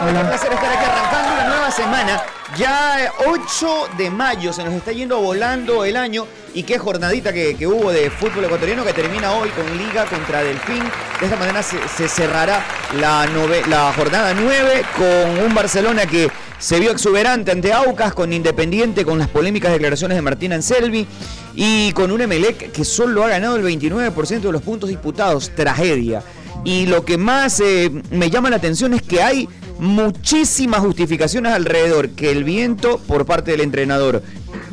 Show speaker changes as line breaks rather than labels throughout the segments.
Un placer estar aquí arrancando una nueva semana. Ya eh, 8 de mayo se nos está yendo volando el año y qué jornadita que, que hubo de fútbol ecuatoriano que termina hoy con Liga contra Delfín. De esta manera se, se cerrará la, nove- la jornada 9 con un Barcelona que se vio exuberante ante Aucas, con Independiente, con las polémicas declaraciones de Martín Anselmi y con un Emelec que solo ha ganado el 29% de los puntos disputados. Tragedia. Y lo que más eh, me llama la atención es que hay muchísimas justificaciones alrededor, que el viento por parte del entrenador,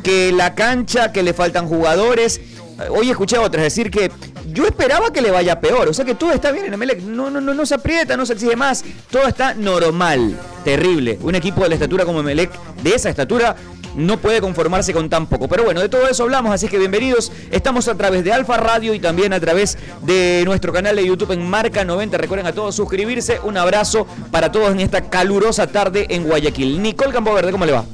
que la cancha, que le faltan jugadores. Eh, Hoy escuché a otras decir que yo esperaba que le vaya peor, o sea que todo está bien en Emelec, no, no, no, no se aprieta, no se exige más, todo está normal, terrible. Un equipo de la estatura como Emelec, de esa estatura, no puede conformarse con tan poco. Pero bueno, de todo eso hablamos, así que bienvenidos. Estamos a través de Alfa Radio y también a través de nuestro canal de YouTube en Marca 90. Recuerden a todos suscribirse. Un abrazo para todos en esta calurosa tarde en Guayaquil. Nicole Campoverde, ¿cómo le va?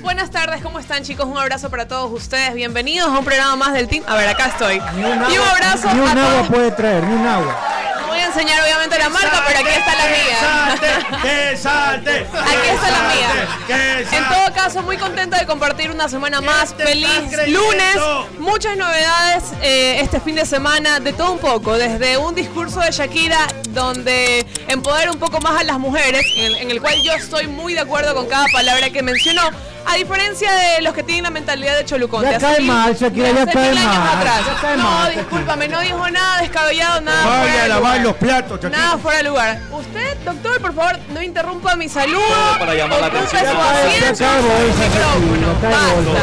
Buenas tardes, ¿cómo están chicos? Un abrazo para todos ustedes. Bienvenidos a un programa más del team. A ver, acá estoy. y un abrazo
Ni un
a
agua
todos.
puede traer, ni un agua.
No voy a enseñar obviamente la marca, pero aquí está la mía.
¡Que salte!
Aquí está la mía.
salte.
En todo caso, muy contenta de compartir una semana más. Feliz lunes. Muchas novedades eh, este fin de semana, de todo un poco. Desde un discurso de Shakira donde empodera un poco más a las mujeres, en el, en el cual yo estoy muy de acuerdo con cada palabra que mencionó. A diferencia de los que tienen la mentalidad de Choluconte.
Ya
Hace
cae
mil-
mal, Shakira,
de
ya
hace
cae
mil años
mal,
atrás.
ya cae
no,
mal, Shakira.
discúlpame, no dijo nada descabellado, nada. fuera
Vaya a
de
lavar
lugar.
los platos,
Nada fuera de lugar. Usted, doctor, por favor, no interrumpa mi saludo.
para llamar la
Ocupe
atención.
su
Ya cae- ya
asiento,
cae
su
bolsa,
micrófono.
ya cae
Basta.
bolsa.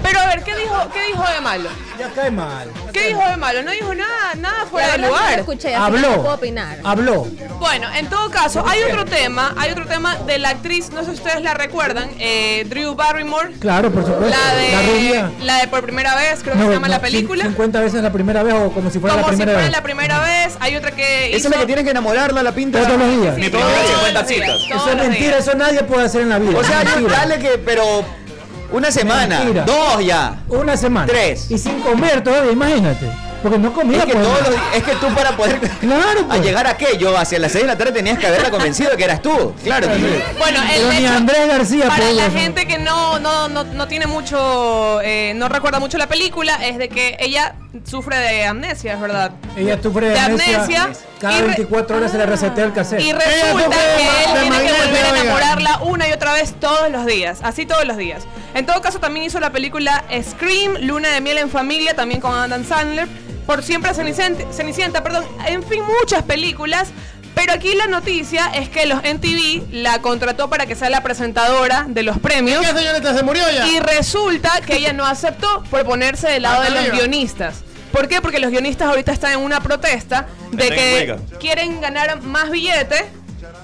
Pero a ver, ¿qué dijo, qué dijo de malo?
Ya cae mal.
¿Qué dijo de malo? No dijo nada, nada fuera de
No
lugar.
lo escuché, así que no puedo
Habló.
opinar.
Habló.
Bueno, en todo caso, hay otro tema, hay otro tema de la actriz, no sé si ustedes la recuerdan, eh, Drew Barrymore.
Claro, por supuesto.
La
La
de,
rubia.
la de por primera vez, creo que se llama la
cin-
película.
50 veces la primera vez o como si fuera
Como
la
si
primera
fuera
vez.
la primera vez, hay otra que
Esa es la
hizo-
que tienen que enamorarla, la pinta.
Todos los días.
Sí,
Mi
todos los
50
días,
citas.
todos
Eso es
los días.
mentira, eso nadie puede hacer en la vida.
O sea, yo-
Mentira.
dale que, pero una semana,
Mentira.
dos ya.
Una semana.
Tres.
Y sin comer todavía, imagínate. Porque no comía.
Es que,
pues.
todos los di- es que tú para poder
Claro,
a
pues.
llegar a aquello, hacia las 6 de la tarde tenías que haberla convencido de que eras tú. Claro.
Bueno, el
Pero ni
hecho-
Andrés García
Para
puede
la
hacer.
gente que no, no, no, no tiene mucho, eh, no recuerda mucho la película, es de que ella sufre de amnesia, es verdad.
Ella sufre
de
de amnesia.
amnesia y
Cada
re-
24 horas se le resetea el cassette.
Y resulta
sufre de
que
ma-
él
de
tiene que
magnesia,
volver a
oiga.
enamorarla una y otra vez todos los días, así todos los días. En todo caso, también hizo la película Scream, Luna de Miel en Familia, también con Adam Sandler, Por Siempre Cenicienta, Cenicienta perdón, en fin, muchas películas. Pero aquí la noticia es que los NTV la contrató para que sea la presentadora de los premios.
¿Qué, señorita? ¿Se murió ya?
Y resulta que ella no aceptó por ponerse del lado de los
Arriba.
guionistas. ¿Por qué? Porque los guionistas ahorita están en una protesta de
Están en
que
huelga.
quieren ganar más billetes,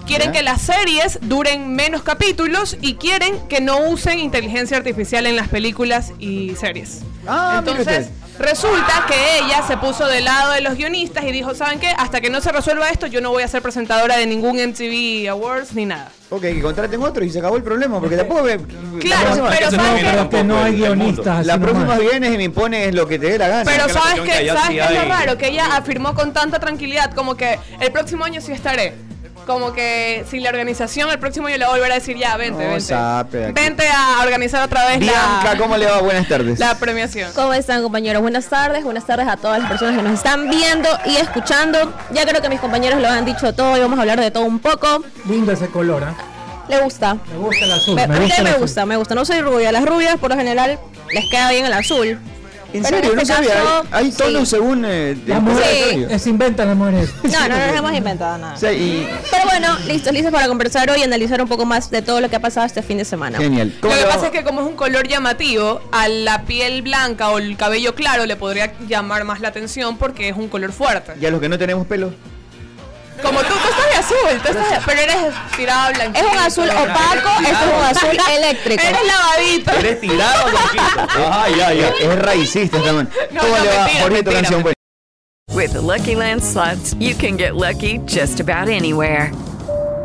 quieren que las series duren menos capítulos y quieren que no usen inteligencia artificial en las películas y series.
Ah, mire
Entonces, resulta que ella se puso del lado de los guionistas y dijo, ¿saben qué? Hasta que no se resuelva esto, yo no voy a ser presentadora de ningún MTV Awards ni nada.
Ok, que contraten otro y se acabó el problema, porque tampoco me-
Claro,
la próxima,
pero
la
¿sabes
Pero que no hay guionistas. así
la
nomás.
próxima vienes y me impones lo Ah, que te dé la gana.
Pero
que la
sabes
cuestión que
que,
allá
¿sabes
sí
qué es lo
hay-
raro, que ella afirmó con tanta tranquilidad como que el próximo año sí estaré. como que sin la organización, el próximo yo le voy a volver a decir ya, vente,
No,
vente.
sape aquí.
Vente a organizar otra vez
Bianca,
la,
¿cómo le va? Buenas tardes.
la premiación.
¿Cómo están compañeros? Buenas tardes, buenas tardes a todas las personas que nos están viendo y escuchando. Ya creo que mis compañeros lo han dicho todo y vamos a hablar de todo un poco.
Lindo ese color, ¿ah?
Le gusta.
Me gusta el azul.
Me,
Me,
a mí
gusta el
me
azul.
gusta, me gusta. No soy rubia. Las rubias por lo general les queda bien el azul.
¿En
Pero
serio?
este
no sabía. ¿eh?
caso,
Hay hay tonos según. eh, de-
Las mujeres
Sí.
eh, se inventan las mujeres.
No, no nos hemos inventado nada.
Sí, y-
Pero bueno, listos, listos para conversar hoy y analizar un poco más de todo lo que ha pasado este fin de semana.
Genial.
Lo
¿Cómo
que
le va?
pasa es que como es un color llamativo, a la piel blanca o el cabello claro le podría llamar más la atención porque es un color fuerte.
¿Y a los que no tenemos pelo?
Como tú, tú estás de azul, tú estás de- pero eres tirado blanco.
Es un azul opaco, esto es un azul eléctrico.
Eres lavadito.
Eres tirado, blanquito.
Ajá, ya, ya. Es raicista esta man.
No,
¿Cómo
no,
le va?
mentira,
Jorgito,
mentira,
canción pues. buena.
With the Lucky Land slots, you can get lucky just about anywhere.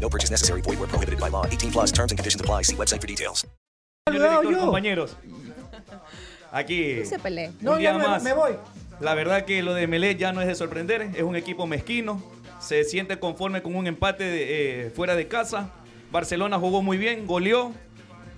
No purchase necessary. Void where prohibited by law. 18 plus terms and conditions apply. See website for details.
Señor director, compañeros. Aquí.
se pelee.
No,
No,
día
ya me-
más.
me voy.
La verdad que lo de Melé ya no es de sorprender. Es un equipo mezquino. Se siente conforme con un empate de, eh, fuera de casa. Barcelona jugó muy bien, goleó.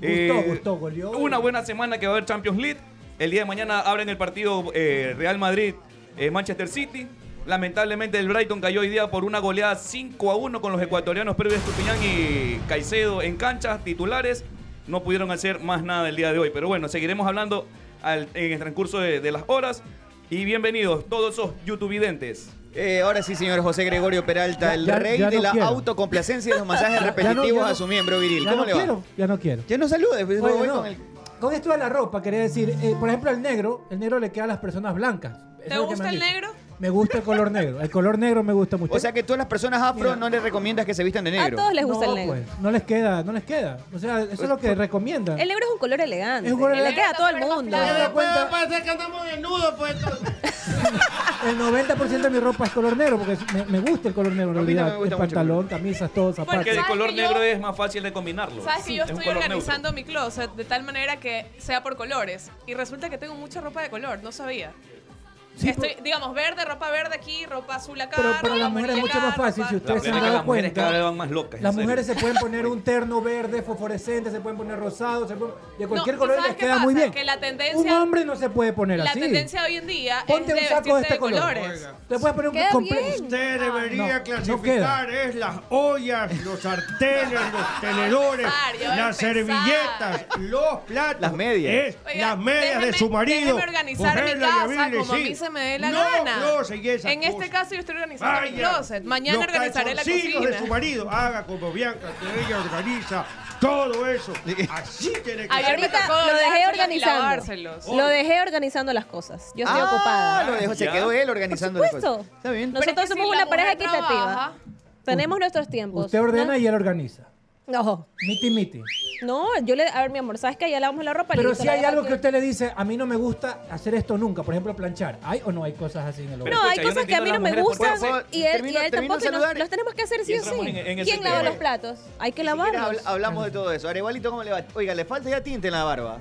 Eh,
gustó, goleó.
Una buena semana que va a haber Champions League. El día de mañana abren el partido eh, Real Madrid-Manchester City. Lamentablemente el Brighton cayó hoy día por una goleada 5 a 1 con los ecuatorianos Pérez Estupiñán y Caicedo en canchas titulares. No pudieron hacer más nada el día de hoy. Pero bueno, seguiremos hablando al- en el transcurso de, de las horas. Y bienvenidos todos esos youtubidentes.
Eh, ahora sí, señor José Gregorio Peralta, el
ya-
rey
ya
de
no
la
quiero.
autocomplacencia y los masajes
Ya no- ya
repetitivos
no-
a su miembro viril.
Ya
¿Cómo
no
le va?
quiero, ya no quiero.
Ya no saludes, pues,
Oye,
voy
no.
con el-
Con esto de la ropa, quería decir, eh, por ejemplo, el negro, el negro le queda a las personas blancas. Eso es
¿Te
lo que me
gusta
han
el
dicho.
negro?
Me gusta el color negro. El color negro me gusta mucho.
O sea que tú a las personas afro no les recomiendas que se vistan de negro.
todos les gusta el negro.
pues, no les queda, no les queda. O sea, eso es lo
Pues,
que recomiendan.
El negro es un color elegante.
Es un color
Le queda a
elegante.
todo el mundo.
parece que andamos desnudos, pues.
El 90% de mi ropa es color negro porque me, me gusta el color negro en
A mí no me
realidad.
gusta
el
mucho el
pantalón, camisas, todo, zapatos.
Porque de color
que yo-
negro es más fácil de combinarlo.
Sabes que
Sí,
yo
es un
estoy
color neutro.
organizando mi closet de tal manera que sea por colores y resulta que tengo mucha ropa de color, no sabía. estoy, digamos, verde, ropa verde aquí, ropa azul acá.
pues. Pero para
ropa
las mujeres es
amarilla
mucho
acá,
más fácil.
ropa-
Si ustedes se
La
han
verdad que
dado
las mujeres cada vez
cuenta,
van más locas. en
las
serio.
mujeres se pueden poner un terno verde, fosforescente, se pueden poner rosado, se pueden- de cualquier
¿y
color
sabes
les
qué
queda muy
pasa?
bien.
Que la
Un
tendencia-
hombre no se puede poner
La
así.
tendencia hoy en día
Ponte
es
un
de
saco de
vestirse
este
de
color.
colores.
Te puedes poner un
Queda
completo.
bien. Ah.
Usted debería
no
clasificar es las ollas, los sartenes, los tenedores,
Empezar, ya voy a
las
empezar.
servilletas, los platos.
Las medias.
Es las medias de su marido.
Déjeme organizar mi
cogerla y
casa
abrirla y
como a
sí.
mí se me dé la
no,
gana.
closet y esas
en este
cosas.
caso yo estoy organizando mi
Vaya,
closet. Mañana
los
organizaré la
calzoncillos
cocina.
de su marido. Haga como Bianca, que ella organiza todo eso. Así tiene que
Ayer me
ser.
tocó
Lo dejé
dárselos y
organizando.
lavárselos.
Lo dejé organizando las cosas. Yo estoy
Ah,
ocupada.
lo dejó, se
Ya.
quedó él organizando
Por
las cosas.
supuesto.
Está bien.
Nosotros
Pero es que
somos
si
una
la
pareja
mujer
equitativa.
trabaja- uh,
Tenemos nuestros tiempos.
Usted ordena y él organiza.
No,
Miti miti.
no, yo le. A ver, mi amor, ¿sabes que allá lavamos la ropa?
Pero
Listo,
si
la
hay
dejo
algo
aquí.
que usted le dice, a mí no me gusta hacer esto nunca, por ejemplo, planchar. ¿Hay o no hay cosas así en el hogar?
No, hay cosas que a mí no me gustan y él, y
Termino- termino
él tampoco.
de
y nos-
saludar.
los tenemos que hacer
Y
sí o sí.
entramos en- en ese
¿Quién lava
tema.
los platos? Hay que
Mira,
lavarlos.
habl- hablamos de todo eso. Arevalito, ¿cómo le va? Oiga, le falta ya tinte en la barba.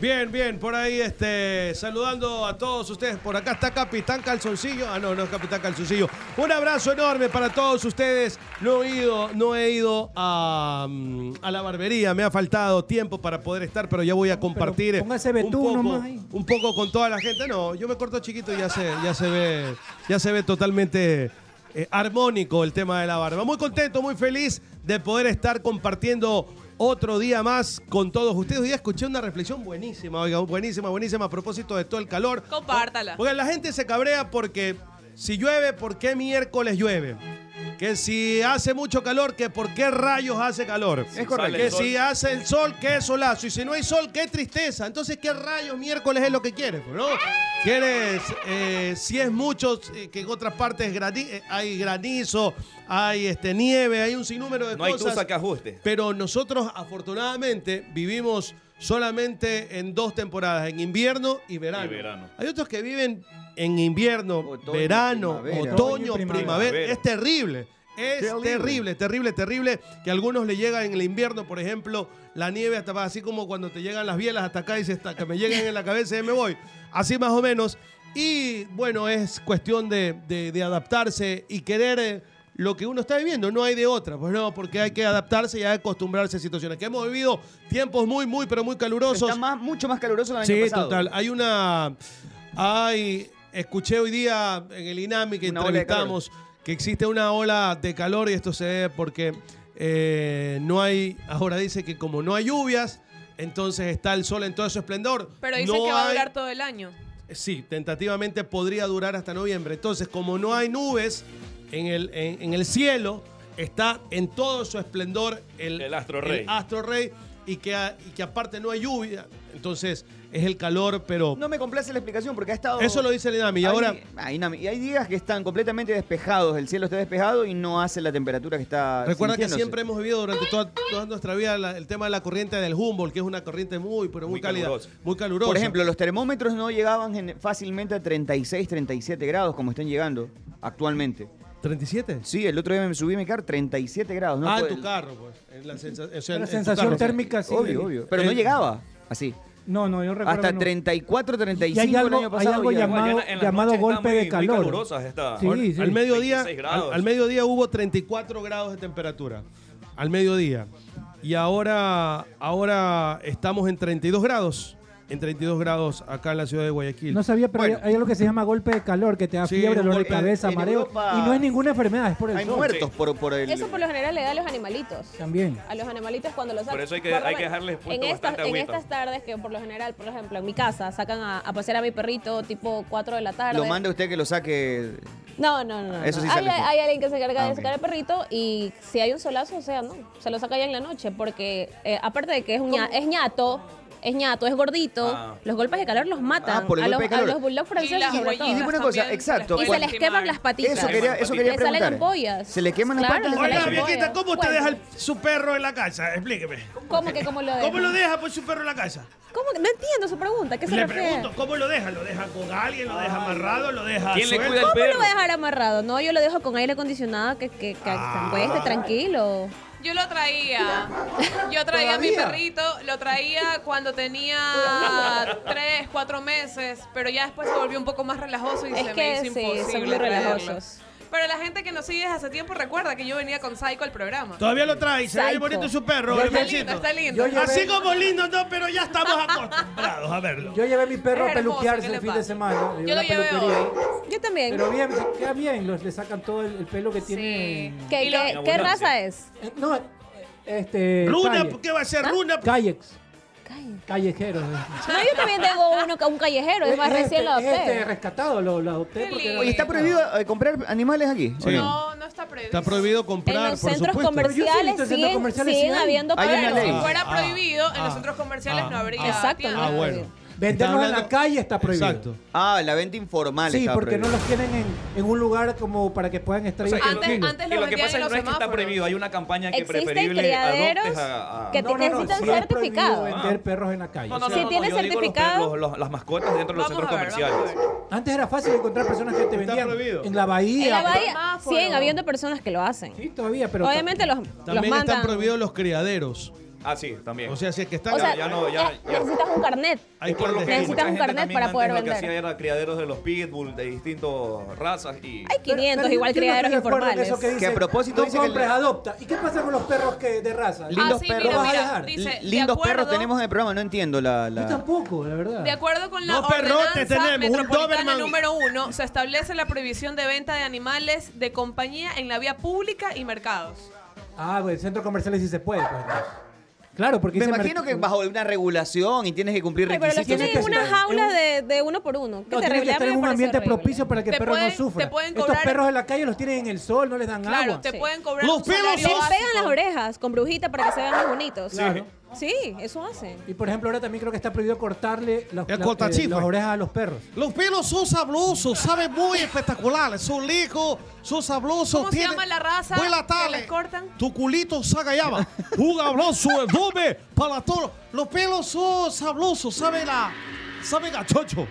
Bien, bien, por ahí este, saludando a todos ustedes. Por acá está Capitán Calzoncillo. Ah, no, no es Capitán Calzoncillo. Un abrazo enorme para todos ustedes. No he ido, no he ido a, mm, a la barbería. Me ha faltado tiempo para poder estar, pero ya voy a compartir eh,
póngase
un,
betún
poco,
nomás ahí.
un poco con toda la gente. No, yo me corto chiquito y ya se, ya se ve, ya se ve totalmente eh, armónico el tema de la barba. Muy contento, muy feliz de poder estar compartiendo Otro día más con todos ustedes. Hoy día escuché una reflexión buenísima, oiga, buenísima, buenísima a propósito de todo el calor.
Compártala.
Porque la gente se cabrea porque si llueve, ¿por qué miércoles llueve? Que si hace mucho calor, que por qué rayos hace calor.
Es correcto. Sale
Que
el
si
sol.
hace el sol, qué solazo. Y si no hay sol, qué tristeza. Entonces, ¿qué rayos miércoles es lo que quieres? pues, ¿no? Quieres, eh, si es mucho, eh, que en otras partes grani- eh, hay granizo, hay este, nieve, hay un sinnúmero de
No hay
cosas.
tusa que ajuste.
Pero nosotros afortunadamente vivimos solamente en dos temporadas, en invierno y verano.
Y verano.
Hay otros que viven en invierno, verano,
primavera. Otoño,
otoño, primavera.
primavera.
Es terrible. Es
Terrible.
terrible, terrible, terrible. Que a algunos le llega en el invierno, por ejemplo, la nieve hasta así como cuando te llegan las bielas hasta acá y dices, "Hasta que me lleguen en la cabeza y me voy. Así más o menos. Y bueno, es cuestión de, de- de adaptarse y querer eh, lo que uno está viviendo. No hay de otra. Pues no, porque hay que adaptarse y hay que acostumbrarse a situaciones. Que hemos vivido tiempos muy, muy, pero muy calurosos.
Está más, mucho más caluroso que el año
Sí,
pasado.
total. Hay una. Hay. Escuché hoy día en el INAMI que
Una ola de
entrevistamos que existe una ola de calor y esto se debe porque eh, no hay. Ahora dice que como no hay lluvias, entonces está el sol en todo su esplendor.
Pero dicen
No
que va a
hay-
durar todo el año.
Sí, tentativamente podría durar hasta noviembre. Entonces, como no hay nubes en el, en, en el cielo, está en todo su esplendor el,
El astro rey.
el astro rey y que, a- y que aparte no hay lluvia. Entonces, es el calor, pero...
No me complace la explicación porque ha estado.
Eso lo dice el Inami. Y
Hay-
ahora,
hay Inami. Y hay días que están completamente despejados, el cielo está despejado y no hace la temperatura que está.
recuerda que
sintiéndose.
siempre hemos vivido durante toda, toda nuestra vida la- el tema de la corriente del Humboldt, que es una corriente muy, pero muy,
Muy
cálida,
calurosa.
muy calurosa.
Por ejemplo, los termómetros no llegaban gen- fácilmente a 36, 37 grados como están llegando actualmente.
¿37?
Sí, el otro día me subí a mi carro, 37 grados. No
ah, en
puede-
tu carro, pues. En la, sensa- o sea, en-
La
en tu
sensación
carro.
térmica, sí.
Obvio, obvio. Pero no
Eh,
llegaba así.
No, no, yo recuerdo.
Hasta
que no.
34, 35
Y hay algo-
el año
hay
pasado.
algo
llegaba.
llamado-
en las
llamado
noches está
golpe
muy-
de
muy
calor.
calurosas está.
Sí,
Ahora,
sí.
Al mediodía,
26
al,
grados.
al mediodía hubo 34 grados de temperatura. Al mediodía. Y ahora, ahora estamos en 32 grados. En 32 grados acá en la ciudad de Guayaquil.
No sabía, pero hay- hay algo que se llama golpe de calor, que te da
Sí,
fiebre,
un
dolor de
golpe-
cabeza,
en
mareo.
Europa-
Y no es ninguna enfermedad, es por el
Hay
sol.
muertos por, por el.
Eso por lo general le da a los animalitos.
También.
A los animalitos cuando los sacan.
Por eso hay que-
Guárdame.
hay que dejarles
en
puesto
estas,
bastante
en
agüita.
estas tardes que por lo general, por ejemplo, en mi casa sacan a, a pasear a mi perrito tipo 4 de la tarde.
Lo manda usted que lo saque.
No, no, no. no.
Eso sí
hay,
sale.
hay alguien que se encarga
Ah,
de
ok.
sacar al perrito y si hay un solazo, o sea, no. Se lo saca ya en la noche porque eh, aparte de que es, un ña- es ñato, es ñato, es gordito,
Ah.
los golpes de calor los matan.
Ah, por el
a, los,
golpe de
a
calor.
los bulldogs franceses.
las
sobre todo.
Y dime una cosa,
también
exacto.
Y se
cuando-
les queman las patitas.
Eso quería, eso quería
Le
preguntar.
salen ampollas.
Se le queman las
Claro,
patas.
se le
Hola,
salen
viejita,
ampollas.
¿cómo usted
Bueno.
deja el- su perro en la casa? Explíqueme.
¿Cómo que cómo lo deja?
¿Cómo lo deja pues, su perro en la casa?
¿Cómo que? No entiendo su pregunta. ¿Qué se
Le
refiere?
pregunto, ¿cómo lo deja? ¿Lo deja con alguien? ¿Lo deja amarrado? ¿Lo deja
¿Quién le
suelto?
cuida el
¿Cómo lo voy a dejar amarrado? No, yo lo dejo con aire acondicionado que, que, que
Ah.
se encueste tranquilo.
Yo lo traía. Yo traía a mi
¿Todavía?
perrito, lo traía cuando tenía tres, cuatro meses, pero ya después se volvió un poco más relajoso y
Es
se
que
me hizo
sí, son
imposible.
muy
traerlo.
relajosos.
Pero la gente que nos sigue desde hace tiempo recuerda que yo venía con Psycho al programa.
Todavía lo trae, se ve bien
Psycho.
bonito su perro.
Está
el
lindo,
perrito.
está lindo. Yo llevé-
Así como lindo, no, pero ya estamos acostumbrados a verlo.
Yo llevé a mi perro
Es
a
hermoso,
peluquearse
¿qué le
el fin de
pasa?
semana.
Yo lo
a la
llevé
peluquería.
hoy.
Yo también.
Pero bien, queda bien. Los, le sacan todo el, el pelo que tiene.
¿Qué,
Y
qué-
lo-
qué
Abundancia.
raza es?
Eh, No, eh, este.
Runa,
calle.
¿qué va a ser?
¿Ah?
Runa.
Callex. Callejeros. eh.
No, yo también tengo uno, un callejero, es más,
Este-
recién lo
Este
adopté.
rescatado lo, lo adopté porque era-
Oye, ¿está prohibido eh, comprar animales aquí? ¿o no?
No, no está prohibido.
Está prohibido
En
comprar,
los
por
centros
supuesto.
comerciales
visto en centros
siguen,
comerciales,
siguen
sí hay.
habiendo
Hay una
perros.
ley.
Si fuera
Ah,
prohibido, en
ah,
los centros comerciales no
ah,
habría.
Exacto,
tiendas.
no
Ah,
es
bueno.
prohibido.
Venderlos
Está
en la
hablando-
calle está prohibido.
Exacto.
Ah, la venta informal.
Sí,
está
porque no
prohibida.
los tienen en, en un lugar como para que puedan estar
O sea,
ahí
y lo-
tranquilos.
antes
y
lo
lo que
vendían
pasa
en
es
los
que no es que está
semáforos.
prohibido, hay una campaña que
Existen
preferible
criaderos
adoptes a, a-
que te- necesitan
sí es
certificado.
prohibido vender perros en la calle.
No, no, no,
Si
no,
tienes
yo digo los
certificado-
perros, los- las mascotas dentro de los centros
Vamos a ver, vamos a
comerciales.
Antes era fácil encontrar personas que te vendían
prohibido.
en la bahía.
En la
Ah,
bahía
foro.
siguen habiendo personas que lo hacen.
este. Sí, todavía, pero
Obviamente los, los
También están
mandan.
prohibidos los criaderos.
Ah, sí, también.
O sea, si es que están.
O sea,
ya no, ya-
eh,
ya.
necesitas un carnet.
hay
por lo que
Necesitas
mucha
un
gente
carnet
también
para
antes
poder
Lo que
vender.
hacía era criaderos de los pitbull de distintas razas y
Hay 500
Pero yo-
igual
yo no estoy
criaderos
de acuerdo en
informales.
eso
Que a propósito
no
dice que
compres,
le-
adopta. ¿Y qué pasa con los perros que de raza?
Ah,
Lindos
Ah, sí,
perros.
mira,
¿Los vas a
mira,
dejar?
dice, de
Lindos perros
acuerdo-
tenemos en el programa, no entiendo la. la-
Yo tampoco, la verdad.
De acuerdo con la
Dos perrotes
ordenanza
tenemos, un
metropolitana
Doberman.
número uno, se establece la prohibición de venta de animales de compañía en la vía pública y mercados.
Ah, pues en centros comerciales sí se puede. pues. Claro, porque
Me
dice
imagino que bajo una regulación y tienes que cumplir
Ay,
requisitos.
pero los tienen en una
específicos.
jaula de, de uno por uno. Qué
No, tiene que
terrible. A mí
estar en
me
un
parece
ambiente
horrible.
propicio para que
Te
el perro
pueden-
no sufra.
te pueden
Estos
cobrar-
perros de la calle los tienen en el sol, no les dan
Claro,
agua.
te pueden cobrar
Los
un salario
pelos son-
Les pegan las orejas con brujita para que se vean más bonitos.
Claro.
Sí, eso hacen.
Y por ejemplo, ahora también creo que está prohibido cortarle los-
El
la-
cortachifle.
eh, las orejas a los perros.
pues. Los pelos son sabrosos, saben muy espectaculares, son ricos, son sabrosos.
¿Cómo se
tienen-
llama la raza?
Buena
que
tarde.
les cortan?
Tu culito sagayaba. Un abrazo enorme para todos. Los pelos son sabrosos, saben a, saben a chocho.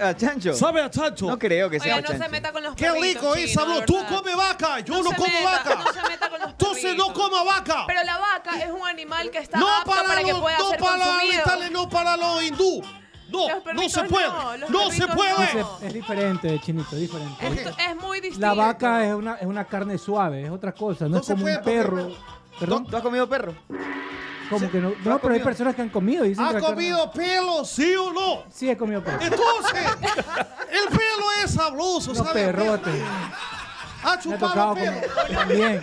¿A chancho?
¿Sabe a chancho?
No creo que sea
Oiga, no
chancho.
se meta con los
Qué
perritos,
rico es,
chino,
sabroso.
de
Tú
verdad.
comes vaca, yo no,
se
como
meta,
vaca.
No se meta con los
Entonces no
perritos.
coma vaca.
Pero la vaca es un animal que está
no
apto
para,
para, que
los,
pueda
no
ser
para los
consumido.
orientales, no para los hindú. No, no
Los
se
perritos
puede.
no, los
No se
perritos
puede.
no.
Es diferente, chinito, es diferente.
Esto es muy distinto.
La vaca es una, es una carne suave, es otra cosa, no,
No
es
se
como
puede
un
comer
perro. Perdón,
¿Tú has comido perro?
como que no. No, pero hay personas que han comido. y Dicen que
¿Ha
la carne-
comido pelo, sí o no?
Sí, he comido perro.
Entonces, el pelo es sabroso,
No,
¿sabes?
perrote.
Ha
Me ha
chupado
tocado
pelo.
comer. También.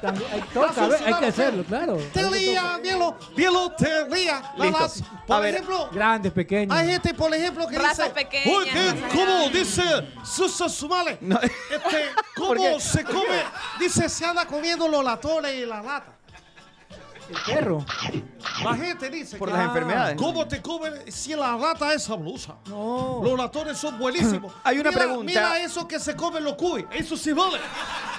También, hay, toca, a ver, hay que hacerlo, claro.
Te lía, mielo, mielo, te lía. La
Listo.
las- Por
A ver.
ejemplo,
Grandes, pequeños.
hay gente, por ejemplo, que dice...
Razas pequeñas,
"Uy, ¿qué-
razas
¿Cómo
grandes".
dice Susa Sumale? Este,
¿Por qué?
¿Cómo se come? Dice, se anda comiendo los latones y la lata.
Perro.
La gente dice
Por
que, ah,
las enfermedades.
¿Cómo te comen si la rata es sabrosa?
No.
Los latones son buenísimos.
Hay una
Mira-
pregunta.
Mira eso que se comen los cuy. Eso sí vale.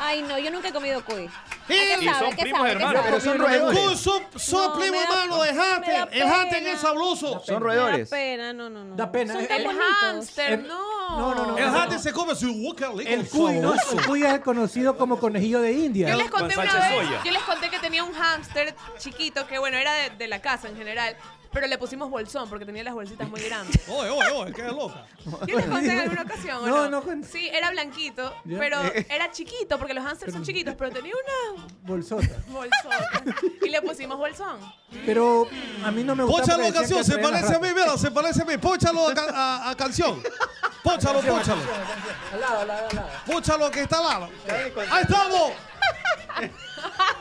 Ay, no, yo nunca he comido cuy.
Y-
¿Qué sabe? ¿Qué sabe? ¿Qué sabe?
Pero son
El
roedores.
cuy son, son
No,
primo
me da-
hermano de
me da
Hunter. El
pena.
Hunter es sabroso.
Son
Me da
roedores.
pena, no, no, no.
Da pena.
Son
El
tan bonitos.
hámster,
El-
no.
No, no, no.
El
no.
Hunter se come su Walker Lincoln.
El cuy, ¿no? El cuy es el conocido como conejillo de India.
Yo les conté
Con
una
salsa de
vez,
soya.
yo les conté que tenía un hámster chiquito, que bueno, era de, de la casa en general, pero le pusimos bolsón porque tenía las bolsitas muy grandes.
Oye, oye, oye, qué loca.
Yo les conté en alguna ocasión, ¿o
No,
no?
no cuenta.
Sí, era blanquito,
Ya. Eh,
pero era chiquito, porque los hámsters son chiquitos, pero tenía una
Bolsota.
bolsota. Y le pusimos bolsón.
Pero a mí no me gusta.
Póchalo a
porque decían
canción.
que
Se
atraían las
parece a mí,
ratas.
mira, se parece a mí. Póchalo a, ca- a- a canción. Póchalo, póchalo.
Al lado, al lado, al lado.
Póchalo que está al lado. Ahí estamos.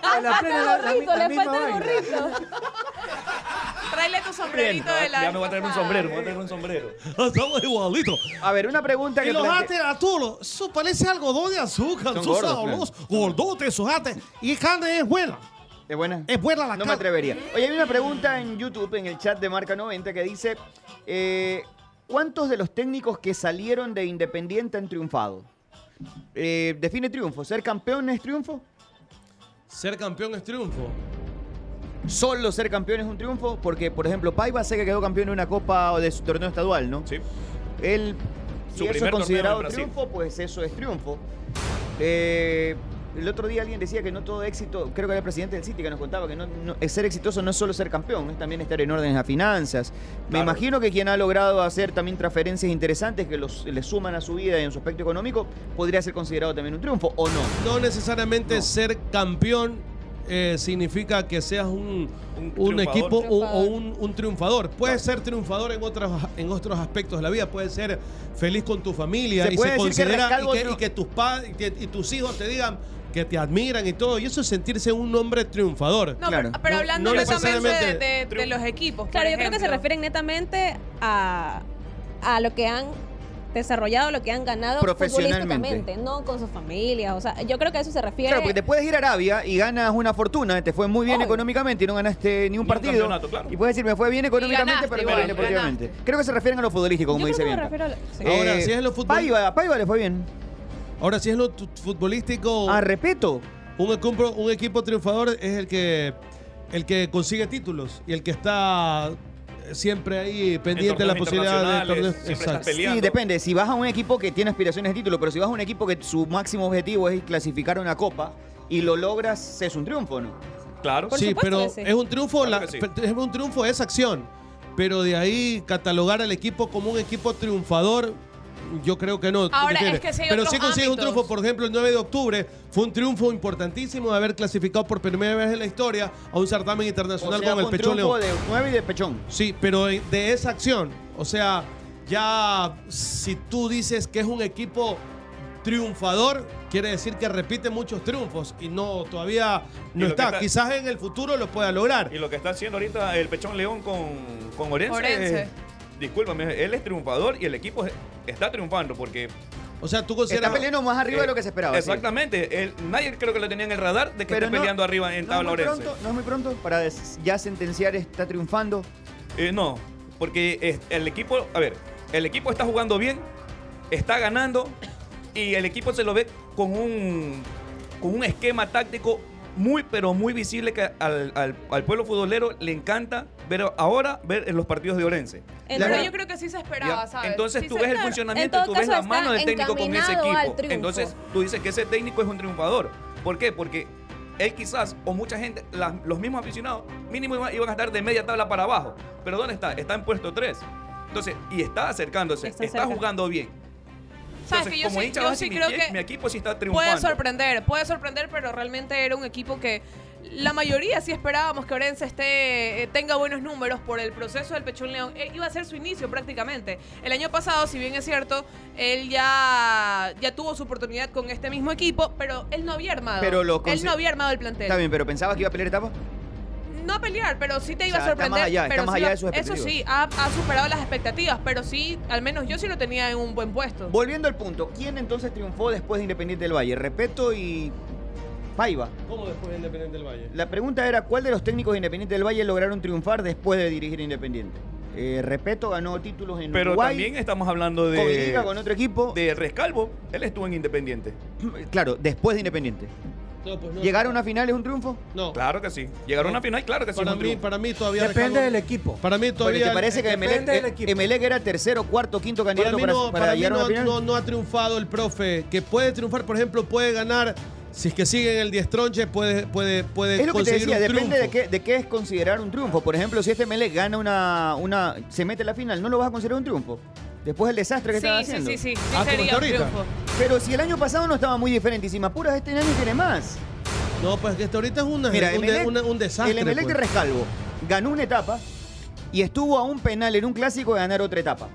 A la plena, la, la, mi- la
Gorrito, le
misma
falta el
vaina.
gorrito.
Tráele tu sombrerito de la...
¿eh? Ya me voy a traer un sombrero, me voy a traer un sombrero.
Estamos igualitos.
A ver, una pregunta
Y
que
los
plante-
ates, Arturo, eso parece algodón de azúcar.
Son
Son
gordos,
sabrosos, gordotes esos ates. Y carne es buena.
¿Es buena?
Es buena la
No me
carne.
atrevería. Oye, hay una pregunta en YouTube, en el chat de Marca 90, que dice: eh, ¿Cuántos de los técnicos que salieron de Independiente han triunfado? Eh, define triunfo. ¿Ser campeón es triunfo?
Ser campeón es triunfo.
¿Solo ser campeón es un triunfo? Porque, por ejemplo, Paiva sé que quedó campeón en una copa o de su torneo estadual, ¿no?
Sí.
Él, si
Su
eso
primer
es
torneo
considerado
en Brasil.
triunfo, pues eso es triunfo. Eh, el otro día alguien decía que no todo éxito, creo que era el presidente del City que nos contaba que no, no- ser exitoso no es solo ser campeón, es también estar en órdenes a finanzas. Me
Claro.
imagino que quien ha logrado hacer también transferencias interesantes que los, le suman a su vida y en su aspecto económico podría ser considerado también un triunfo, ¿o no?
No necesariamente ser campeón eh, significa que seas un,
Un
un
triunfador.
equipo o, o
Triunfador.
un, un triunfador. Puedes ser triunfador en otros, en otros aspectos de la vida. Puedes ser feliz con tu familia
Se
y
puede
se
decir que
considera y
Rescalvo
que,
triun-
y que tus padres y, que- y tus hijos te digan que te admiran y todo. Y eso es sentirse un hombre triunfador.
No,
Claro.
pero, pero
No-
hablando
no
netamente de,
necesariamente
de- de los equipos, por
Claro, yo creo que se
ejemplo.
refieren netamente a, a lo que han desarrollado, lo que han ganado
Profesionalmente.
futbolísticamente, no con sus familias. O sea, yo creo que a eso se refiere.
Claro, porque te puedes ir a Arabia y ganas una fortuna, te fue muy bien
Obvio.
económicamente y no ganaste ni un
un
partido.
campeonato, claro.
Y puedes decir, me fue bien económicamente,
ganaste
pero me
igual,
fue bien deportivamente.
ganaste.
Creo que se refieren a lo futbolístico, como
Yo
dice
creo que
bien.
me refiero a lo- sí.
Ahora, si es lo futbol-
Paiva, a Paiva le fue bien.
Ahora, si es lo tu- futbolístico,
Ah, respeto.
un, equipo, un equipo triunfador es el que, el que consigue títulos y el que está eh, siempre ahí pendiente de la
torneos
posibilidad de
internacionales,
torneos.
siempre estás
Exacto.
Peleando.
Sí, depende. Si vas a un equipo que tiene aspiraciones de título, pero si vas a un equipo que su máximo objetivo es clasificar una copa y lo logras, es un triunfo, ¿no?
Claro.
Por
sí,
supuesto
pero
que sí.
es un triunfo,
Claro
la-
que sí.
es un triunfo esa acción. Pero de ahí catalogar al equipo como un equipo triunfador, yo creo que no. ¿tú
Ahora,
entiendes?
es que sí hay
pero
otros
sí consigue un
ámbitos.
triunfo, por ejemplo, el 9 de octubre fue un triunfo importantísimo de haber clasificado por primera vez en la historia a un certamen
O
internacional
sea,
con
fue
el
un
Pechón
triunfo
León.
de 9 y de Pechón.
Sí, pero de- de esa acción, o sea, ya si tú dices que es un equipo triunfador quiere decir que repite muchos triunfos y no todavía
Y lo
no
que
está.
está-
Quizás en el futuro lo pueda lograr.
Y lo que está haciendo ahorita el Pechón León con, con Orense.
Orense.
eh, discúlpame, él es triunfador y el equipo está triunfando porque.
O sea, tú
consideras- Está peleando más arriba de lo que se esperaba, sí.
Eh, Exactamente. Él- nadie creo que lo tenía en el radar de que
Pero
esté
no-
peleando arriba en
no es
tabla
muy
Orense.
pronto, no es muy pronto para des- ya sentenciar está triunfando.
Eh, no, porque es- el equipo, a ver, el equipo está jugando bien, está ganando y el equipo se lo ve con un, con un esquema táctico muy, pero muy visible que al, al- al pueblo futbolero le encanta ver ahora ver en los partidos de Orense.
Entonces
La-
yo creo que sí se esperaba,
Ya,
¿sabes?
Entonces
Sí
tú
se
ves el
esperaba.
funcionamiento,
En
tú
todo
ves
caso,
la mano
está
del técnico con ese
encaminado al
equipo.
triunfo.
Entonces tú dices que ese técnico es un triunfador. ¿Por qué? Porque él quizás, o mucha gente, las- los mismos aficionados, mínimo iban, iban a estar de media tabla para abajo. Pero ¿dónde está? Está en puesto 3. Entonces, y está acercándose, está,
cerca.
jugando bien.
¿Sabes
Entonces,
que yo
como
sí-
hincha
yo
vas a
sí
decir,
creo
mi,
que
mi equipo sí está triunfando.
Puede sorprender, puede sorprender, pero realmente era un equipo que la mayoría sí esperábamos que Orense esté, eh, tenga buenos números por el proceso del Pechón León. Eh, iba a ser su inicio prácticamente. El año pasado, si bien es cierto, él ya, ya tuvo su oportunidad con este mismo equipo, pero él no había armado.
Pero lo
él
conse-
no había armado el plantel.
Está bien, pero pensabas que iba a pelear etapa.
No a pelear, pero sí te iba
O sea,
a sorprender.
está más allá, está
pero
más
sí
allá
lo-
de sus
Eso
expectativas.
sí, ha, ha superado las expectativas, pero sí, al menos yo sí lo tenía en un buen puesto.
Volviendo al punto, ¿quién entonces triunfó después de Independiente del Valle? Repeto y Paiva.
¿Cómo después de Independiente del Valle?
La pregunta era, ¿cuál de los técnicos de Independiente del Valle lograron triunfar después de dirigir Independiente? Eh, Repeto ganó títulos en
Pero
Uruguay.
también estamos hablando de.
con Liga, con otro equipo.
De Rescalvo. Él estuvo en Independiente.
Claro, después de Independiente.
No, pues no.
¿Llegar a una final es un triunfo?
No.
Claro que sí. Llegaron a una final, claro que sí.
Para
es un
mí-
triunfo.
para mí todavía
Depende del equipo.
Para mí
Porque
todavía.
te parece que Emelec, eh, Emelec era tercero, cuarto, quinto
Para
candidato
mí
para,
no,
para
para mí
llegar a una
no-
final?
no- no ha triunfado el profe. Que puede triunfar, por ejemplo, puede ganar. Si es que sigue en el diestronche, puede, puede, puede
Es lo que te
conseguir
decía,
un
depende
triunfo.
de qué, de qué es considerar un triunfo. Por ejemplo, si este Melec gana una, una. se mete en la final, no lo vas a considerar un triunfo. Después del desastre que
Sí,
estaba
sí,
haciendo.
sí, sí, sí Ah, como sería está un ahorita. triunfo.
Pero si el año pasado no estaba muy diferente, y si me apuras, este año tiene más.
No, pues que hasta ahorita es una,
Mira,
un, de-
Emelec-
una- un desastre.
El Emelec
pues.
de Rescalvo ganó una etapa y estuvo a un penal en un clásico de ganar otra etapa.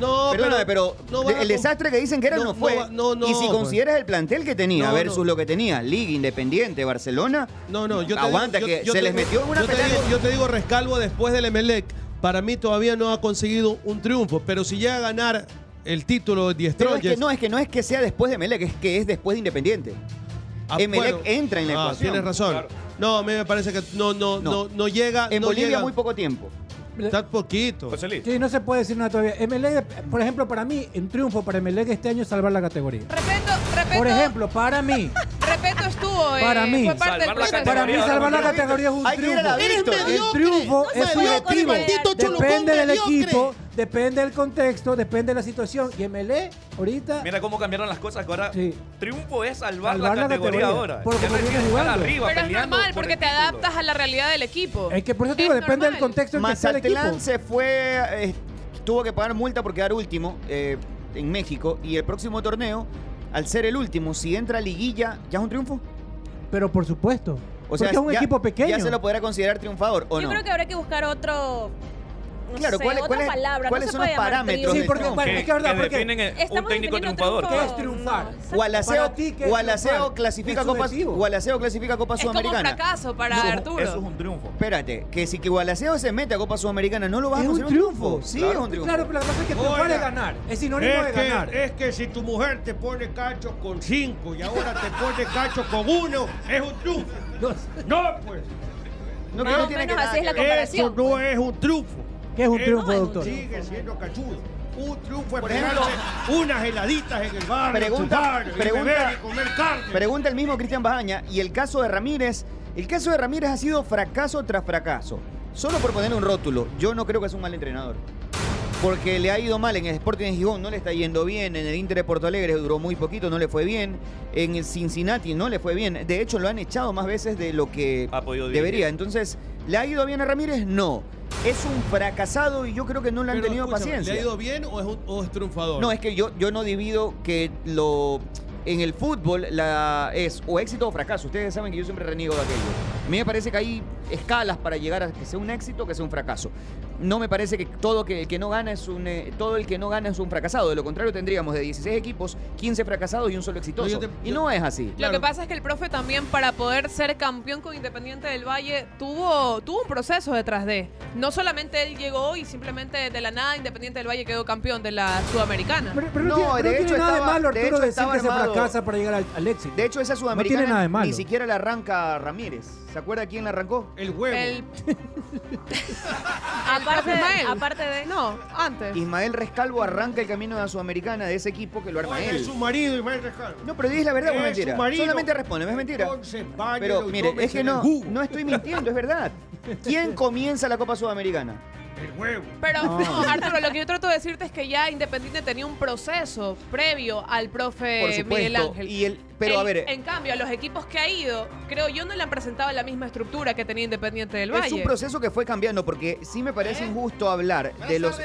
No,
Perdóname, pero,
no
de-
vas a
el
com-
desastre que dicen que era
no,
no,
no
fue.
va- no, no,
y si
pues.
consideras el plantel que tenía
No,
versus
no.
lo que tenía, Liga Independiente, Barcelona,
No, no, yo te
aguanta
digo, yo-
que
yo
se
te
les
digo-
metió en una
yo te,
penal.
digo, yo te digo, Rescalvo después del Emelec, para mí todavía no ha conseguido un triunfo, pero si llega a ganar el título de
Pero es que
Diestronches.
no, es que no es que sea después de Melec, es que es después de Independiente.
Ah,
Emelec
bueno.
entra en la
Ah,
ecuación.
Tienes razón. No, a mí me parece que no, no, no, no llega.
En
no
Bolivia
llega.
muy poco tiempo.
Está poquito.
Sí, no se puede decir nada todavía. Emelec, por ejemplo, para mí, un triunfo para Emelec este año es salvar la categoría. Por ejemplo, para mí.
Repeto estuvo, eh,
Para mí.
fue parte del proceso.
Para mí, salvar la categoría es un
Hay que ir a la
triunfo.
Víctor. Eres
El triunfo
No
es
se vaya con el
subjetivo.
maldito cholucón
Depende del
mediocre.
equipo, depende del contexto, depende de la situación. Y Emelec, ahorita,
Mira cómo cambiaron las cosas. que Ahora, triunfo es salvar,
Salvar
la,
la
categoría
categoría,
ahora.
por
Ya
como
no
viene
quieren estar
jugando.
arriba
Pero es
peleando
normal
por
porque
el
te
título.
adaptas a la realidad del equipo.
es que por eso te digo, depende del contexto en que está el
Mazatlán
equipo.
se fue, eh, tuvo que pagar multa por quedar último eh, en México y el próximo torneo, al ser el último, si entra a liguilla, ya es un triunfo.
Pero por supuesto.
O sea,
porque es un
ya-
equipo pequeño.
Ya se lo podrá considerar triunfador o
Yo
no.
creo que habrá que buscar otro. No
Claro,
sé,
¿cuál-
otra
cuál es-
palabra.
cuáles
no se
son
puede
los
llamar
parámetros
Sí,
triunfo.
de
porque
triunfo?
bueno, es que es verdad,
que
porque
definen, eh, un
Estamos
técnico
definiendo
triunfador.
¿Qué es triunfar?
Gualaceo,
Para ti, ¿qué es
Gualaceo
triunfar?
clasifica
Es
Copa,
subjetivo.
Gualaceo clasifica Copa
Es como un
Sudamericana.
fracaso para Arturo.
Eso es un triunfo.
Espérate, que si que Gualaceo se mete a Copa Sudamericana, no lo vas a considerar un triunfo. Sí,
Claro.
es un triunfo.
Claro, pero lo que pasa es que triunfar
Oiga,
es ganar. Es sinónimo de
que,
ganar.
Es que si tu mujer te pone cacho con cinco y ahora te pone cacho con uno, es un triunfo. No, pues.
No, que no tiene que nada que ver.
Eso no es un triunfo.
¿Qué es un
Eso
triunfo, doctor?
Sigue siendo cachudo. Un triunfo es
Por ejemplo,
pegarse unas heladitas en el bar,
Pregunta-
chupar, y
pregunta-
beber y comer carne.
Pregunta el mismo Cristian Bajaña y el caso de Ramírez. El caso de Ramírez ha sido fracaso tras fracaso. Solo por poner un rótulo, yo no creo que es un mal entrenador. Porque le ha ido mal en el Sporting de Gijón, no le está yendo bien. En el Inter de Porto Alegre duró muy poquito, no le fue bien. En el Cincinnati no le fue bien. De hecho, lo han echado más veces de lo que
Ha podido dirigir.
debería. Entonces, ¿le ha ido bien a Ramírez? No. Es un fracasado y yo creo que no le han
Pero
tenido
escúchame,
paciencia.
¿Le ha ido bien o es, un- o es triunfador?
No, es que yo, yo no divido que lo. En el fútbol la es o éxito o fracaso. Ustedes saben que yo siempre reniego de aquello. A mí me parece que hay escalas para llegar a que sea un éxito o que sea un fracaso. no me parece que todo que el que no gana es un eh, todo el que no gana es un fracasado. De lo contrario tendríamos de 16 equipos 15 fracasados y un solo exitoso. y no es así.
Lo que pasa es que el profe también para poder ser campeón con Independiente del Valle tuvo, tuvo un proceso detrás de. No solamente él llegó y simplemente de la nada Independiente del Valle quedó campeón de la Sudamericana.
Pero no, tiene, no tiene nada de malo,
de
Arturo,
hecho,
decir
estaba
que se
armado.
fracasa para llegar al, al éxito.
De hecho, esa Sudamericana
No tiene nada de malo.
ni siquiera la arranca Ramírez. ¿Se acuerda quién la arrancó?
El huevo.
aparte, de,
Ismael.
aparte de. No, antes.
Ismael Rescalvo arranca el camino de la Sudamericana de ese equipo que lo arma
Oye,
él.
es su marido, Ismael Rescalvo.
No, pero dices la verdad, o es
Es
mentira.
su marido.
Solamente responde, es mentira.
Entonces, váyalo
Pero
y
mire, es
tómese
que no,
el jugo.
no estoy mintiendo, es verdad. ¿Quién comienza la Copa Sudamericana?
El huevo.
Pero,
No.
no, Arturo, lo que yo trato de decirte es que ya Independiente tenía un proceso previo al profe
Por supuesto.
Miguel Ángel.
Y el- pero, a
En-
ver- eh.
En cambio, a los equipos que ha ido, creo yo no le han presentado la misma estructura que tenía Independiente del Valle.
Es un proceso que fue cambiando porque sí me parece injusto hablar de los,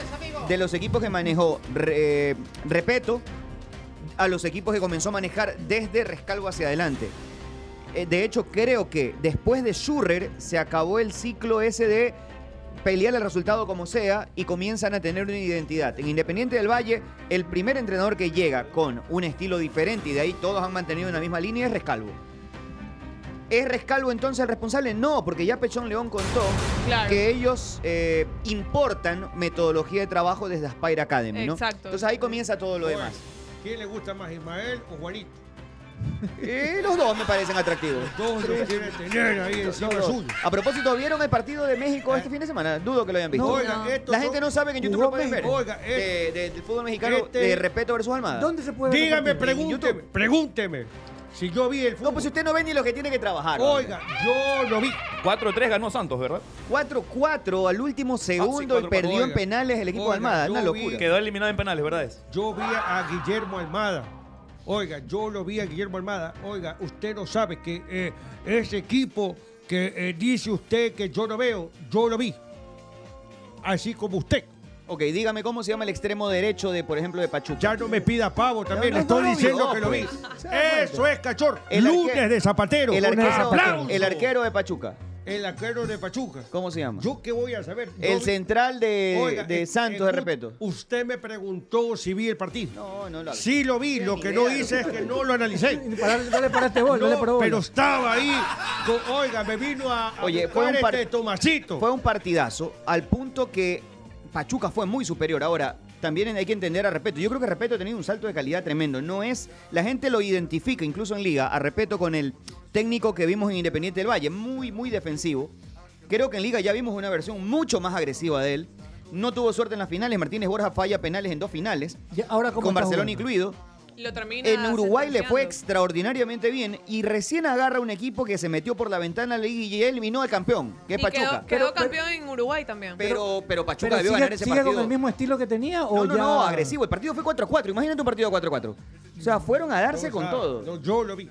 de los equipos que manejó re- eh, Repeto a los equipos que comenzó a manejar desde Rescalvo hacia adelante. Eh, de hecho, creo que después de Schurrer se acabó el ciclo ese de pelear el resultado como sea y comienzan a tener una identidad. En Independiente del Valle, el primer entrenador que llega con un estilo diferente y de ahí todos han mantenido una misma línea es Rescalvo. ¿Es Rescalvo entonces el responsable? No, porque ya Pechón León contó
Claro.
que ellos eh, importan metodología de trabajo desde Aspire Academy, ¿no?
Exacto.
Entonces ahí comienza todo lo
Oye,
demás.
¿Quién le gusta más, Ismael o Juanito?
Eh, los dos me parecen atractivos.
Dos lo quieren tener ahí encima
Los dos.
suyo. Ah.
A propósito, ¿vieron el partido de México este fin de semana? Dudo que lo hayan visto.
No, Oiga, no. estos
La gente
son-
no sabe que en YouTube
jugó
lo pueden ver.
México, oiga,
De- de- del fútbol mexicano
este-
de Repeto versus Almada.
¿Dónde se puede ver Dígame, el partido? En pregúnteme, YouTube. pregúnteme. Si yo vi el fútbol.
No, pues usted no ve ni lo que tiene que trabajar.
Oiga, yo lo vi.
4-3 ganó Santos, ¿verdad?
4-4 al último
Ah,
segundo y
4-4,
perdió en
oiga.
penales el equipo
Oiga,
de Almada.
yo
Una
vi-
locura.
Quedó eliminado en penales, ¿verdad? Es?
Yo vi a Guillermo Almada. Oiga, yo lo vi a Guillermo Almada. Oiga, usted no sabe que eh, ese equipo que eh, dice usted que yo no veo, yo lo vi. Así como usted.
Ok, dígame cómo se llama el extremo derecho de, por ejemplo, de Pachuca.
Ya no me pida pavo también.
No,
le
no,
estoy
no lo
diciendo
vio,
que lo vi.
pues.
Eso es, cachorro.
El arque-
Lunes de Zapatero.
El arquero,
¡Aplauso!
el arquero de Pachuca.
El arquero de Pachuca.
¿Cómo se llama?
¿Yo qué voy a saber? Yo
El
vi-
central de,
Oiga,
de
en-
Santos,
en
de
un-
Repeto.
Usted me preguntó si vi el partido. No,
no lo vi.
Sí lo vi, lo que no hice es que no lo analicé.
No le paraste gol, no, le paró
No,
gol.
pero estaba ahí. con- oiga, me vino a, a
Oye, fue
buscar
un,
este
par-
Tomasito.
fue un partidazo al punto que Pachuca fue muy superior. Ahora, también hay que entender a Repeto. Yo creo que Repeto ha tenido un salto de calidad tremendo. No es. La gente lo identifica, incluso en Liga, a Repeto con el técnico que vimos en Independiente del Valle. Muy, muy defensivo. Creo que en Liga ya vimos una versión mucho más agresiva de él. No tuvo suerte en las finales. Martínez Borja falla penales en dos finales.
ahora cómo
con
está
Barcelona
jugando?
incluido.
Lo termina
En Uruguay le fue
sentenciando.
extraordinariamente bien y recién agarra un equipo que se metió por la ventana de la liga y eliminó al campeón, que es
Y quedó,
Pachuca.
quedó campeón en Uruguay también.
Pero, pero Pachuca
Pero
debió
sigue,
ganar ese
sigue
partido.
con el mismo estilo que tenía o
no, no,
ya...
no, agresivo. El partido fue 4-4. Imagínate un partido 4-4. O sea, fueron a darse
No,
con
nada,
todo.
no, yo lo vi.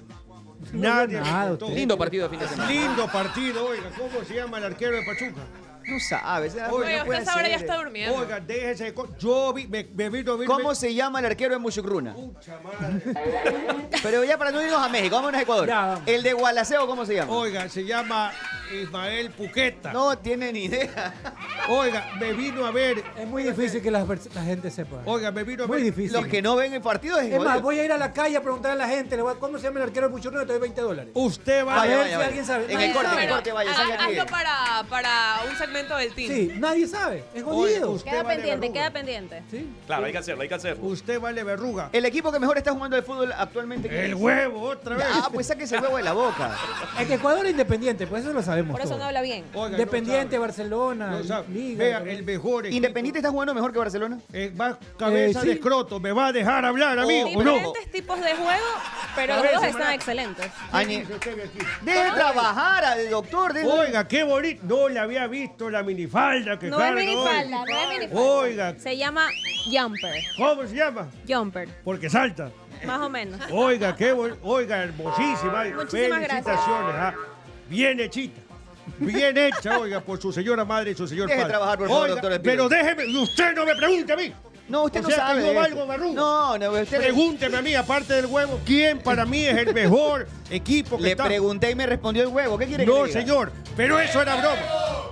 Nada,
Nadie
nada,
contó.
usted.
Lindo partido de fin de semana.
Lindo partido, oiga. ¿Cómo se llama el arquero de Pachuca?
No sabes. ¿eh?
Oye,
no
usted
puede
a esa hora
ser.
ya está durmiendo.
Oiga, déjese de co- Yo vi, me, me vino a verme-
¿Cómo se llama el arquero de Muchucruna?
Pucha madre.
Pero ya para no irnos a México, vámonos a Ecuador.
Ya, vamos.
El de Gualaceo, ¿cómo se llama?
Oiga, se llama Ismael Puqueta.
No tiene ni idea.
Oiga, me vino a ver.
Es muy difícil que la, vers- la gente sepa.
Oiga, me vino a
Muy
ver.
difícil.
Los que no ven el partido es,
Es más, voy a ir a la calle a preguntar a la gente, le voy a- ¿cómo se llama el arquero de Puchurno? Te doy 20 dólares.
Usted va
a
Vaya,
ver
vaya,
si
vaya.
alguien sabe.
En
Nadie
el corte, en el
sabe.
corte, vaya, salga
Ha-
aquí.
Hazlo para, para un segmento del team.
Sí, nadie sabe. Es jodido.
Queda pendiente, queda pendiente.
Claro, hay que hacerlo, hay que hacerlo.
Usted vale verruga.
El equipo que mejor está jugando al fútbol actualmente. ¿quién
El
es?
huevo, otra vez.
Ah, pues sáquese el huevo de la boca.
Es que Ecuador es independiente, pues eso lo sabemos.
Por eso
todos.
no habla bien.
Oiga, no
Independiente,
sabe.
Barcelona,
No sabe.
Liga.
Vea, el mejor equipo.
¿Independiente está jugando mejor que Barcelona?
Eh, va cabeza
Eh, sí.
de escroto. ¿Me va a dejar hablar, amigo? ¿O no?
Diferentes tipos de juego, pero
A
los
ver,
dos
Samaná.
están excelentes.
Añe- Deje trabajar al doctor. deje-
Oiga, qué bonito. No le había visto la minifalda que
No es
carga hoy.
minifalda, no es minifalda.
Oiga,
Se llama Jumper.
¿cómo se llama?
Jumper,
Porque salta.
más o menos.
Oiga, qué buen- Oiga, hermosísima.
Muchísimas
Felicitaciones. ah. Bien hechita. Bien hecha, oiga, por su señora madre y su señor
Deje
padre.
trabajar, por favor,
Oiga,
doctor Espino.
Pero déjeme, usted no me pregunte a mí.
No, usted
O
no
sea que
sabe.
yo
de
valgo
esto.
verruga.
No, no, usted
Pregúnteme a mí, aparte del huevo, ¿quién para mí es el mejor equipo que
le
está?
pregunté y me respondió el huevo. ¿Qué quiere que
No,
le diga?
señor, pero eso era broma.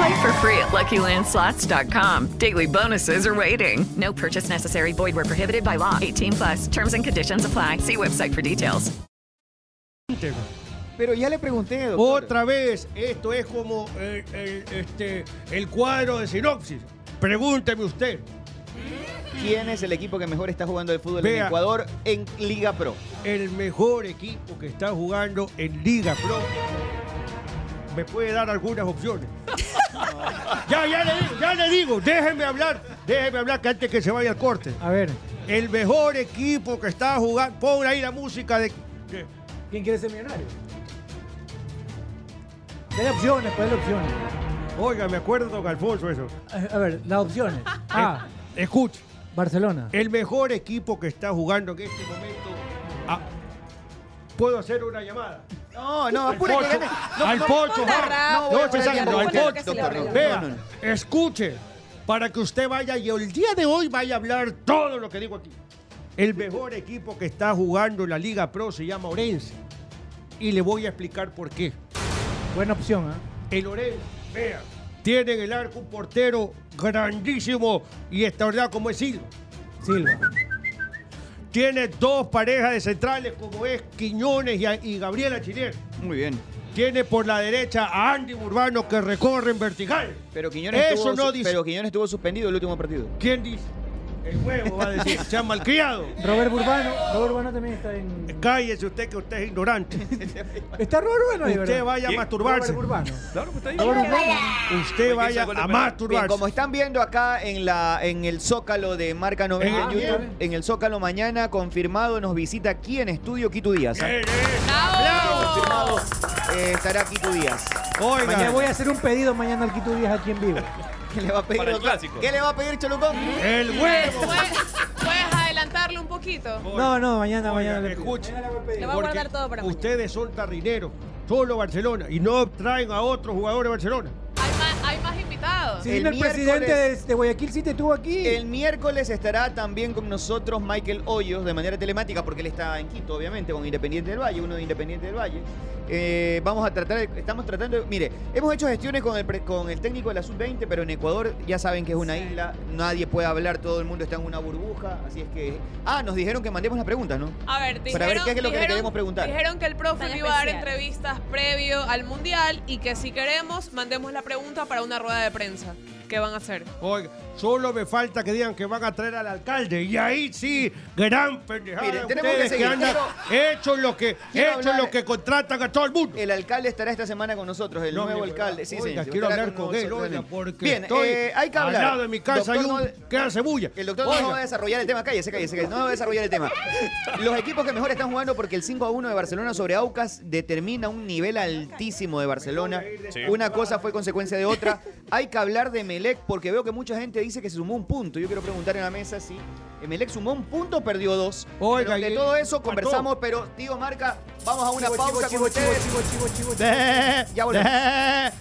Play for free at LuckyLandSlots.com. Daily bonuses are waiting. No purchase necessary. Void where prohibited by law. 18 plus. Terms and conditions apply. See website for details.
Pero ya le pregunté, doctor.
Otra vez, esto es como el, el- este, el cuadro de sinopsis. Pregúnteme usted.
¿Quién es el equipo que mejor está jugando el fútbol en
Vea.
Ecuador en Liga Pro?
El mejor equipo que está jugando en Liga Pro. ¿Me puede dar algunas opciones? ya, ya le digo, ya le digo. Déjeme hablar, déjeme hablar que antes que se vaya al corte.
A ver.
El mejor equipo que está jugando. Pon ahí la música de. de-
¿Quién quiere ser millonario? Hay opciones, pues hay opciones.
Oiga, me acuerdo de Don Alfonso eso. Eh,
A a ver, las opciones. A.
Escuche.
Barcelona.
El mejor equipo que está jugando en este momento. Ah, ¿Puedo hacer una llamada?
No, no,
Al
apure que
Pocho.
gane. No,
al
no,
Pocho,
responda
Jorge.
rápido,
No,
porque
estoy
ya
sacando,
no
al
responde,
Pocho.
casi la pregunta.
Vea,
No, no,
escuche, para que usted vaya y el día de hoy vaya a hablar todo lo que digo aquí. El mejor equipo que está jugando en la Liga Pro se llama Orense. Y le voy a explicar por qué.
Buena opción, ¿ah?
El Orense, vea, tiene en el arco un portero grandísimo y extraordinario como es Silva.
Silva.
Tiene dos parejas de centrales como es Quiñones y, a- y Gabriela Chinier.
Muy bien.
Tiene por la derecha a Andy Urbano que recorre en vertical.
Pero Quiñones,
Eso
estuvo,
no dice.
pero Quiñones estuvo suspendido el último partido.
¿Quién dice? El huevo va a decir, se ha malcriado.
Robert Urbano. Robert Urbano también está en.
Cállese usted que usted es ignorante.
Está Robert Urbano ahí,
Usted
¿verdad?
vaya a
¿Quién?
masturbarse.
Robert Urbano.
Claro que está ahí.
Robert Urbano.
Usted vaya a
Bien,
masturbarse.
como están viendo acá en la en el Zócalo de Marca 90 en
Ah, bien.
YouTube, en el Zócalo mañana confirmado nos visita aquí en Estudio Quito Díaz.
Bien,
Confirmado, eh, estará Quito Díaz.
Mañana voy a hacer un pedido mañana al Quito Díaz aquí en vivo.
¿Qué le va a pedir?
Para el
doctor?
clásico.
¿Qué le va a pedir Cholucón?
El
¿Puedes, puedes adelantarle un poquito?
No, no, mañana, mañana. le pido.
Escuche,
Le voy a
porque
guardar todo para mañana.
ustedes son tarrineros, solo Barcelona, y no traen a otros jugadores de Barcelona.
Hay más, Ah, hay más invitados.
Sí, vino el presidente de,
este
de Guayaquil City estuvo aquí.
El miércoles estará también con nosotros Michael Hoyos de manera telemática, porque él está en Quito, obviamente, con Independiente del Valle, uno de Independiente del Valle. Eh, vamos a tratar, de- estamos tratando, de- mire, hemos hecho gestiones con el, pre- con el técnico de la sub-20, pero en Ecuador ya saben que es una isla, nadie puede hablar, todo el mundo está en una burbuja, así es que... Ah, nos dijeron que mandemos las preguntas, ¿no?
A ver, dijeron,
Para ver qué es lo que le
dijeron-
queremos preguntar.
Dijeron que el profe
Tan
le iba a dar
especial.
entrevistas previo al mundial y que si queremos mandemos la pregunta para una rueda de prensa. ¿Qué van a hacer?
Oiga, solo me falta que digan que van a traer al alcalde. Y ahí sí, gran pendejada.
Miren,
de
tenemos que
ustedes
seguir.
andan hechos lo que,
Quiero
hechos
hablar-
lo que contratan a todo el mundo.
El alcalde estará esta semana con nosotros, el
No,
nuevo
mi-
alcalde. Sí, señor,
oiga, quiero
estará
hablar con él,
nosotros
oiga,
también.
porque
Bien,
estoy
eh, hay que
al
hablar.
lado de mi casa hay
Doctor
un que hace bulla.
El doctor
Oiga.
no va a desarrollar el tema. Cállese, cállese, cállese. No va a desarrollar el tema. Los equipos que mejor están jugando porque el 5 a 1 de Barcelona sobre Aucas determina un nivel altísimo de Barcelona.
Sí.
Una cosa fue consecuencia de otra. Hay que hablar de Melec porque veo que mucha gente dice que se sumó un punto. Yo quiero preguntar en la mesa si Melec sumó un punto o perdió dos.
Oiga,
Pero de
y-
todo eso
mató.
conversamos, pero tío Marca, vamos a una
Chivo,
pausa
chivo,
con
chivo,
ustedes.
chivo, chivo, chivo, chivo.
Ya volvemos.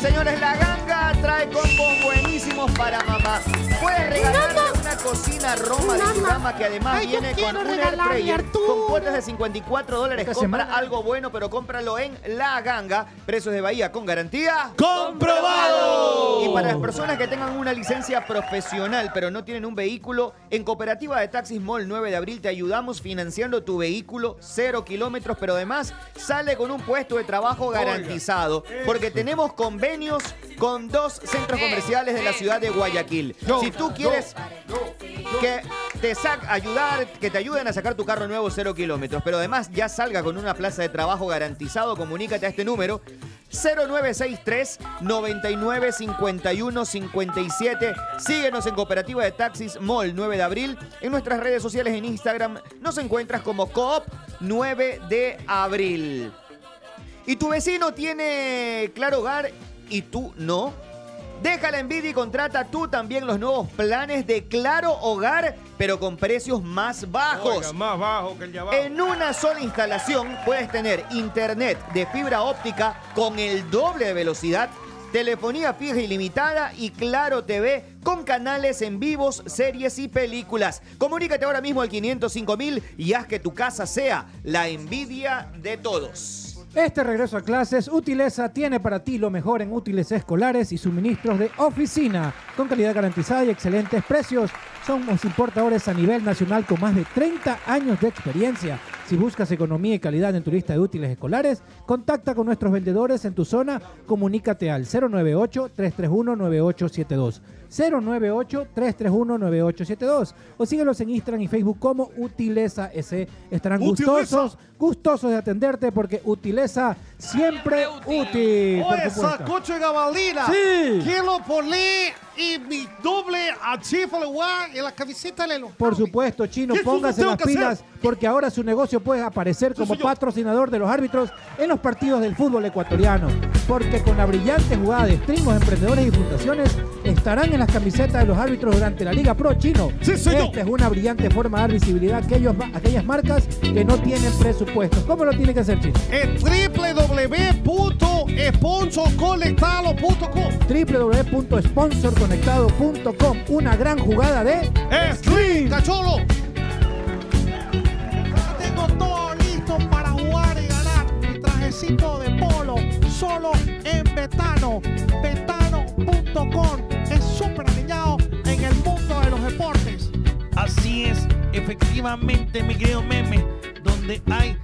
Señores, la ganga trae combos buenísimos para mamá. Puedes regalarle una cocina Carolina Roma de Yurama, que además
Ay, yo
viene con
quiero
un
regalarle a
airfryer
Arturo.
con cuotas de 54 dólares.
Esta
Compra
semana.
algo bueno, pero cómpralo en La Ganga. Precios de Bahía con garantía.
¡Comprobado!
Y para las personas que tengan una licencia profesional, pero no tienen un vehículo, en Cooperativa de Taxis Mall 9 de abril te ayudamos financiando tu vehículo cero kilómetros, pero además sale con un puesto de trabajo garantizado. Porque tenemos convenios con dos centros comerciales de la ciudad de Guayaquil. Si tú quieres que te sac- ayudar, que te ayuden a sacar tu carro nuevo cero kilómetros, pero además ya salga con una plaza de trabajo garantizado, comunícate a este número 0963 99 51 57. Síguenos en Cooperativa de Taxis Mall 9 de abril. En nuestras redes sociales en Instagram nos encuentras como Coop 9 de abril. ¿Y tu vecino tiene claro hogar y tú no? Deja la envidia y contrata tú también los nuevos planes de Claro Hogar, pero con precios más bajos.
Oiga, más bajo que el de abajo.
En una sola instalación puedes tener internet de fibra óptica con el doble de velocidad, telefonía fija ilimitada y Claro TV con canales en vivos, series y películas. Comunícate ahora mismo al 505.000 y haz que tu casa sea la envidia de todos.
Este regreso a clases, Utileza tiene para ti lo mejor en útiles escolares y suministros de oficina, con calidad garantizada y excelentes precios. Somos importadores a nivel nacional con más de 30 años de experiencia. Si buscas economía y calidad en tu lista de útiles escolares, contacta con nuestros vendedores en tu zona. Comunícate al 098-331-9872. 098-331-9872. O síguelos en Instagram y Facebook como Utileza S. Estarán
Utileza.
gustosos gustosos de atenderte porque utileza siempre útil. por
Oye,
supuesto.
Oh, sacocho de gabalina.
Sí.
Quiero poner y mi doble a Chifle One en la camiseta de los.
Por supuesto, Chino,
¿Qué
póngase
tengo
las
que
pilas
hacer?
porque ahora su negocio puede aparecer como patrocinador de los árbitros en los partidos del fútbol ecuatoriano. Porque con la brillante jugada de stringos, emprendedores y fundaciones estarán en las camisetas de los árbitros durante la Liga Pro Chino. Esta es una brillante forma de dar visibilidad a, aquellos, a aquellas marcas que no tienen presupuesto. ¿Cómo lo tiene que hacer, Chino?
En www.esponsoconectado.com.
www.sponsorconectado.com. Una gran jugada de
Eh, Stream, cacholo. Tengo todo listo para jugar y ganar. Mi trajecito de polo, solo en Betano. Betano.com es súper alineado en el mundo de los deportes.
Así es, efectivamente, mi querido meme, donde hay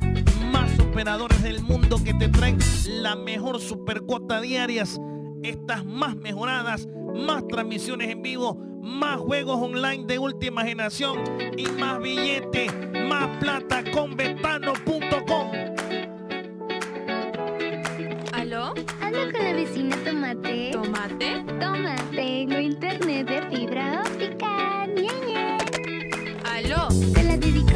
más operadores del mundo que te traen la mejor supercuota diarias, estas más mejoradas, más transmisiones en vivo, más juegos online de última generación y más billete, más plata con betano.com.
¿Aló?
Habla con la vecina Tomate.
¿Tomate?
Toma, tengo internet de fibra óptica. Ñe, Ñe.
¿Aló?
Te la dedico.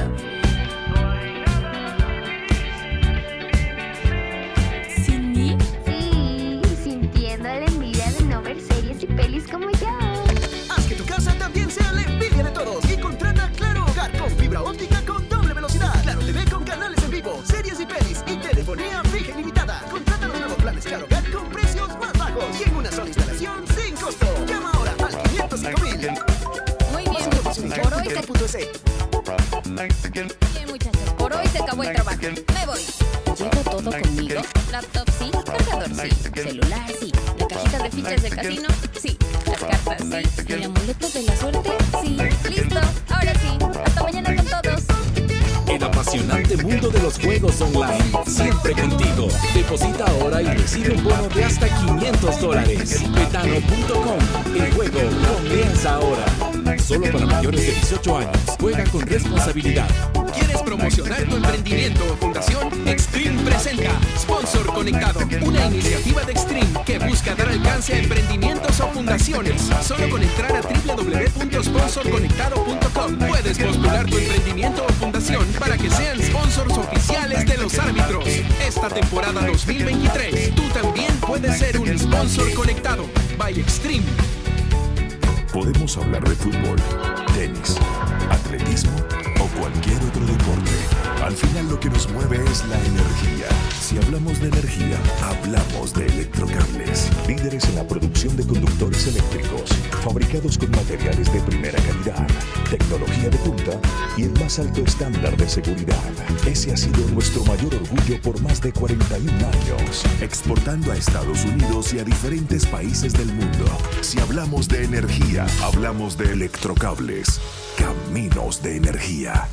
¿Sin mí?
Sí, y sintiendo la envidia de no ver series y pelis como yo.
Haz que tu casa también sea la envidia de todos y contrata Claro Hogar con fibra óptica con doble velocidad. Claro TV con canales en vivo, series y pelis y telefonía fija ilimitada. Contrata los nuevos planes Claro Hogar con precios más bajos y en una sola instalación sin costo. Llama ahora al 505.000.
Muy bien, muchachos. Por hoy se... Bien, muchachos. Por hoy se acabó el trabajo. Me voy. ¿Llevo todo conmigo? Laptop sí, cargador sí, celular sí, la cajita de fichas del casino sí, las cartas sí, el amuleto de la suerte sí. Listo, ahora sí. Hasta mañana con todos.
El apasionante mundo de los juegos online, siempre contigo. Deposita ahora y recibe un bono de hasta 500 dólares. Betano.com, el juego comienza ahora. Solo para mayores de 18 años, juega con responsabilidad.
¿Quieres promocionar tu emprendimiento o fundación? Extreme presenta Sponsor Conectado, una iniciativa de Extreme que busca dar alcance a emprendimientos o fundaciones. Solo con entrar a www.sponsorconectado.com puedes postular tu emprendimiento o fundación para que sean sponsors oficiales de los árbitros. Esta temporada 2023, tú también puedes ser un sponsor conectado. By Extreme.
Podemos hablar de fútbol, tenis, atletismo o cualquier otro deporte. Al final lo que nos mueve es la energía. Si hablamos de energía, hablamos de electrocables, líderes en la producción de conductores eléctricos, fabricados con materiales de primera calidad, tecnología de punta y el más alto estándar de seguridad. Ese ha sido nuestro mayor orgullo por más de 41 años, exportando a Estados Unidos y a diferentes países del mundo. Si hablamos de energía, hablamos de electrocables, caminos de energía.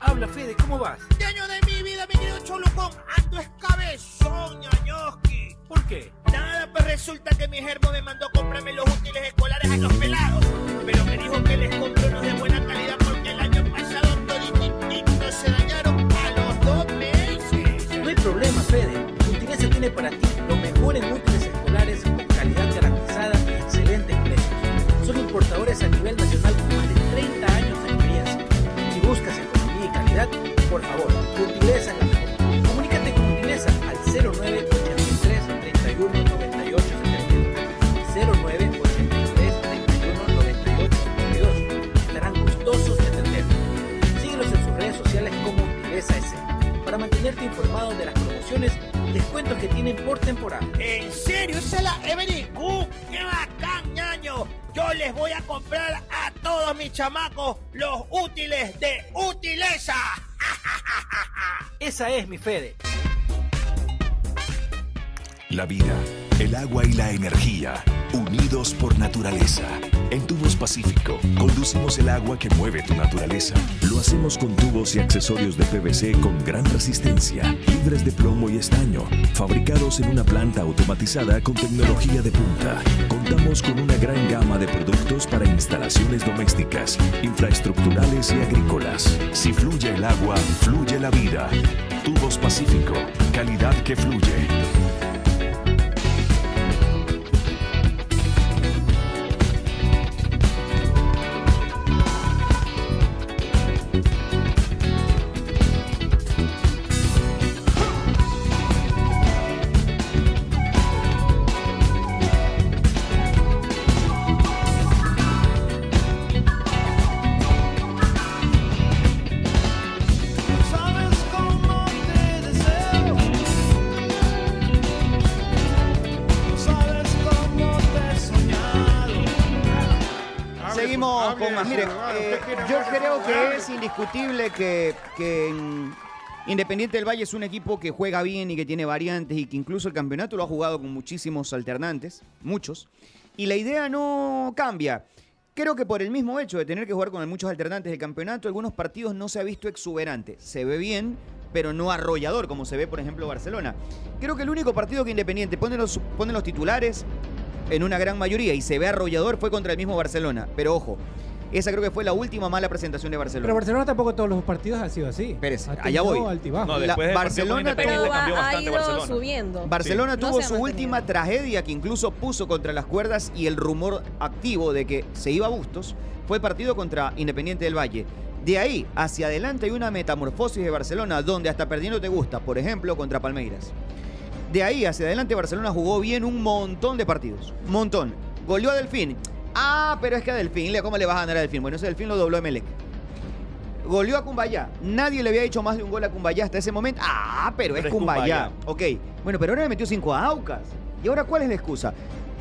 Habla, Fede, ¿cómo vas?
Este año de mi vida, mi querido Cholucón, ando es cabezón, ñoñoski.
¿Por qué?
Nada, pues resulta que mi germo me mandó comprarme los útiles escolares a los pelados. Pero me dijo que les compre unos de buena calidad porque el año pasado todititos se dañaron a los dos meses.
No hay problema, Fede. Multimedia tiene para ti lo mejor en útiles escolares con calidad garantizada y excelentes precios. Son importadores a nivel nacional con más de 30 años de experiencia. Si buscas economía y calidad, por favor, Multimedia es la mejor. Comunícate con Multimedia al 09 83 31 98 72. 09 83 31 98 72. Estarán gustosos de atenderte. Síguelos en sus redes sociales como Multimedia S para mantenerte informado de las promociones y descuentos que tienen por temporada.
¿En serio? ¿Esa es la Evelyn? ¡Uh, qué bacán, ñaño! Yo les voy a comprar a todos mis chamacos los útiles de Utileza.
Esa es mi Fede.
La vida, el agua y la energía, unidos por naturaleza. En Tubos Pacífico, conducimos el agua que mueve tu naturaleza. Lo hacemos con tubos y accesorios de PVC con gran resistencia, libres de plomo y estaño, fabricados en una planta automatizada con tecnología de punta. Contamos con una gran gama de productos para instalaciones domésticas, infraestructurales y agrícolas. Si fluye el agua, fluye la vida. Tubos Pacífico, calidad que fluye.
¿Sabes cómo te deseo? ¿Sabes cómo te he soñado?
Seguimos con más. Miren, eh, yo creo que es indiscutible que, que, mm, Independiente del Valle es un equipo que juega bien y que tiene variantes y que incluso el campeonato lo ha jugado con muchísimos alternantes, muchos. Y la idea no cambia. Creo que por el mismo hecho de tener que jugar con muchos alternantes del campeonato, algunos partidos no se ha visto exuberante. Se ve bien, pero no arrollador, como se ve, por ejemplo, Barcelona. Creo que el único partido que Independiente pone los, pone los titulares, en una gran mayoría y se ve arrollador fue contra el mismo Barcelona. Pero ojo, esa creo que fue la última mala presentación de Barcelona.
Pero Barcelona tampoco todos los partidos ha sido así.
Espérese,
Ha
allá
tenido
voy.
altibajos.
No, después del partido con Independiente
Pero
Independiente
va-
cambió
ha
bastante
ido
Barcelona.
subiendo.
Barcelona
No
tuvo
se ha
su última tragedia que incluso puso contra las cuerdas y el rumor activo de que se iba a Bustos fue partido contra Independiente del Valle. De ahí hacia adelante hay una metamorfosis de Barcelona donde hasta perdiendo te gusta, por ejemplo, contra Palmeiras. De ahí hacia adelante Barcelona jugó bien un montón de partidos. Montón. Goleó a Delfín. Ah, pero es que a Delfín, ¿le- ¿cómo le vas a ganar a Delfín? Bueno, ese Delfín lo dobló Emelec. Goleó a Cumbayá. Nadie le había hecho más de un gol a Cumbayá hasta ese momento. Ah, pero es
Pero es
Cumbayá. Ok. Bueno, pero ahora le metió cinco a Aucas. ¿Y ahora cuál es la excusa?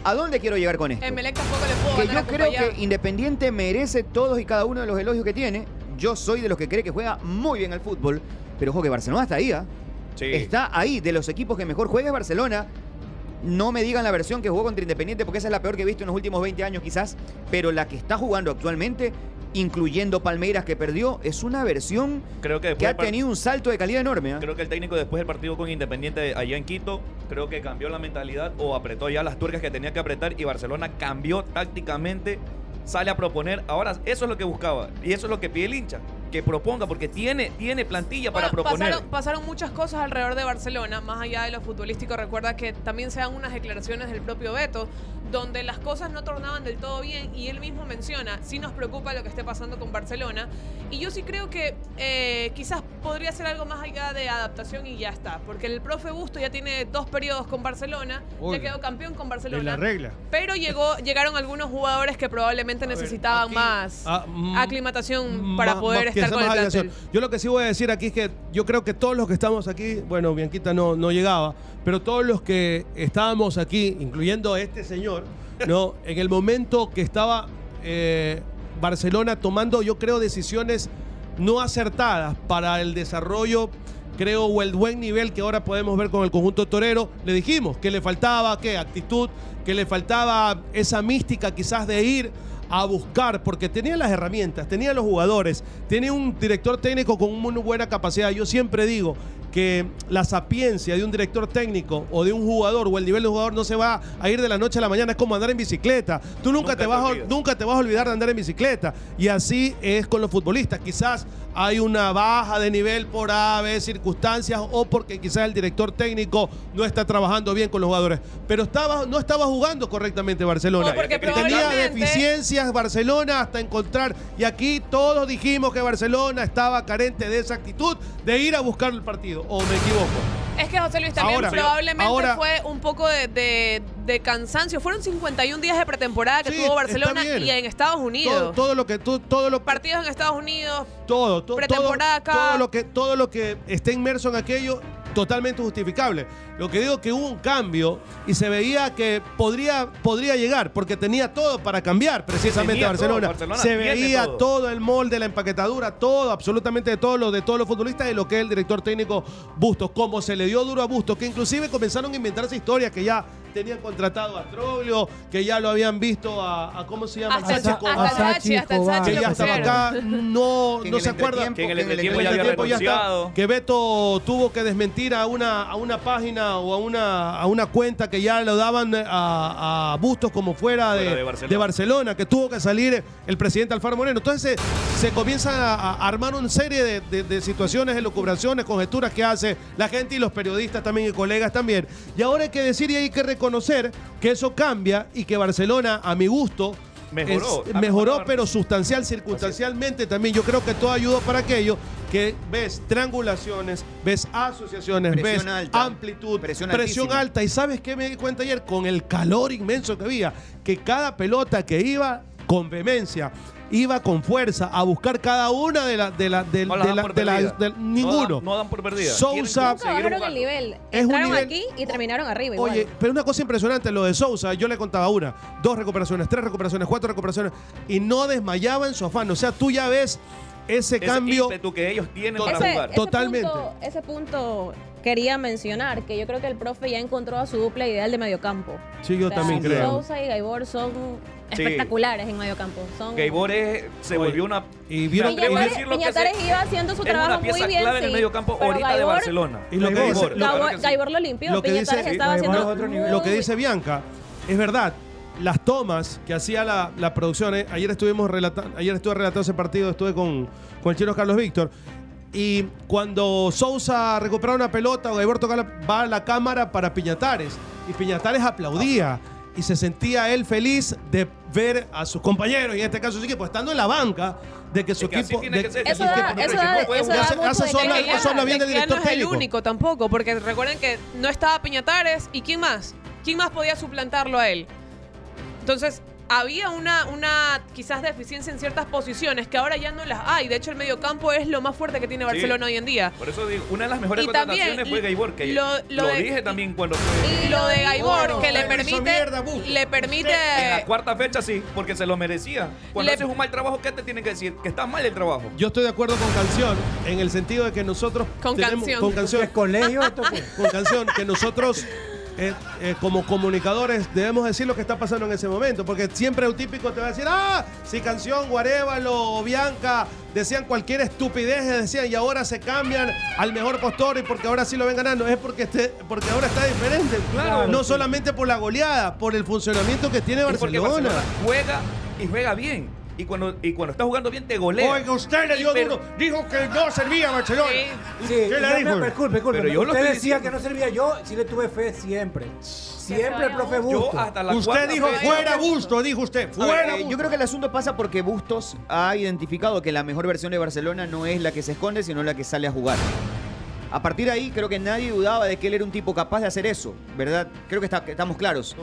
¿A dónde quiero llegar con esto?
Emelec tampoco le puedo
que
ganar
yo
a
creo
Cumbayá.
que Independiente merece todos y cada uno de los elogios que tiene. Yo soy de los que cree que juega muy bien al fútbol, pero ojo que Barcelona está ahí, ¿ah? Está ahí, de los equipos que mejor juega es Barcelona. No me digan la versión que jugó contra Independiente, porque esa es la peor que he visto en los últimos 20 años quizás, pero la que está jugando actualmente, incluyendo Palmeiras que perdió, es una versión
Creo que
que
después
ha
del par-
tenido un salto de calidad enorme. ¿ah?
Creo que el técnico después del partido con Independiente allá en Quito, creo que cambió la mentalidad o apretó ya las tuercas que tenía que apretar y Barcelona cambió tácticamente, sale a proponer. Ahora, eso es lo que buscaba y eso es lo que pide el hincha, que proponga porque tiene, tiene plantilla para proponer.
Pasaron, pasaron muchas cosas alrededor de Barcelona, más allá de lo futbolístico. Recuerda que también se dan unas declaraciones del propio Beto, donde las cosas no tornaban del todo bien y él mismo menciona, sí nos preocupa lo que esté pasando con Barcelona y yo sí creo que eh, quizás podría ser algo más allá de adaptación y ya está, porque el profe Busto ya tiene dos periodos con Barcelona,
Uy,
ya quedó campeón con Barcelona.
En la regla.
Pero llegó, llegaron algunos jugadores que probablemente necesitaban más
ah, mm,
aclimatación para
Ma-
poder
ma- que sea
estar con el
más
plantel.
agresor. Yo lo que sí voy a decir aquí es que yo creo que todos los que estamos aquí, bueno, Bianquita no, no llegaba, pero todos los que estábamos aquí, incluyendo este señor, ¿no? en el momento que estaba eh, Barcelona tomando, yo creo, decisiones no acertadas para el desarrollo. Creo, o el buen nivel que ahora podemos ver con el conjunto torero, le dijimos que le faltaba, ¿qué? Actitud, que le faltaba esa mística quizás de ir a buscar, porque tenía las herramientas, tenía los jugadores, tenía un director técnico con muy buena capacidad. Yo siempre digo que la sapiencia de un director técnico o de un jugador o el nivel de jugador no se va a ir de la noche a la mañana, es como andar en bicicleta. Tú nunca, te, vas a, nunca te vas a olvidar de andar en bicicleta. Y así es con los futbolistas. Quizás hay una baja de nivel por A, B, circunstancias o porque quizás el director técnico no está trabajando bien con los jugadores. Pero estaba, no estaba jugando correctamente Barcelona.
O porque
tenía
probablemente-
deficiencias deficiencias Barcelona hasta encontrar. Y aquí todos dijimos que Barcelona estaba carente de esa actitud de ir a buscar el partido. ¿O me equivoco?
Es que José Luis también
Ahora,
probablemente
ahora-
fue un poco de, de- de cansancio. Fueron 51 días de pretemporada que tuvo Barcelona
está bien.
y en Estados Unidos.
Todo, todo lo que tú, todo lo
Partidos en Estados Unidos.
todo, to-
Pretemporada
todo,
acá.
todo lo que todo lo que esté inmerso en aquello totalmente justificable. Lo que digo que hubo un cambio y se veía que podría podría llegar porque tenía todo para cambiar precisamente
Tenía
Barcelona.
todo, Barcelona
Se
tiene
veía
todo.
todo. el molde, la empaquetadura, todo, absolutamente de todo lo de todos los futbolistas y lo que es el director técnico Bustos, como se le dio duro a Bustos, que inclusive comenzaron a inventarse historias que ya tenían contratado a Troglio, que ya lo habían visto a, a- ¿cómo se llama?
Hasta el-
Sánchez
hasta el
Cobán.
Sachi, hasta el Sachi
Que
lo
ya estaba
pusieron.
acá, no,
Que en
no
el
se acuerda.
entretiempo- que en el entretiempo ya había
entretiempo está.
renunciado.
Que Beto tuvo que desmentir a una, a una página o a una, a una cuenta que ya lo daban eh, a, a Bustos como fuera de,
Fuera de
de
Barcelona.
Barcelona. que tuvo que salir el presidente Alfaro Moreno. Entonces se, se comienza a, a armar una serie de, de- de situaciones, elucubraciones, conjeturas que hace la gente y los periodistas también y colegas también. Y ahora hay que decir y hay que reconocer que eso cambia y que Barcelona, a mi gusto,
Mejoró.
es- mejoró, pero sustancial, circunstancialmente también. Yo creo que todo ayudó para aquello que ves triangulaciones, ves asociaciones,
Presión
ves
alta,
amplitud,
presión
presión,
altísima.
alta. ¿Y sabes qué me di cuenta ayer? Con el calor inmenso que había, que cada pelota que iba con vehemencia, iba con fuerza a buscar cada una de las... De la, de,
No la
de
dan
la-
por
de la-
perdida.
de-
No
ninguno.
dan- no dan por perdida.
Sousa...
Nunca
Ah,
bajaron el nivel.
Es un
Entraron
nivel-
aquí y terminaron arriba igual.
Oye, pero una cosa impresionante, lo de Sousa, yo le contaba una, dos recuperaciones, tres recuperaciones, cuatro recuperaciones, y no desmayaba en su afán. O sea, tú ya ves ese,
Ese
cambio.
ímpetu que ellos tienen para
Ese-
jugar.
ese punto- ese punto quería mencionar, que yo creo que el profe ya encontró a su dupla ideal de mediocampo.
Sí, yo también creo.
Sousa y Gaibor son
Sí.
espectaculares en mediocampo. Son...
Gaibor es- se volvió una.
Y
vieron
Piñatares, Piñatares iba haciendo su
es una
trabajo
pieza
muy bien.
clave en el
sí,
mediocampo
pero
ahorita de
Gaibor-
Barcelona.
Y lo que dice-
Gaibor,
lo-
Gaibor- Gaibor lo limpió.
lo que dice-
Piñatares estaba haciendo.
lo que dice Bianca es verdad. Las tomas que hacía la, la producción, eh, ayer estuvimos relata- ayer estuve relatando ese partido, estuve con, con el chino Carlos Víctor. Y cuando Sousa recuperaba una pelota o Gaibor tocaba, la- va a la cámara para Piñatares. Y Piñatares aplaudía. Y se sentía él feliz de ver a sus compañeros, y en este caso su equipo, estando en la banca, de que su
que así
equipo.
tiene
de-
que ser.
de
Eso
su
da-
equipo-
eso da- eso
Ya
da
se-
mucho
hace
de
eso habla-
que ya-
eso habla bien
de
del
que
Ya no
director
es el
técnico.
único tampoco, porque recuerden que no estaba Piñatares y ¿quién más? ¿Quién más podía suplantarlo a él? Entonces, había una, una quizás deficiencia en ciertas posiciones que ahora ya no las hay. De hecho, el mediocampo es lo más fuerte que tiene Barcelona hoy en día.
Por eso digo, una de las mejores
Y también,
contrataciones fue Gaibor, que
lo-
lo,
lo de-
dije también cuando fue.
Y lo de Gaibor,
Bueno,
que le
hizo
permite, le permite
En la cuarta fecha sí, porque se lo merecía. Cuando
Le-
haces un mal trabajo, ¿qué te tienen que decir? Que está mal el trabajo.
Yo estoy de acuerdo con canción en el sentido de que nosotros
Con Canción.
con canción colegio
pues.
con canción que nosotros eh, eh, como comunicadores debemos decir lo que está pasando en ese momento porque siempre el típico te va a decir ah si canción Guarevalo o Bianca decían cualquier estupidez decían y ahora se cambian al mejor postor y porque ahora sí lo ven ganando es porque este, porque ahora está diferente
Claro.
no solamente por la goleada por el funcionamiento que tiene
Es porque
Barcelona
Barcelona juega y juega bien. Y cuando, y cuando está jugando bien, te golea.
Oiga, usted le
Y
dio
pero-
duro. Dijo que no servía Barcelona.
Sí,
¿Qué
no,
le dijo?
no, pero disculpe, disculpe.
Pero yo lo
Usted
estoy
decía
diciendo.
que no servía. Yo sí le tuve fe siempre. Siempre el profe Busto.
Yo hasta la
Usted
cuarta
dijo
fecha-
fuera Busto, dijo usted,
A ver,
fuera
eh,
Busto.
yo creo que el asunto pasa porque Bustos ha identificado que la mejor versión de Barcelona no es la que se esconde, sino la que sale a jugar. A partir de ahí, creo que nadie dudaba de que él era un tipo capaz de hacer eso, ¿verdad? Creo que, está- que estamos claros.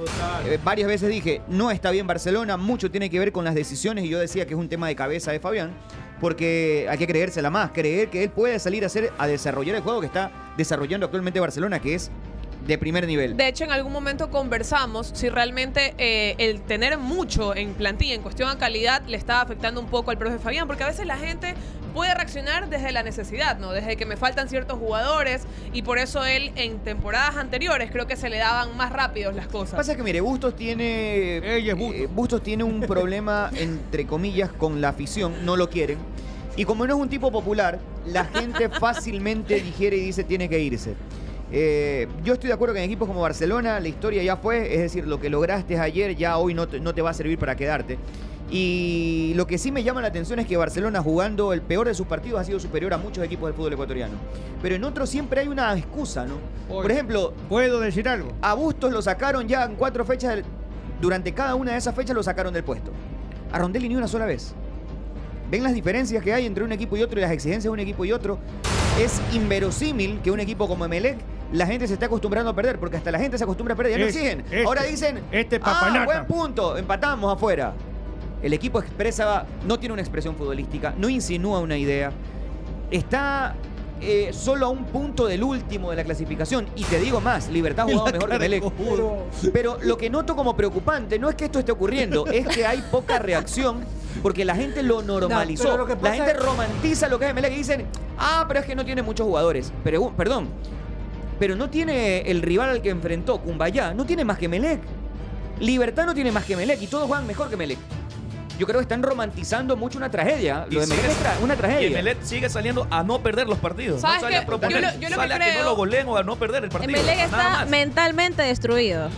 Eh, varias veces dije, no está bien Barcelona, mucho tiene que ver con las decisiones y yo decía que es un tema de cabeza de Fabián, porque hay que creérsela más, creer que él puede salir a, hacer, a desarrollar el juego que está desarrollando actualmente Barcelona, que es de primer nivel.
De hecho, en algún momento conversamos si realmente eh, el tener mucho en plantilla, en cuestión a calidad, le estaba afectando un poco al profe Fabián, porque a veces la gente puede reaccionar desde la necesidad, ¿no? Desde que me faltan ciertos jugadores y por eso él en temporadas anteriores creo que se le daban más rápidos las
Lo
cosas.
que pasa es que, mire, Bustos tiene. eh, Bustos. tiene un problema, entre comillas, con la afición. No lo quieren. Y como no es un tipo popular, la gente fácilmente digiere y dice tiene que irse. Eh, yo estoy de acuerdo que en equipos como Barcelona la historia ya fue, es decir, lo que lograste ayer ya hoy no te, no te va a servir para quedarte. Y lo que sí me llama la atención es que Barcelona jugando el peor de sus partidos ha sido superior a muchos equipos del fútbol ecuatoriano. Pero en otros siempre hay una excusa, ¿no? Por ejemplo...
¿Puedo decir algo?
A Bustos lo sacaron ya en cuatro fechas, del- durante cada una de esas fechas lo sacaron del puesto. A Rondelli ni una sola vez. ¿Ven las diferencias que hay entre un equipo y otro y las exigencias de un equipo y otro? Es inverosímil que un equipo como Emelec la gente se está acostumbrando a perder, porque hasta la gente se acostumbra a perder. Ya no
Este,
exigen.
este,
Ahora dicen,
este
ah,
papanata".
buen punto, empatamos afuera. El equipo expresa, no tiene una expresión futbolística, no insinúa una idea. Está eh, solo a un punto del último de la clasificación. Y te digo más, Libertad ha jugado mejor que Emelec. Pero lo que noto como preocupante no es que esto esté ocurriendo, es que hay poca reacción porque la gente lo normalizó.
pero lo que
la
pasa
gente
es-
romantiza lo que es Emelec y dicen, ah, pero es que no tiene muchos jugadores. Pero, perdón, pero no tiene el rival al que enfrentó, Cumbayá, no tiene más que Melec. Libertad no tiene más que Melec y todos juegan mejor que Melec. Yo creo que están romantizando mucho una tragedia. Lo de
Y
Melec
sigue-
es tra- una
Y
tragedia.
Emelec sigue saliendo a no perder los partidos.
¿Sabes
no sale
qué?
a proponer.
Yo lo- yo lo
sale
que
a que
creo-
no lo goleen o a no perder el partido.
Emelec
Nada
está
más.
mentalmente destruido.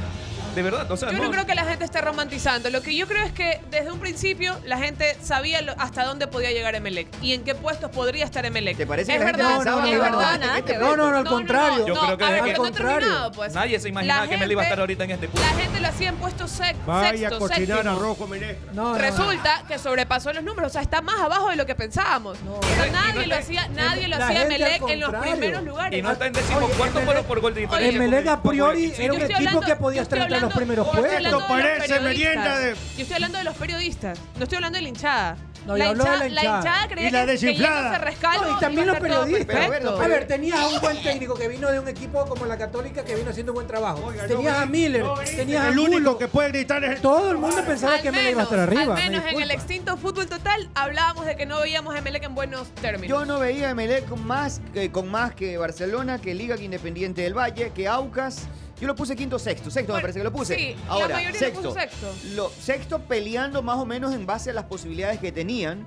De verdad, o sea,
Yo no
no-
creo que la gente esté romantizando. Lo que yo creo es que desde un principio la gente sabía lo- hasta dónde podía llegar Emelec y en qué puestos podría estar Emelec. ¿Te
parece
es
que la gente
verdad,
pensaba
es
que iba a- Este
verdad,
no, nada que ver.
No, no, no, al contrario.
Yo
no,
creo que,
a ver,
que-
pero no he terminado, pues.
nadie se imaginaba
La
que Emelec iba a
gente-
estar ahorita en este punto.
La gente lo hacía en puesto sec-
Vaya
sexto,
cocinar
séptimo.
arroz con menestra.
Resulta que sobrepasó los números, o sea, está más abajo de lo que pensábamos. O sea, nadie lo hacía, nadie lo
la
hacía
gente al
Emelec en los
contrario.
primeros lugares.
Y no está en decimocuarto pero por gol de diferencia.
Emelec a priori
Sí,
era un
Yo estoy
equipo
hablando-
que podía estar
yo estoy
entre los
hablando-
primeros
yo estoy
puestos.
hablando de los
parece
periodistas.
merienda de-
Yo estoy hablando de los periodistas, no estoy hablando de la hinchada.
No,
la,
yo hablo de
hinchada
la
la
hinchada.
hinchada creía
Y la
que- que
desinflada.
yéndose a rescalo
No,
iba
y
a
también los
estar todo
periodistas.
perfecto.
A ver, tenías a un buen técnico que vino de un equipo como la Católica que vino haciendo un buen trabajo. tenías
no
a
grite,
Miller,
no grite,
tenías a
el único
Mulo.
que puede gritar es-
Todo el mundo pensaba que Melec iba a estar arriba.
al
me
menos en el
disculpa.
extinto fútbol total hablábamos de que no veíamos a Emelec en buenos términos.
Yo no veía a Emelec más que- con más que Barcelona, que Liga, que Independiente del Valle, que Aucas. Yo lo puse quinto, sexto, sexto me
Bueno,
parece que lo puse.
sí, la
Ahora,
mayoría lo
sexto.
puso sexto.
Lo- sexto peleando más o menos en base a las posibilidades que tenían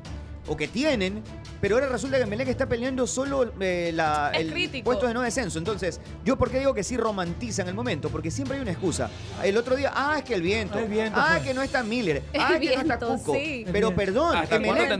o que tienen, pero ahora resulta que Emelec está peleando solo eh, la,
Es
el
crítico.
puesto de no descenso. Entonces, yo por qué digo que sí romantizan el momento, porque siempre hay una excusa. El otro día, ah, es que el viento, ah, que no está Miller,
El
ah, que no está
viento,
Cuco.
sí.
Pero perdón, Emelec-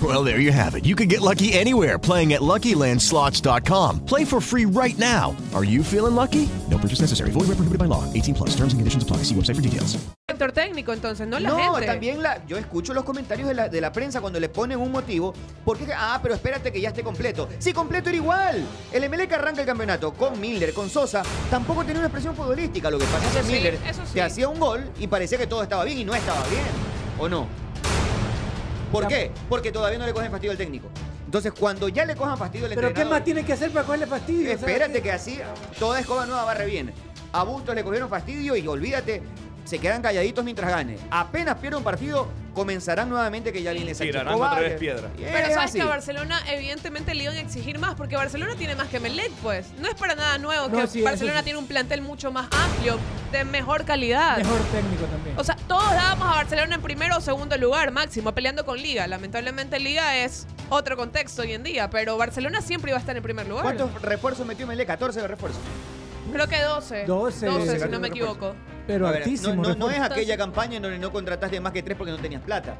Well, there you have it. You can get lucky anywhere playing at LuckyLandSlots.com. Play for free right now. Are you feeling lucky? No purchase necessary. Void where prohibited by law. 18 plus. Terms and conditions apply. See website for details.
Sector técnico, entonces, no la gente.
también la, yo escucho los comentarios de la, de la prensa cuando le ponen un motivo. Porque, es que, ah, pero espérate que ya esté completo. Sí, completo era igual. El Emelec arranca el campeonato con Miller, con Sosa. Tampoco tenía una expresión futbolística. Lo que pasa es
Eso
que
sí,
Miller
eso sí.
te hacía un gol y parecía que todo estaba bien y no estaba bien. ¿O no? ¿Por qué? Porque todavía no le cogen fastidio al técnico. Entonces, cuando ya le cojan fastidio al
¿Pero qué
entrenador-
más tiene que hacer para cogerle fastidio? O sea,
Espérate que así toda escoba nueva barre bien. A Bustos le cogieron fastidio y olvídate, se quedan calladitos mientras gane. Apenas pierda un partido, comenzarán nuevamente que ya viene esa
Tirarán
chico,
otra
vale.
vez piedra.
Y
Pero
es
sabes
así.
que a Barcelona evidentemente le iban a exigir más, porque Barcelona tiene más que Melec, pues. No es para nada nuevo
No,
que
sí, eso
Barcelona
sí.
tiene un plantel mucho más amplio, de mejor calidad.
Mejor técnico también.
O sea, todos dábamos a Barcelona en primero o segundo lugar, máximo, peleando con Liga. Lamentablemente Liga es otro contexto hoy en día, pero Barcelona siempre iba a estar en primer lugar.
¿Cuántos refuerzos metió Melé? 14 de refuerzos.
Creo que 12.
12.
12, si no
14
me equivoco.
Pero
A ver,
altísimo
No, no- no
refuerzo.
es aquella campaña en donde no contrataste más que tres porque no tenías plata.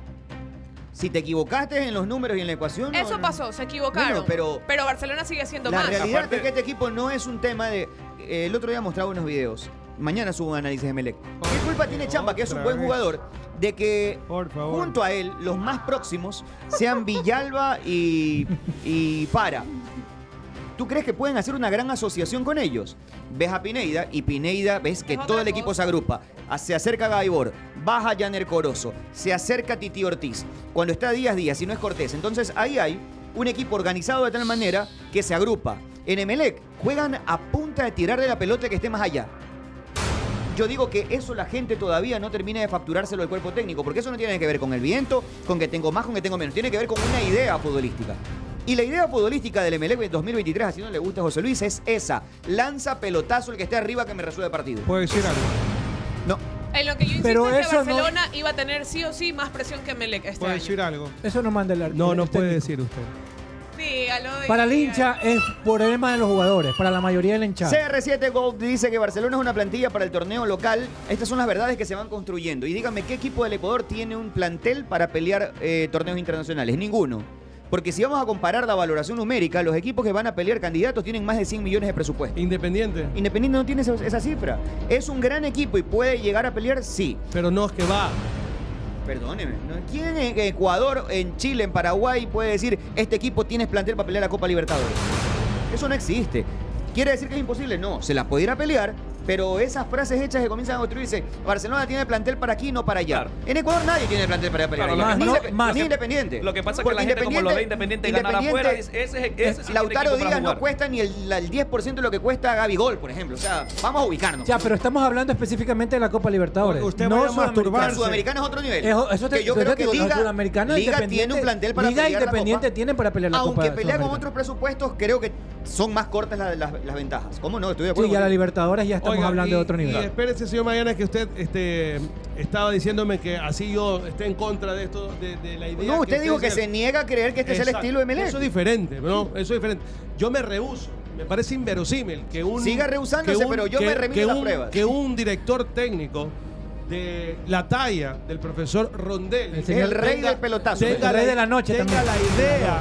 Si te equivocaste en los números y en la ecuación. no-
Eso
no-
pasó, se equivocaron.
Bueno, pero-
Barcelona sigue siendo
La
más.
realidad es que este equipo no es un tema de. eh, el otro día mostraba unos videos. Mañana subo un análisis de Melec. ¿Qué culpa tiene Chamba, que es un
otra
buen
vez.
jugador, de que
favor.
junto a él, los más próximos, sean Villalba y, y Para? ¿Tú crees que pueden hacer una gran asociación con ellos? Ves a Pineida y Pineida ves que
Es otra
todo el equipo se agrupa. Ah, Se acerca Gaibor, baja Janer Corozo, se acerca Titi Ortiz. Cuando está Díaz Díaz y no es Cortés. Entonces ahí hay un equipo organizado de tal manera que se agrupa. En Emelec juegan a punta de tirar de la pelota que esté más allá. Yo digo que eso la gente todavía no termina de facturárselo al cuerpo técnico, porque eso no tiene que ver con el viento, con que tengo más, con que tengo menos. Tiene que ver con una idea futbolística. Y la idea futbolística del MLE 2023, así no le gusta a José Luis, es esa. Lanza pelotazo el que esté arriba que me resuelve partido.
¿Puedo decir algo?
En lo que yo insisto
Pero
es que
eso no-
Barcelona iba a tener sí o sí más presión que Melec este
¿Puedo
año.
decir algo?
Eso no manda el árbitro.
No, no puede decir usted.
Dígalo, dígalo.
Para el hincha es problema de los jugadores, para la mayoría del hinchado.
CR7 Gold dice que Barcelona es una plantilla para el torneo local. Estas son las verdades que se van construyendo. Y dígame, ¿qué equipo del Ecuador tiene un plantel para pelear eh, torneos internacionales? Ninguno. Porque si vamos a comparar la valoración numérica, los equipos que van a pelear candidatos tienen más de 100 millones de presupuesto.
Independiente.
Independiente no tiene esa, esa cifra. Es un gran equipo y puede llegar a pelear, sí.
Pero no es que va.
Perdóneme. ¿no? ¿Quién en Ecuador, en Chile, en Paraguay puede decir, este equipo tiene plantel para pelear la Copa Libertadores? Eso no existe. ¿Quiere decir que es imposible? No, se las puede ir a pelear, pero esas frases hechas que comienzan a construirse, Barcelona tiene plantel para aquí, no para allá. En Ecuador nadie tiene plantel para pelear.
Claro,
allá.
lo que
ni,
pasa-
Indep-
más-
ni Independiente.
Lo que pasa es que
Porque
la gente como lo ve Independiente ganar afuera, dice,
Independiente-
ese es- ese sí tiene
Lautaro
equipo para
Díaz no
jugar.
cuesta ni el, la- el 10% de lo que cuesta Gaby Gol, por ejemplo. O sea, vamos a ubicarnos.
Ya, pero estamos hablando específicamente de la Copa Libertadores.
Usted
no
vaya a masturbarse.
Sudamericana.
La Sudamericana es otro nivel.
Eso, eso te-
Que yo
eso
creo
te
que
digo, la
Liga-
Sudamericana
Liga tiene
Independiente-
un plantel para
Liga
pelear la
Independiente
Copa.
tienen para pelear la Copa
Aunque pelea con
Sudamericana.
otros presupuestos, creo que son más cortas la- las, las ventajas. ¿Cómo no? Estoy de acuerdo.
Sí, ya la
con-
Libertadores ya estamos
Oiga,
hablando
y-
de otro
Y
nivel.
Eh, espérese, señor Mariana, que usted este, estaba diciéndome que así yo esté en contra de esto, de, de la idea.
No, usted dijo que se niega a creer que este es el
Exacto.
estilo de Melec.
Eso es diferente, ¿no? Eso es diferente. Yo me rehuso. Me parece inverosímil que un.
Siga rehusándose, pero yo me remito
que
a las
un-
pruebas.
Que un director técnico de la talla del profesor Rondel,
El señor- El rey
tenga-
del pelotazo.
tenga
El rey de la noche
tenga
también.
la idea.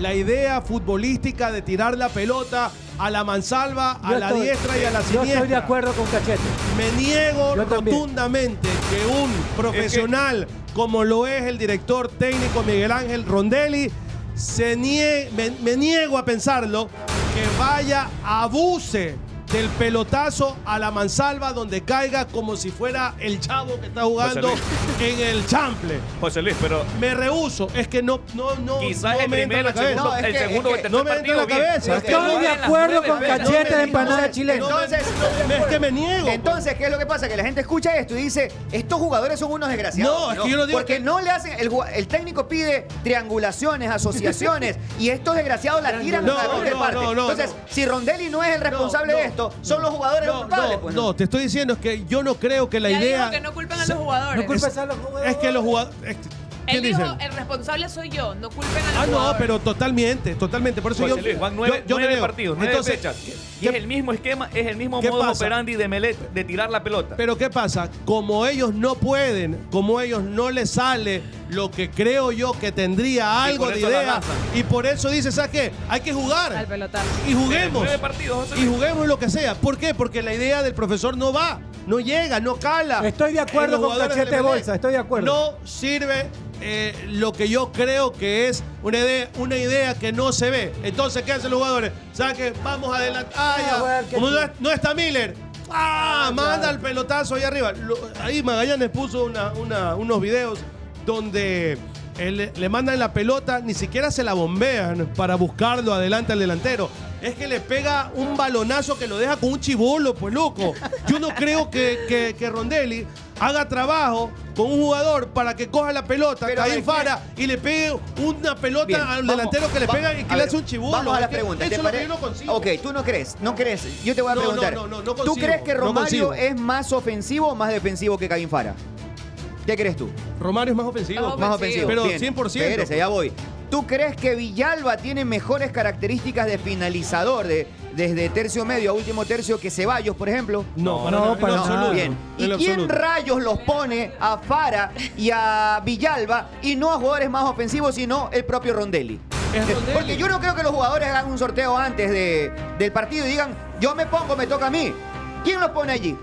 La idea futbolística de tirar la pelota a la mansalva, a
Yo
la
estoy-
diestra y a la
yo estoy
siniestra.
de acuerdo con Cachete.
Me niego rotundamente que un profesional como lo es el director técnico Miguel Ángel Rondelli se nie- me, me niego a pensarlo que vaya abuse del pelotazo a la mansalva donde caiga como si fuera el chavo que está jugando
José
en el chample.
José Luis, pero
Me rehuso, es que no no no
Quizás
no
el
me entra en
primero,
la
el
cabeza.
segundo, No, es el que- segundo es o el que- tercer
no me entra en
partido,
la
bien.
cabeza.
Es que no vale las nueve fechas. No me-
Entonces- Entonces,
es que me niego.
Entonces, ¿qué es lo que pasa? Que la gente escucha esto y dice, estos jugadores son unos desgraciados.
No, es que yo no digo
Porque
que-
no le hacen. El, ju- el técnico pide triangulaciones, asociaciones, y estos desgraciados la tiran
No,
a la cualquier
no,
parte.
no, no,
Entonces,
no.
si Rondelli no es el responsable de esto, son los jugadores los culpables.
No,
pues,
no, te estoy diciendo es que yo no creo que la
Ya
idea.
dijo que no culpan a los jugadores.
es- Es que los jugadores.
Él
¿Quién
dijo,
dice?
el responsable soy yo, no culpen a los
Ah, no,
jugadores.
pero totalmente, totalmente. Por eso
José
yo.
Luis, van nueve,
yo- yo
nueve
creo.
partidos, nueve
Entonces,
fechas. Y
¿qué-
es el mismo esquema, es el mismo
qué
modo
pasa?
operandi de Melet, de tirar la pelota.
Pero ¿qué pasa? Como ellos no pueden, como ellos no les sale lo que creo yo que tendría
Y
algo
por
de
eso la
idea.
lanzan.
Y por eso dice, ¿sabes qué? Hay que jugar.
Al pelotazo.
Y juguemos.
Nueve partidos, José
Y juguemos lo que sea. ¿Por qué? Porque la idea del profesor no va, no llega, no cala.
Estoy de acuerdo
En los
con
jugadores
Cachete
del MLE.
Bolsa, estoy de acuerdo.
No sirve eh, lo que yo creo que es una idea, una idea que no se ve. Entonces, ¿qué hacen los jugadores? ¿Sabes qué? Vamos adelante. Ah, ya.
Ah, bueno, que-
Como no, es- no está Miller. ¡Ah! manda el pelotazo ahí arriba. Lo- ahí Magallanes puso una- una- unos videos donde él le- le mandan la pelota, ni siquiera se la bombean para buscarlo adelante al delantero. Es que le pega un balonazo que lo deja con un chibolo, pues loco. Yo no creo que, que- que Rondelli haga trabajo con un jugador para que coja la pelota,
Pero, a
Caín
ver,
Fara, y le pegue una pelota
Bien,
al
vamos,
delantero que le
va-
pega y que
a
le
ver,
hace un chibolo.
Vamos a la
Es que
pregunta.
eso
¿te
es lo que
pare-
yo no consigo.
Ok, tú no crees, no crees. Yo te voy a
No, no,
preguntar.
no, no, no
¿Tú
consigo,
creres que
no
Romario
consigo.
es más ofensivo o más defensivo que Caín Fara? ¿Qué crees tú?
Romario es más ofensivo.
Más ofensivo.
Pero
bien.
100%.
Espérese, ya voy. ¿Tú crees que Villalba tiene mejores características de finalizador de, desde tercio medio a último tercio que Ceballos, por ejemplo?
No, para No, nada, en para absoluto. nada.
Bien. ¿Y
En lo
quién
absoluto.
rayos los pone a Fara y a Villalba y no a jugadores más ofensivos, sino el propio Rondelli? Porque yo no creo que los jugadores hagan un sorteo antes de- del partido y digan, yo me pongo, me toca a mí. ¿Quién los pone allí?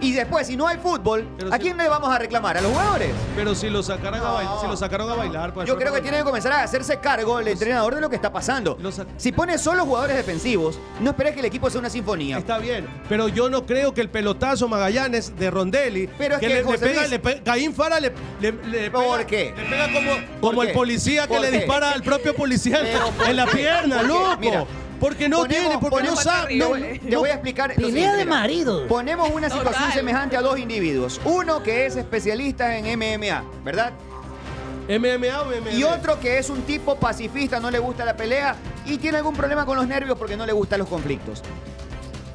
Y después, si no hay fútbol, ¿a quién le vamos a reclamar? ¿A los jugadores?
Pero si lo sacaron, a, bail- si lo sacaron a bailar. pues,
Yo creo que
pero-
tiene que comenzar a hacerse cargo el entrenador de lo que está pasando. Si pone solo jugadores defensivos, no esperes que el equipo sea una sinfonía.
Está bien, pero yo no creo que el pelotazo Magallanes de Rondelli,
Pero es que,
le, le
José
pega,
Luis-
le pe- Caín Fara le, le- le pega,
qué?
le pega como,
¿Por
como
qué?
el policía que
¿Por
le
qué?
dispara al propio policía en-
Pero, ¿por
en la
qué?
pierna,
¿Por qué?
loco.
Mira,
porque no tiene, porque no sabe. no-
Te
no-
voy a explicar. lo
Pelea
siguiente,
de
mira.
maridos.
Ponemos una situación semejante a dos individuos. Uno que es especialista en MMA, ¿verdad?
MMA o MMA.
Y otro que es un tipo pacifista, no le gusta la pelea y tiene algún problema con los nervios porque no le gustan los conflictos.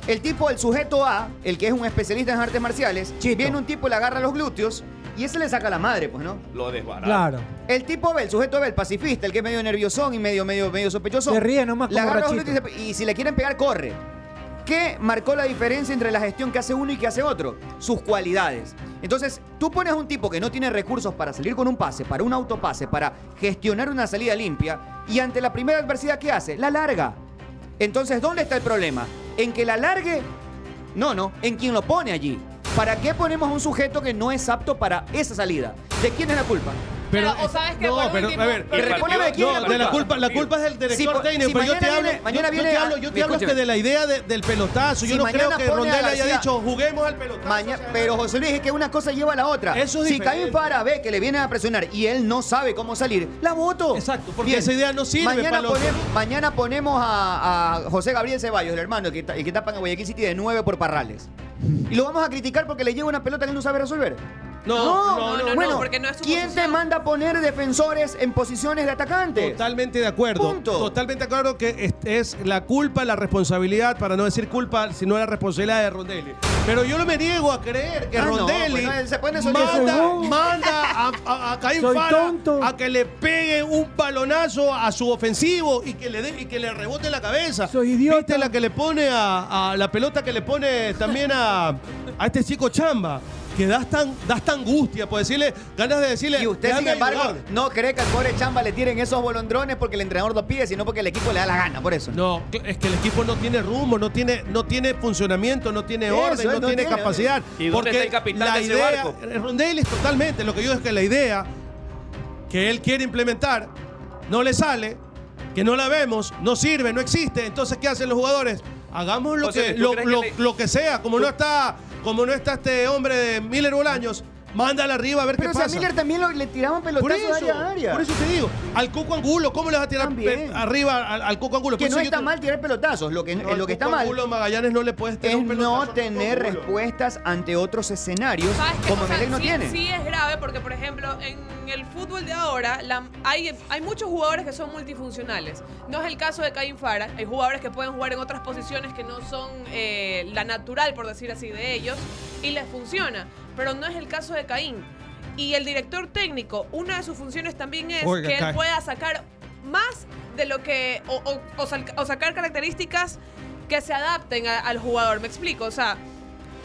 El tipo, el sujeto A, el que es un especialista en artes marciales, viene un tipo, le agarra los glúteos y ese le saca la madre, pues, ¿no?
Lo desbarata.
El tipo B, el sujeto B, el pacifista, el que es medio nerviosón y medio, medio, medio sospechoso.
Se ríe nomás
le
como
agarra los
Rachito.
glúteos y, se- y si le quieren pegar, corre. ¿Qué marcó la diferencia entre la gestión que hace uno y que hace otro? Sus cualidades. Entonces, tú pones a un tipo que no tiene recursos para salir con un pase, para un autopase, para gestionar una salida limpia, y ante la primera adversidad que hace, la larga. Entonces, ¿dónde está el problema? ¿En que la largue? No, no, en quien lo pone allí. ¿Para qué ponemos a un sujeto que no es apto para esa salida? ¿De quién es la culpa?
Pero, Pero, o sabes que no, por pero, último- a ver, pero-
respóndeme de quién
no,
es la
de
culpa.
la culpa, la culpa es del director
po-
técnico, pero yo
mañana
te hablo-
viene- mañana
yo- yo
viene
te
a-
hablo- yo te hablo
escúchame.
que de la idea de- del pelotazo, yo no creo
mañana
que
pone a
Rondelli haya
García-
dicho, juguemos al pelotazo.
Maña- pero José Luis, es que una cosa lleva a la otra.
Eso es
si
diferente.
Caín Fara ve que le vienen a presionar y él no sabe cómo salir, la voto. Exacto,
porque esa idea no sirve
Mañana,
para los-
ponem- mañana ponemos a, a José Gabriel Ceballos, el hermano, el que, ta- el que tapa en Guayaquil City de 9 por Parrales. Y lo vamos a criticar porque le llega una pelota que él no sabe resolver.
No, no, no, no,
bueno,
porque no es su
¿quién te manda a poner defensores en posiciones de atacante?
Totalmente de acuerdo. Totalmente de acuerdo que es, es la culpa, la responsabilidad, para no decir culpa, sino la responsabilidad de Rondelli. Pero yo no me niego a creer que
Ah, no,
Rondelli
pues no, se pone solito.
manda,
Soy-
manda a, a, a Caín
Soy
Fara a que le pegue un balonazo a su ofensivo y que le dé- y que le rebote en la cabeza. Soy idiota. ¿Viste la que le pone a, a la pelota que le pone también a, a este chico Chamba? Que das tan, das tan angustia, por decirle, ganas de decirle.
Y usted, sin
"Déjame
embargo,
ayudar".
no cree que al pobre Chamba le tiren esos bolondrones porque el entrenador lo pide, sino porque el equipo le da la gana, por eso.
No, cl- es que el equipo no tiene rumbo, no tiene, no tiene funcionamiento, no tiene
Eso,
orden, no,
no
tiene,
tiene,
capacidad.
¿Y dónde está el capitán de ese
idea,
barco?
eh, Rondelli es totalmente, lo que yo digo es que la idea que él quiere implementar no le sale, que no la vemos, no sirve, no existe. Entonces, ¿qué hacen los jugadores? Hagamos lo,
José,
que,
¿tú
lo,
crees que
lo-
le-
lo que sea, como no está, como no está este hombre de Miller Bolaños, mándala arriba a ver
Pero
qué
si a
pasa.
Miller también lo- le tiraban
Por
pelotazos de
eso,
área a área.
por eso te digo, al Coco Angulo, ¿cómo le vas a tirar pe- arriba al, al Coco Angulo?
que
Por eso
no
yo
está
te-
mal tirar pelotazos. Lo que,
No,
eh,
al
lo que está
Coco
mal
Angulo Magallanes no le puedes tirar
es
un pelotazo al
no
Coco
tener
Angulo.
respuestas ante otros escenarios
¿Sabes qué?
como
O sea,
Melec no
sí,
tiene.
sí es grave porque, por ejemplo, en el fútbol de ahora la- hay, hay muchos jugadores que son multifuncionales. No es el caso de Caín Fara. Hay jugadores que pueden jugar en otras posiciones que no son eh, la natural, por decir así, de ellos y les funciona. Pero no es el caso de Caín. Y el director técnico, una de sus funciones también es
Oiga,
que él
Caín.
pueda sacar más de lo que... o- o- o sal- o sacar características que se adapten a- al jugador. Me explico, o sea,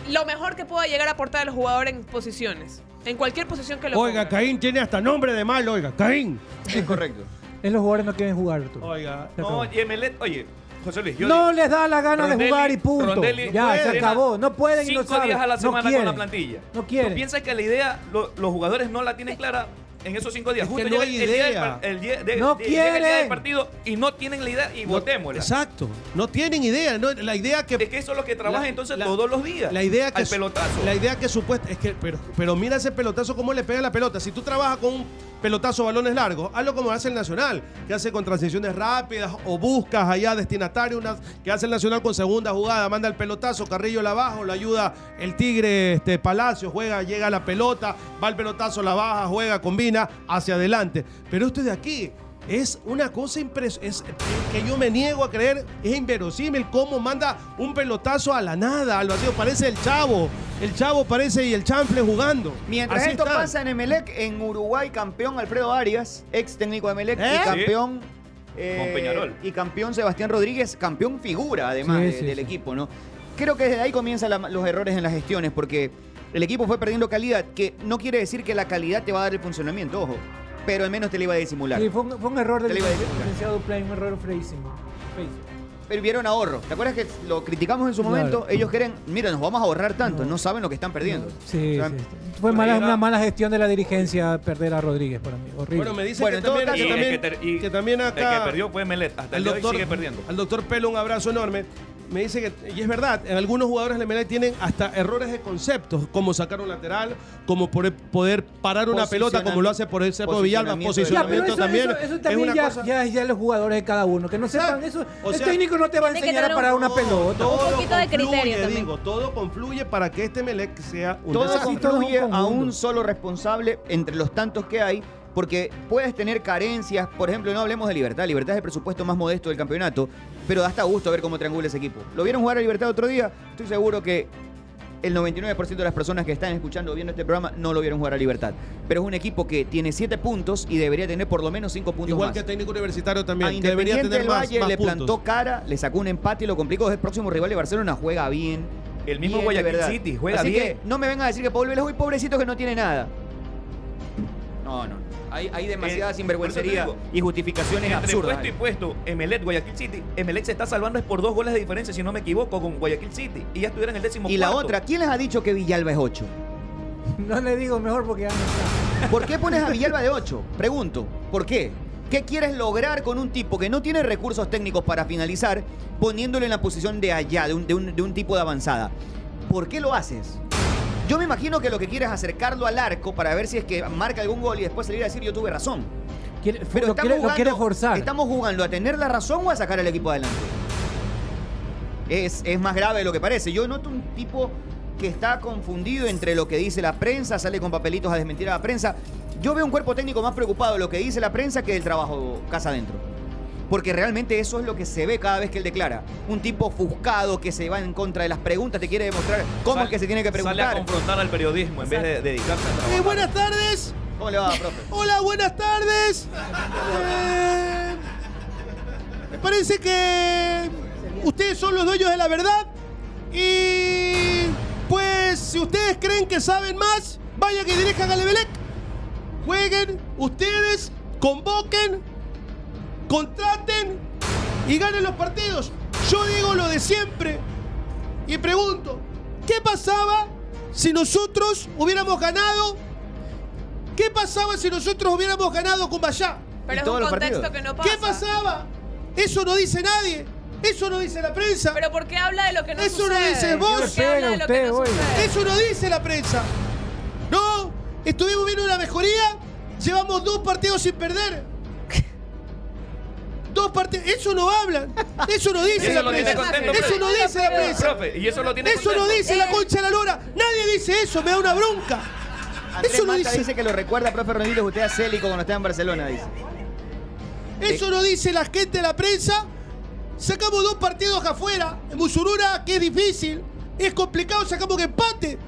lo mejor que pueda llegar a aportar el jugador en posiciones. En cualquier posición que lo
Oiga, Caín tiene hasta nombre de mal, oiga, Caín. Es correcto.
Es los jugadores no quieren jugar. Arturo.
Oiga,
Se acabó.
No, y Emelec- oye, José Luis, yo
No
digo,
les da la gana de
Rondelli-
jugar y punto.
Rondelli
ya, se
entrena
acabó. No pueden y no
cinco
saben.
días a la
no
semana con
quieren.
la plantilla.
No quieren.
¿Tú piensas que la idea lo- los jugadores no la tienen clara? en esos cinco días.
Es que
Justo llega
no hay
el- el día del
idea.
par- el día de-
No
de- llega el día
quieren.
del partido y no tienen la idea y votémosla.
Exacto. No tienen idea. no, la idea que.
Es que eso es lo que trabajan
la-
entonces
la-
todos los días.
La idea que.
Al
su-
pelotazo.
La idea que supuesta. Es que, pero, pero mira ese pelotazo, cómo le pega la pelota. Si tú trabajas con un pelotazo balones largos, hazlo como hace el Nacional, que hace con transiciones rápidas o buscas allá destinatario, una, que hace el Nacional con segunda jugada, manda el pelotazo, Carrillo la baja, o la ayuda el Tigre este, Palacio, juega, llega la pelota, va el pelotazo, la baja, juega, combina, hacia adelante. Pero esto de aquí. Es una cosa impres es que yo me niego a creer, es inverosímil cómo manda un pelotazo a la nada, al vacío, parece el chavo, el chavo parece y el chample jugando.
Mientras
Así
esto
están.
pasa en Emelec, en Uruguay, campeón Alfredo Arias, ex técnico de Emelec,
¿Eh?
y campeón. eh,
Sí.
Con Peñarol.
Y campeón Sebastián Rodríguez, campeón figura además
Sí,
de-
sí,
del
sí.
equipo, ¿no? Creo que desde ahí comienzan la- los errores en las gestiones, porque el equipo fue perdiendo calidad, que no quiere decir que la calidad te va a dar el funcionamiento, ojo, pero al menos te le iba a disimular.
Sí, fue un, fue un error
Te
del
le iba a decir.
licenciado Play, un error feísimo. feísimo.
Pero vieron ahorro. ¿Te acuerdas que lo criticamos en su
Claro.
momento? Ellos creen, mira, nos vamos a ahorrar tanto, no, saben lo que están perdiendo.
Sí,
O sea,
sí, sí. Fue mala, una mala gestión de la dirigencia perder a Rodríguez para mí. Horrible.
Bueno, me dicen
Bueno,
que,
en todo caso-
también, que,
Y
también,
el que
que también acá.
El que perdió fue Melet. Hasta el
al
día de hoy
doctor,
sigue perdiendo.
Al doctor Pelo, un abrazo enorme. Me dice que, y es verdad, en algunos jugadores de Melec tienen hasta errores de conceptos, como sacar un lateral, como por- e-, poder parar una pelota, como lo hace por el Cerro Villalba,
Ya, pero
posicionamiento
eso,
también.
eso- eso también
es una
ya,
cosa.
ya, ya los jugadores de cada uno. Que no sepan eso.
O
el
sea,
técnico no te va a
tiene que
enseñar a
tener
parar
un-
una pelota.
todo
criterio
confluye,
también.
digo, todo confluye para que este Melec sea un
Todo
desastre.
confluye a un solo responsable entre los tantos que hay, porque puedes tener carencias. Por ejemplo, no hablemos de Libertad. Libertad es el presupuesto más modesto del campeonato, pero da hasta gusto ver cómo triangula ese equipo. ¿Lo vieron jugar a Libertad otro día? Estoy seguro que el 99% de las personas que están escuchando o viendo este programa no lo vieron jugar a Libertad. Pero es un equipo que tiene 7 puntos y debería tener por lo menos 5 puntos
Igual
más.
que técnico universitario
A
también, que debería
Independiente
tener
del
más,
Valle
más
le
puntos.
plantó cara, le sacó un empate y lo complicó. Es el próximo rival de Barcelona, juega bien.
El mismo
bien, de
Guayaquil
verdad.
City, juega
Así
bien.
Que no me vengan a decir que Pablo Vélez hoy pobrecito que no tiene nada. No, no. Hay, hay demasiada
Eh,
sinvergüencería
por eso te
y justificaciones
Entre
absurdas.
puesto y puesto, Emelec, Guayaquil City. Emelec se está salvando es por dos goles de diferencia, si no me equivoco, con Guayaquil City. Y ya estuviera en el décimo
Y la
cuarto.
otra, ¿quién les ha dicho que Villalba es 8?
No le digo mejor porque ya no está.
¿Por qué pones a Villalba de 8? Pregunto, ¿por qué? ¿Qué quieres lograr con un tipo que no tiene recursos técnicos para finalizar poniéndolo en la posición de allá, de un, de un- de un tipo de avanzada? ¿Por qué lo haces? Yo me imagino que lo que quieres es acercarlo al arco para ver si es que marca algún gol y después salir a decir yo tuve razón.
Quiere-
Pero
lo
estamos
quiere- lo
jugando-
quiere forzar.
Estamos jugando a tener la razón o a sacar al equipo adelante. Es, es más grave de lo que parece. Yo noto un tipo que está confundido entre lo que dice la prensa, sale con papelitos a desmentir a la prensa. Yo veo un cuerpo técnico más preocupado de lo que dice la prensa que del trabajo casa adentro. Porque realmente eso es lo que se ve cada vez que él declara. Un tipo ofuscado que se va en contra de las preguntas, te quiere demostrar cómo
Sal-
es que se tiene que
Sale a
preguntar.
confrontar al periodismo en vez de dedicarse a trabajar.
Eh, buenas tardes.
¿Cómo le va, profe?
Hola, buenas tardes. Eh, me parece que ustedes son los dueños de la verdad. Y pues si ustedes creen que saben más, vayan que dirijan al Emelec. Jueguen ustedes, convoquen, contraten y ganen los partidos. Yo digo lo de siempre y pregunto, ¿qué pasaba si nosotros hubiéramos ganado ¿Qué pasaba si nosotros hubiéramos ganado con Bayá?
Pero es un contexto que no pasa.
¿Qué pasaba? Eso no dice nadie. Eso no dice la prensa.
¿Pero por qué habla de lo que no
Eso
sucede?
no dices
¿Por
vos.
qué habla de lo que no sucede?
Eso no dice la prensa. No, estuvimos viendo una mejoría. Llevamos dos partidos sin perder. Dos partidos. Eso no hablan. Eso no
Y
dice
eso
la
lo tiene
prensa.
contento,
Eso
profe.
no dice la prensa.
Profe, y eso lo tiene
Eso no
contento.
dice la concha de la lora. Nadie dice eso. Me da una bronca.
Andrés
Eso no
Mata
dice.
dice que lo recuerda, profe Ramírez, usted a Célico cuando estaba en Barcelona, dice.
Eso lo dice la gente de la prensa. Sacamos dos partidos afuera. En Musurura, que es difícil. Es complicado, sacamos que empate.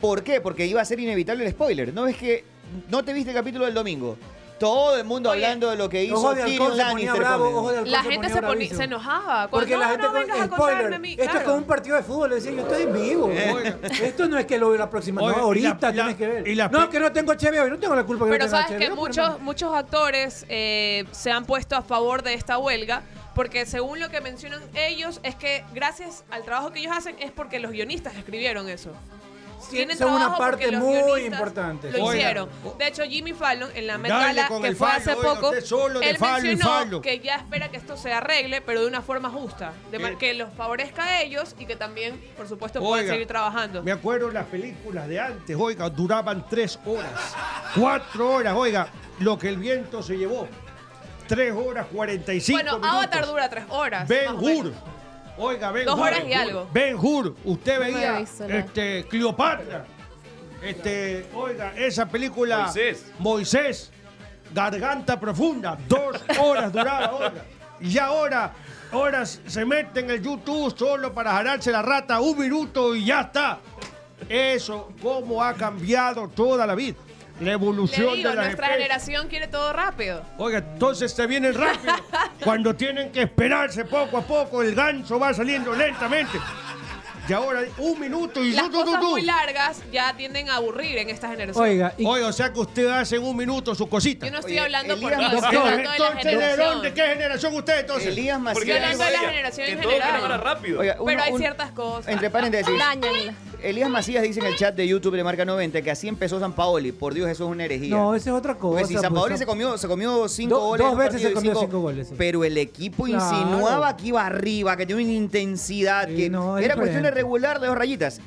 ¿Por qué? Porque iba a ser inevitable el spoiler. ¿No ves que no te viste el capítulo del domingo? Todo el mundo hablando de lo que hizo
Ojo de
Tyrion
Halcón se ponía
Lannister
bravo,
con él.
ojo de Halcón
La gente se, ponía-
bravísimo.
se enojaba. Cuando,
Porque
Pues no,
la gente
no
con- eh,
vengas a
spoiler,
contarme a mí.
esto es
Claro.
como un partido de fútbol, le decía, yo estoy en vivo. esto no es que lo veo la próxima,
Oiga,
no,
y
ahorita
la-
tienes que ver. no, que no tengo HBO, no tengo la culpa que
Pero
no tenga
sabes
HBO,
que
pero
muchos, muchos actores eh, se han puesto a favor de esta huelga. Porque según lo que mencionan ellos, es que gracias al trabajo que ellos hacen es porque los guionistas escribieron eso. tienen
son una
trabajo
parte
porque los
muy
guionistas
importante.
Lo
Oiga,
hicieron. De hecho, Jimmy Fallon en la Met
Dale
Gala,
con
que
el
fue
fallo,
hace
oiga,
poco,
usted solo de
él
fallo y
mencionó
fallo.
que ya espera que esto se arregle, pero de una forma justa, de ma-
Eh.
que los favorezca a ellos y que también, por supuesto, puedan
Oiga,
seguir trabajando.
Me acuerdo las películas de antes, oiga, duraban tres horas, cuatro horas, oiga, lo que el viento se llevó. Tres horas cuarenta y cinco
Bueno,
minutos.
Avatar dura tres horas.
Ben
más o
Hur.
menos.
Oiga, Ben
Dos
Hur.
horas y algo.
Ben Hur, usted
No me
veía
aviso, no.
este, Cleopatra. Este, oiga, esa película. Moisés. Garganta profunda. Dos horas duraba, oiga. Y ahora, ahora se mete en el YouTube solo para jararse la rata un minuto y ya está. Eso, cómo ha cambiado toda la vida. La evolución
Le digo,
de la
nuestra generación quiere todo rápido.
Oiga, entonces se vienen rápido. Cuando tienen que esperarse poco a poco, el ganso va saliendo lentamente. Y ahora un minuto y
Las
tú, tú, tú,
cosas
tú.
muy largas ya tienden a aburrir en esta generación.
Oiga, o sea que usted hace en un minuto su cosita.
Yo no estoy hablando por
Elías,
todos, estoy
doctor,
hablando de la
entonces, ¿de
generación.
dónde? ¿Qué generación usted entonces?
Elías
Estoy hablando de la generación en general.
Oiga,
pero
uno-
hay
un-
ciertas cosas.
entre paréntesis.
Dañan.
Elías Macías dice en el chat de YouTube de Marca 90 que así empezó San Paoli. Por Dios, eso es una herejía.
No, eso es otra cosa.
Pues si San
pues,
Paoli
son-
se comió, se comió cinco
Do-
goles. en
dos
un
veces
partido
se
y
comió cinco goles, sí.
Pero el equipo
Claro.
insinuaba que iba arriba, que tiene una intensidad, que
no, es
era cuestión de
diferente.
regular de dos rayitas.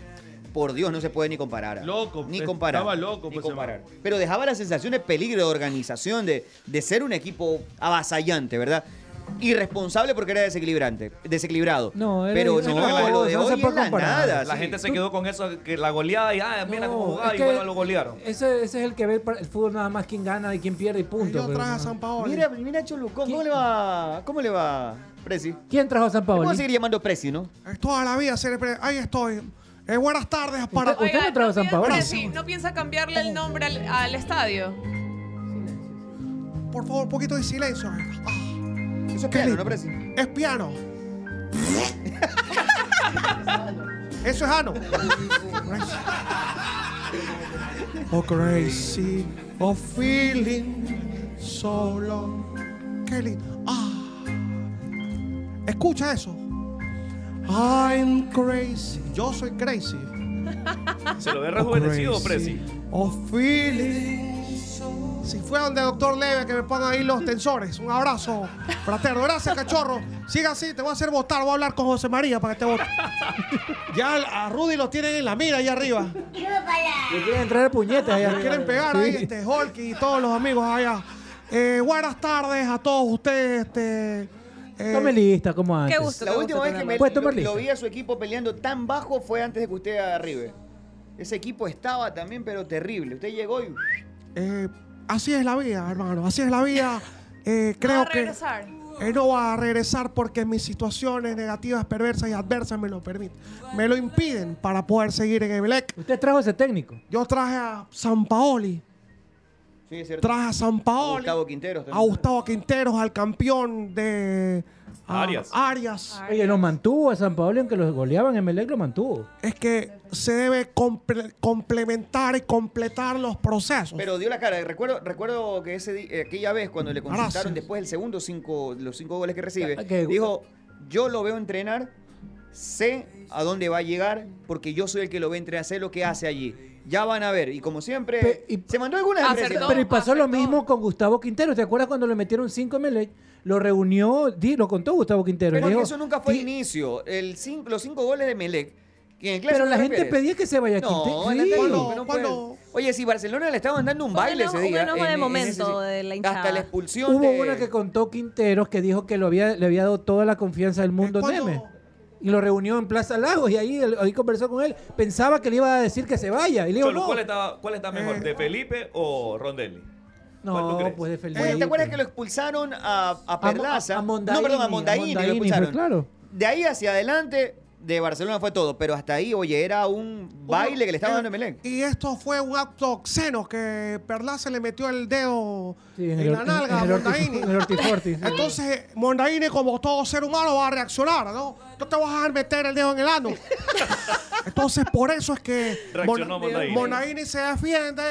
Por Dios, no se puede ni comparar. Loco, ni comparar.
estaba loco,
ni
pues,
comparar. Pero dejaba la sensación de peligro, de organización, de, de ser un equipo avasallante, ¿verdad? Irresponsable porque era desequilibrante, desequilibrado.
No, era
pero
diferente.
no,
No,
lo de
no se
hoy
puede
es la
comparar.
nada.
La
sí.
gente se quedó con eso, que la goleada y, ah, mira cómo jugaba,
es
y
que-
bueno, lo golearon.
Ese, ese es el que ve el, par- el fútbol nada más quién gana y quién pierde y punto. pero no.
Mira, mira Cholucón, ¿cómo le va? ¿Cómo le va, Presi?
¿Quién trajo a San Paoli?
Vamos a seguir llamando Presi, ¿no?
Eh, Toda la vida, ser pre- ahí estoy. Eh, buenas tardes para
Usted- usted no trajo a San Paoli.
Ahora sí, ¿no piensa cambiarle el nombre al, al estadio?
Por favor, un poquito de silencio. Ah,
Eso es
qué
piano,
lindo.
¿no, Presi?
Es piano. Eso es ano.
Oh, crazy.
Oh, feeling solo. Qué lindo. Ah. Escucha eso. I'm crazy. Yo soy crazy.
Se lo ve rejuvenecido, Presi.
Oh, feeling. Si fue donde doctor Leve que me pongan ahí los tensores. Un abrazo fraterno. Gracias, cachorro. Siga así, te voy a hacer votar. Voy a hablar con José María para que te vote. Ya a Rudy lo tienen en la mira allá arriba.
Le quieren entrar a puñetes allá.
Me quieren pegar ahí, este, Hulk y todos los amigos allá. Eh, buenas tardes a todos ustedes. Este, eh,
Tome lista, como antes.
La última vez que me
Puedes tomar
lo- lo
lista.
vi a su equipo peleando tan bajo fue antes de que usted arribe. Ese equipo estaba también, pero terrible. Usted llegó y.
eh, así es la vida, hermano. Así es la vida. Eh, creo que eh, no va a regresar porque mis situaciones negativas, perversas y adversas me lo permiten. Me lo impiden para poder seguir en Emelec.
¿Usted trajo ese técnico?
Yo traje a San Paoli.
Sí, es cierto.
Traje a San Paoli.
A Gustavo Quinteros
A
también.
Gustavo Quinteros, al campeón de a-
Arias.
Arias.
Oye, lo mantuvo a San Paoli, aunque los goleaban en Melec, lo mantuvo.
es que se debe comple- complementar y completar los procesos.
Pero dio la cara. Recuerdo, recuerdo que ese di- eh, aquella vez cuando le consultaron
Gracias.
después del segundo cinco, los cinco goles que recibe,
Ah, que-
dijo: Yo lo veo entrenar, sé a dónde va a llegar, porque yo soy el que lo ve entrenar, sé lo que hace allí. Ya van a ver. Y como siempre, se mandó algunas empresas.
Pero y pasó lo mismo con Gustavo Quintero. ¿Te acuerdas cuando le metieron 5 en Melec? Lo reunió, di- lo contó Gustavo Quintero.
Pero
le dijo,
eso nunca fue inicio. El cin- los cinco goles de Melec. que en el
Pero
clásico
la
te
gente
refieres.
pedía que se vaya
No,
Quintero.
en la
Sí.
calle,
Cuando-
no puede. Oye, si Barcelona le estaban dando un baile
enojo-
ese día.
un enojo de momento
de
la
Hasta
hinchada.
la expulsión
Hubo
de...
una que contó Quinteros que dijo que lo había, le había dado toda la confianza del mundo a Neme. Y lo reunió en Plaza Lagos y ahí, él- ahí conversó con él. Pensaba que le iba a decir que se vaya. Y le dijo,
Cholo,
no.
¿cuál, está, ¿Cuál está mejor, de Felipe o Rondelli? ¿Cuál tú
No,
crees?
pues de
Oye, ¿Te
Felipe.
acuerdas que lo expulsaron a, a
Mo-
Perlaza?
a Mondaini,
no, perdón,
a
a Mondaini, lo
Mondaini, fue
expulsaron.
claro.
De ahí hacia adelante, de Barcelona fue todo. Pero hasta ahí, oye, era un baile que le estaban dando a Melec.
eh, Y esto fue un acto obsceno que Perla se le metió el dedo
Sí, en
en,
el
la
or-
nalga a
en el orti-
Mondaini.
en el ortiforti, sí.
Entonces, Mondaini, como todo ser humano, va a reaccionar, ¿no? No te vas a dejar meter el dedo en el ano. Entonces, por eso es que
Reaccionó Mondaini.
Mondaini se defiende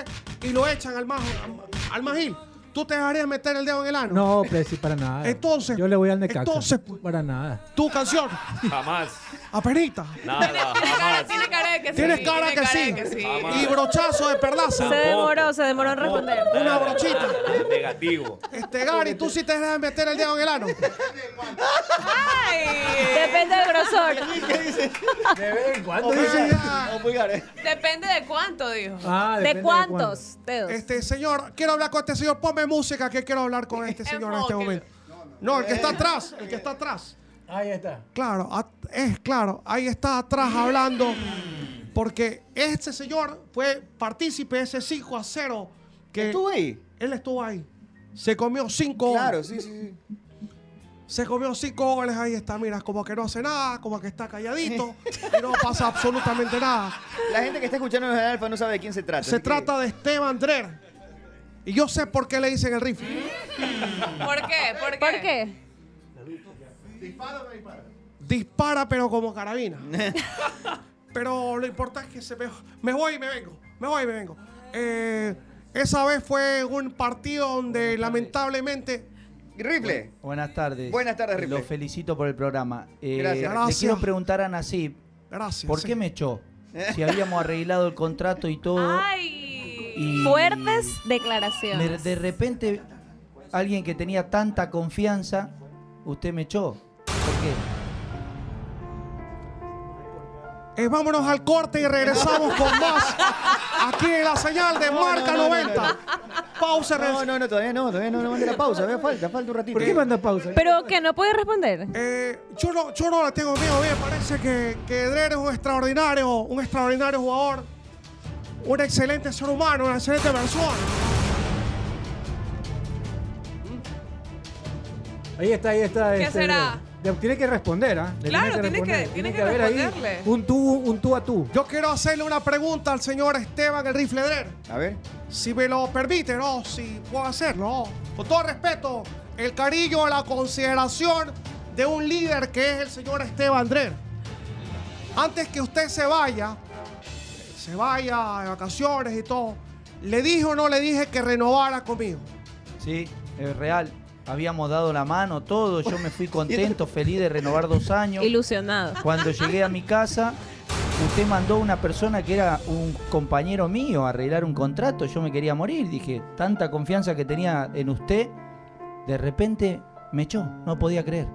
y lo echan al, majo- al magil. ¿Tú te dejarías meter el dedo en el ano?
No, Presi, para nada.
Entonces,
Yo le voy al Necaxa.
entonces, pues.
para nada.
Tu canción.
Jamás.
Aperita.
Ah,
Nada, jamás.
Tiene cara de cara que sí.
Tienes cara
tiene
que sí.
sí.
Y brochazo de perlaza.
Se demoró,
se demoró en responder.
Una brochita.
Negativo.
Este Gary, tú sí te dejas meter el dedo en el ano.
Depende del grosor.
¿Qué dice?
De
vez en
cuando
dice.
Depende de cuánto, dijo.
Ah,
dedos?
Este señor, quiero hablar con este señor. Ponme música que quiero hablar con este señor en este momento. No, el que está atrás. El que está atrás.
Ahí está.
Claro, at- es claro, ahí está atrás hablando, porque este señor fue partícipe de ese 5 a 0. Que ¿Estuvo
ahí?
Él estuvo ahí. Se comió 5 goles.
Claro, sí, sí,
Se comió 5 goles, ahí está, mira, como que no hace nada, como que está calladito, y no pasa absolutamente nada.
La gente que está escuchando en Alfa no sabe de quién se trata.
Se trata de Esteban Drer. Y yo sé por qué le dicen el rifle.
¿Por qué? ¿Por qué? ¿Por qué?
Dispara, pero como carabina. pero lo importante es que se me, me voy y me vengo. Me voy y me vengo. Eh, esa vez fue un partido donde lamentablemente.
Rifle.
Buenas tardes.
Buenas tardes, Ripley.
Los felicito por el programa. Eh,
Gracias.
Le
Gracias.
quiero preguntar a Nasib.
Gracias.
¿Por qué me echó? Si habíamos arreglado el contrato y todo. y
Fuertes
De,
declaraciones.
de repente, alguien que tenía tanta confianza, usted me echó. ¿Por qué?
Eh, vámonos al corte y regresamos con más. Aquí en la señal de Marca 90. Pausa.
No, no, no, todavía no, todavía no, no mande la pausa, todavía falta, falta un ratito.
¿Por qué
manda pausa?
Pero que no puede responder.
Eh, yo, no, yo no la tengo miedo. Me parece que, que Drer es un extraordinario, un extraordinario jugador. Un excelente ser humano, una excelente persona.
Ahí está, ahí está. este,
¿Qué será?
de- tiene que responder, ¿ah? Le
Claro, tiene que-
responder.
tiene que
haber ahí
responderle.
Un tú, un tú a tú.
Yo quiero hacerle una pregunta al señor Esteban el Rifle Drer.
A ver.
Si me lo permite, no, si puedo hacerlo. no. Con todo respeto, el cariño, la consideración de un líder que es el señor Esteban Andrés. Antes que usted se vaya, se vaya de vacaciones y todo, ¿le dije o no le dije que renovara conmigo?
Sí, es real. Habíamos dado la mano, todo. Yo me fui contento, feliz de renovar dos años.
Ilusionado.
Cuando llegué a mi casa, usted mandó una persona que era un compañero mío a arreglar un contrato. Yo me quería morir. Dije, tanta confianza que tenía en usted, de repente me echó. No podía creer.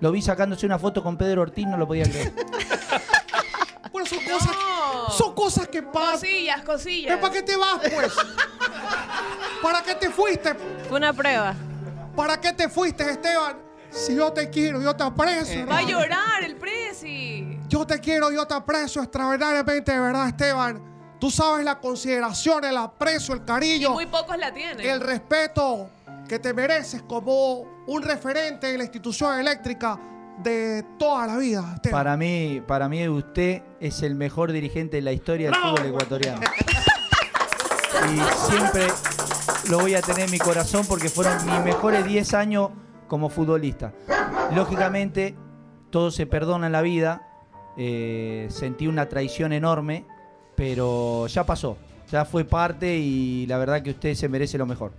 Lo vi sacándose una foto con Pedro Ortiz, no lo podía creer.
Bueno, son cosas, son cosas que pasan.
Cosillas, cosillas.
¿Pero para qué te vas, pues? ¿Para qué te fuiste?
Fue una prueba.
¿Para qué te fuiste, Esteban? Si yo te quiero, yo te aprecio.
Va a
hermano.
llorar el presi.
Yo te quiero, yo te aprecio extraordinariamente, de verdad, Esteban. Tú sabes la consideración, el aprecio, el
Y
cariño,
muy pocos la tienen.
el respeto que te mereces como un referente en la institución eléctrica de toda la vida, Esteban.
Para mí, para mí usted es el mejor dirigente de la historia del fútbol ecuatoriano. Y siempre lo voy a tener en mi corazón porque fueron mis mejores 10 años como futbolista. Lógicamente, todo se perdona en la vida. Eh, sentí una traición enorme, pero ya pasó. Ya fue parte y la verdad que usted se merece lo mejor.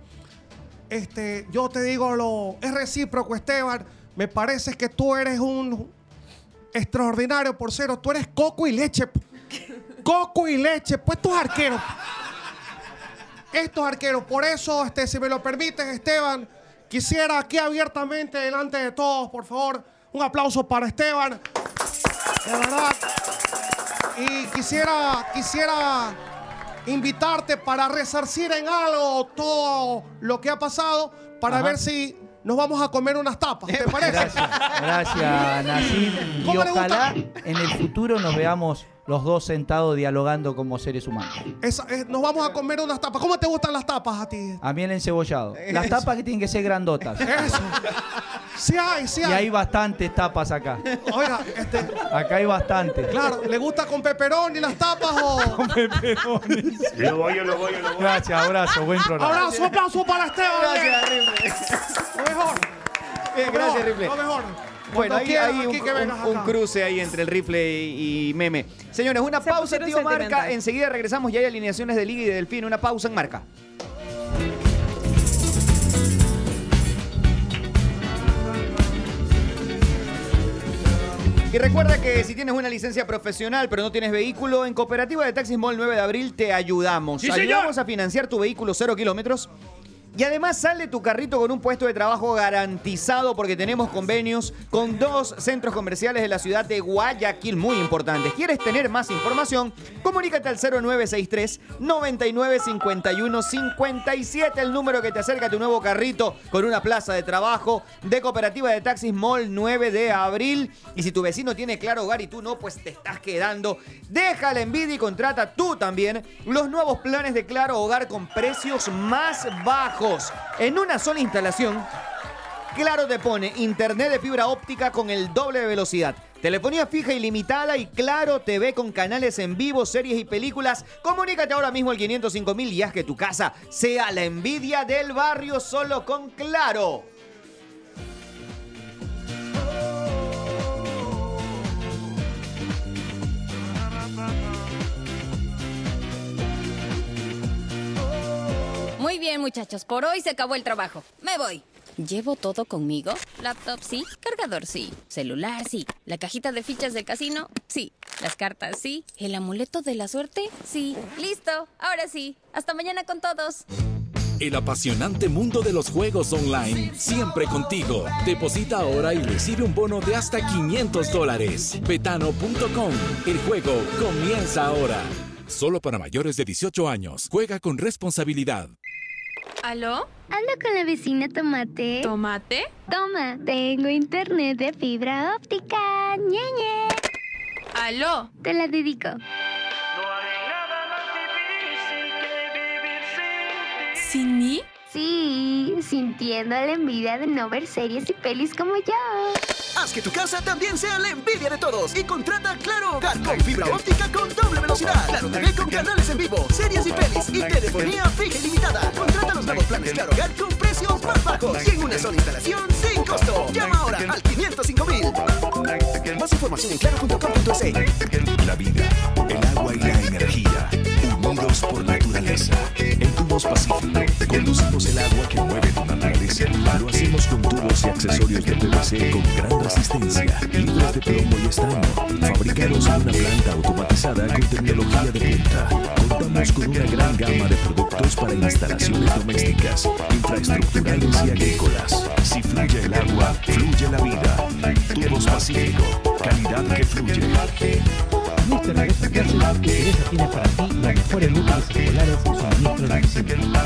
Este, yo te digo lo es recíproco, Esteban. Me parece que tú eres un extraordinario porcero. Tú eres coco y leche. p- Coco y leche, pues estos arqueros. Estos arqueros. Por eso, este, si me lo permites, Esteban, quisiera aquí abiertamente, delante de todos, por favor, un aplauso para Esteban. De verdad. Y quisiera, quisiera invitarte para resarcir en algo todo lo que ha pasado, para
Ajá.
ver si nos vamos a comer unas tapas. ¿Te parece?
Gracias, Nassim. Y
¿Cómo le gusta?
ojalá en el futuro nos veamos los dos sentados dialogando como seres humanos.
Esa- eh, nos vamos a comer unas tapas. ¿Cómo te gustan las tapas a ti?
A mí el encebollado. Las tapas que tienen que ser grandotas.
Eso. Sí hay, sí
Y
hay.
hay bastantes tapas acá.
Oiga, este,
Acá hay bastantes.
claro, ¿le gusta con peperón y las tapas o...?
Lo voy, lo voy, lo voy. Gracias, abrazo, buen programa.
Abrazo, aplauso para Esteban. ¿eh?
Gracias,
Lo mejor.
Bien,
Lo
gracias,
mejor,
Ripley.
Lo mejor.
Bueno,
Cuando
ahí
quieras,
hay un,
aquí que vengas
un- un
acá.
cruce ahí entre el rifle y, y meme. Señores, una pausa,
pusieron
tío Marca.
sentimental.
Enseguida regresamos y hay alineaciones de Liga y de Delfín. Una pausa en Marca. Y recuerda que si tienes una licencia profesional pero no tienes vehículo, en Cooperativa de Taxis Mall 9 de abril te ayudamos.
¡Sí, señor!
ayudamos a financiar tu vehículo 0 kilómetros. Y además sale tu carrito con un puesto de trabajo garantizado porque tenemos convenios con dos centros comerciales de la ciudad de Guayaquil muy importantes. ¿Quieres tener más información? Comunícate al 0963 9951 57, el número que te acerca a tu nuevo carrito con una plaza de trabajo de Cooperativa de Taxis Mall 9 de abril. Y si tu vecino tiene claro hogar y tú no, pues te estás quedando. Deja la envidia y contrata tú también los nuevos planes de Claro Hogar con precios más bajos. En una sola instalación, Claro te pone internet de fibra óptica con el doble de velocidad. Telefonía fija ilimitada y Claro TV con canales en vivo, series y películas. Comunícate ahora mismo al 505.000 y haz que tu casa sea la envidia del barrio solo con Claro.
Muy bien, muchachos, por hoy se acabó el trabajo. Me voy. ¿Llevo todo conmigo? Laptop sí, cargador sí, celular sí, la cajita de fichas del casino sí, las cartas sí, el amuleto de la suerte sí. Listo, ahora sí. Hasta mañana con todos.
El apasionante mundo de los juegos online, siempre contigo. Deposita ahora y recibe un bono de hasta 500 dólares. Betano.com. El juego comienza ahora. Solo para mayores de 18 años. Juega con responsabilidad.
¿Aló? Ando con la vecina Tomate. ¿Tomate? Toma, tengo internet de fibra óptica. ñeñe. ¿Aló? Te la dedico.
¿Sin mí?
Sí, sintiendo la envidia de no ver series y pelis como yo.
Haz que tu casa también sea la envidia de todos y contrata a Claro Hogar con fibra óptica con doble velocidad. Claro TV con canales en vivo, series y pelis y telefonía fija ilimitada. Contrata los nuevos planes Claro Hogar con precios más bajos y en una sola instalación sin costo. Llama ahora al 505 mil. Más información en claro.com.es.
La vida, el agua y la energía, unidos por naturaleza. En Tubos Pacific, conducimos el agua que mueve tu naturaleza. Lo hacemos con tubos y accesorios de PVC con gran resistencia, libres de plomo y estaño, fabricados en una planta automatizada con tecnología de punta. Contamos con una gran gama de productos para instalaciones domésticas, infraestructurales y agrícolas. Si fluye el agua, fluye la vida. Tubos Pacífico, calidad que fluye.
En este regreso a clases, Utileza tiene para ti los mejores útiles escolares y suministros de oficina,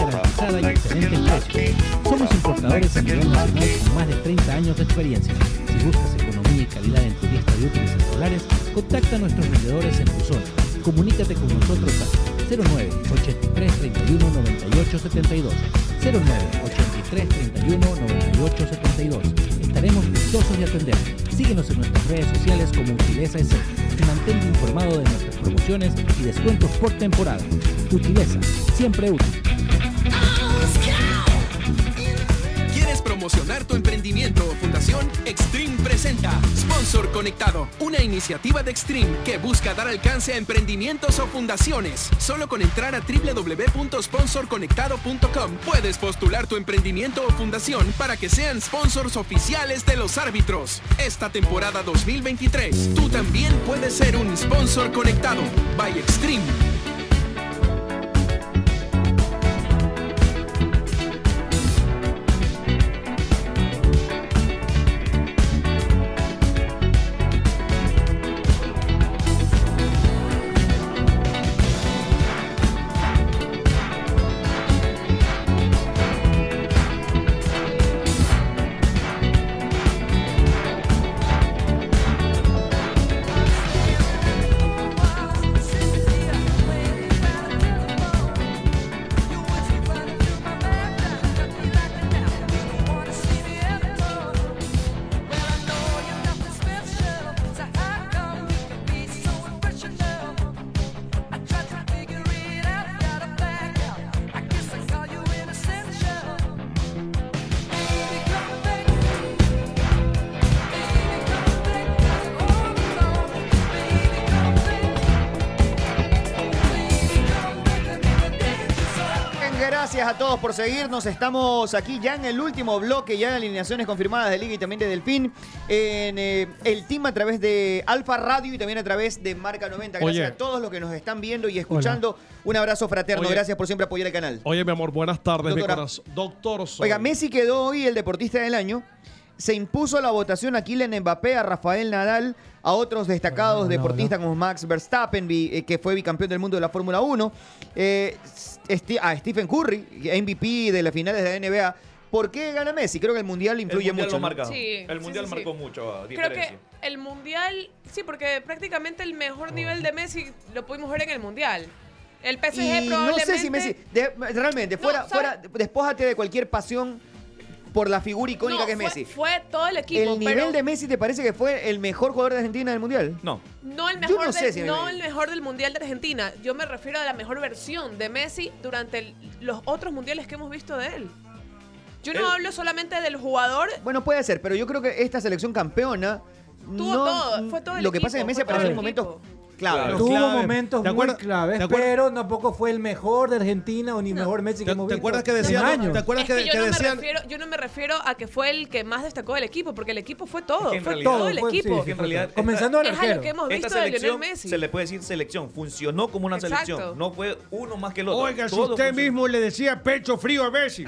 con calidad garantizada y excelentes precios. Somos importadores a nivel nacional con más de 30 años de experiencia. Si buscas economía y calidad en tu lista de útiles escolares, contacta a nuestros vendedores en tu zona. Comunícate con nosotros a 09 83 31 98 72 09 83 31 98 72. Estaremos gustosos de atenderte. Síguenos en nuestras redes sociales como Utileza S. Mantente informado de nuestras promociones y descuentos por temporada. Utileza, siempre útil.
¿Quieres promocionar tu emprendimiento o fundación? Extreme presenta Sponsor Conectado, una iniciativa de Extreme que busca dar alcance a emprendimientos o fundaciones. Solo con entrar a www.sponsorconectado.com puedes postular tu emprendimiento o fundación para que sean sponsors oficiales de los árbitros. Esta temporada 2023, tú también puedes ser un sponsor conectado. By Extreme.
a todos por seguirnos. Estamos aquí ya en el último bloque, ya de alineaciones confirmadas de Liga y también de Delfín. En eh, el team a través de Alfa Radio y también a través de Marca 90. Gracias
Oye.
a todos los que nos están viendo y escuchando. Un abrazo fraterno.
Oye.
Gracias por siempre apoyar el canal.
Oye, mi amor, buenas tardes, mi
Doctora.
corazón. Doctor Sol.
Oiga, Messi quedó hoy el deportista del año. Se impuso la votación a Kylian Mbappé, a Rafael Nadal, a otros destacados deportistas como Max Verstappen, bi- eh, que fue bicampeón del mundo de la Fórmula 1, eh, Sti- a Stephen Curry, MVP de las finales de la NBA. ¿Por qué gana Messi? Creo que el Mundial
El
influye
mundial
mucho.
lo
¿no?
marca.
Sí,
el
sí,
mundial
sí, sí.
marcó mucho a
Creo
diferencia.
que el mundial, sí, porque prácticamente el mejor nivel de Messi lo pudimos ver en el mundial. El PSG
Y no
probablemente.
sé si Messi... de- realmente, fuera,
¿sabe?
fuera, despójate de cualquier pasión por la figura icónica
No,
que es
fue-
Messi.
Fue todo el equipo,
¿El nivel
pero
de Messi te parece que fue el mejor jugador de Argentina del Mundial?
No.
no, el
yo
mejor,
no sé
del,
si-
no el mejor del mundial de Argentina. Yo me refiero a la mejor versión de Messi durante el- los otros mundiales que hemos visto de él. Yo no hablo solamente del jugador.
Bueno, puede ser, pero yo creo que esta selección campeona.
Tuvo
no-
todo, fue todo el
Lo que pasa es que
equipo,
Messi
fue todo
apareció
el
en momentos
Claro.
clave.
Tuvo momentos muy claves, pero tampoco fue el mejor de Argentina o ni mejor Messi que hemos visto.
acuerdas que
en
decían-
años?
te acuerdas
Es que yo, no Me refiero, yo no me refiero a que fue el que más destacó del equipo, porque el equipo fue todo.
que en
fue
realidad-
todo el
fue- sí,
equipo.
es que en realidad esta-
Comenzando
al Es algo arquero. que hemos
esta
visto de Lionel
selección,
Messi.
Se le puede decir selección. Funcionó como una
Exacto.
selección. No fue uno más que el otro.
Oiga, si
Todo
usted
funcionó.
mismo le decía pecho frío a Messi.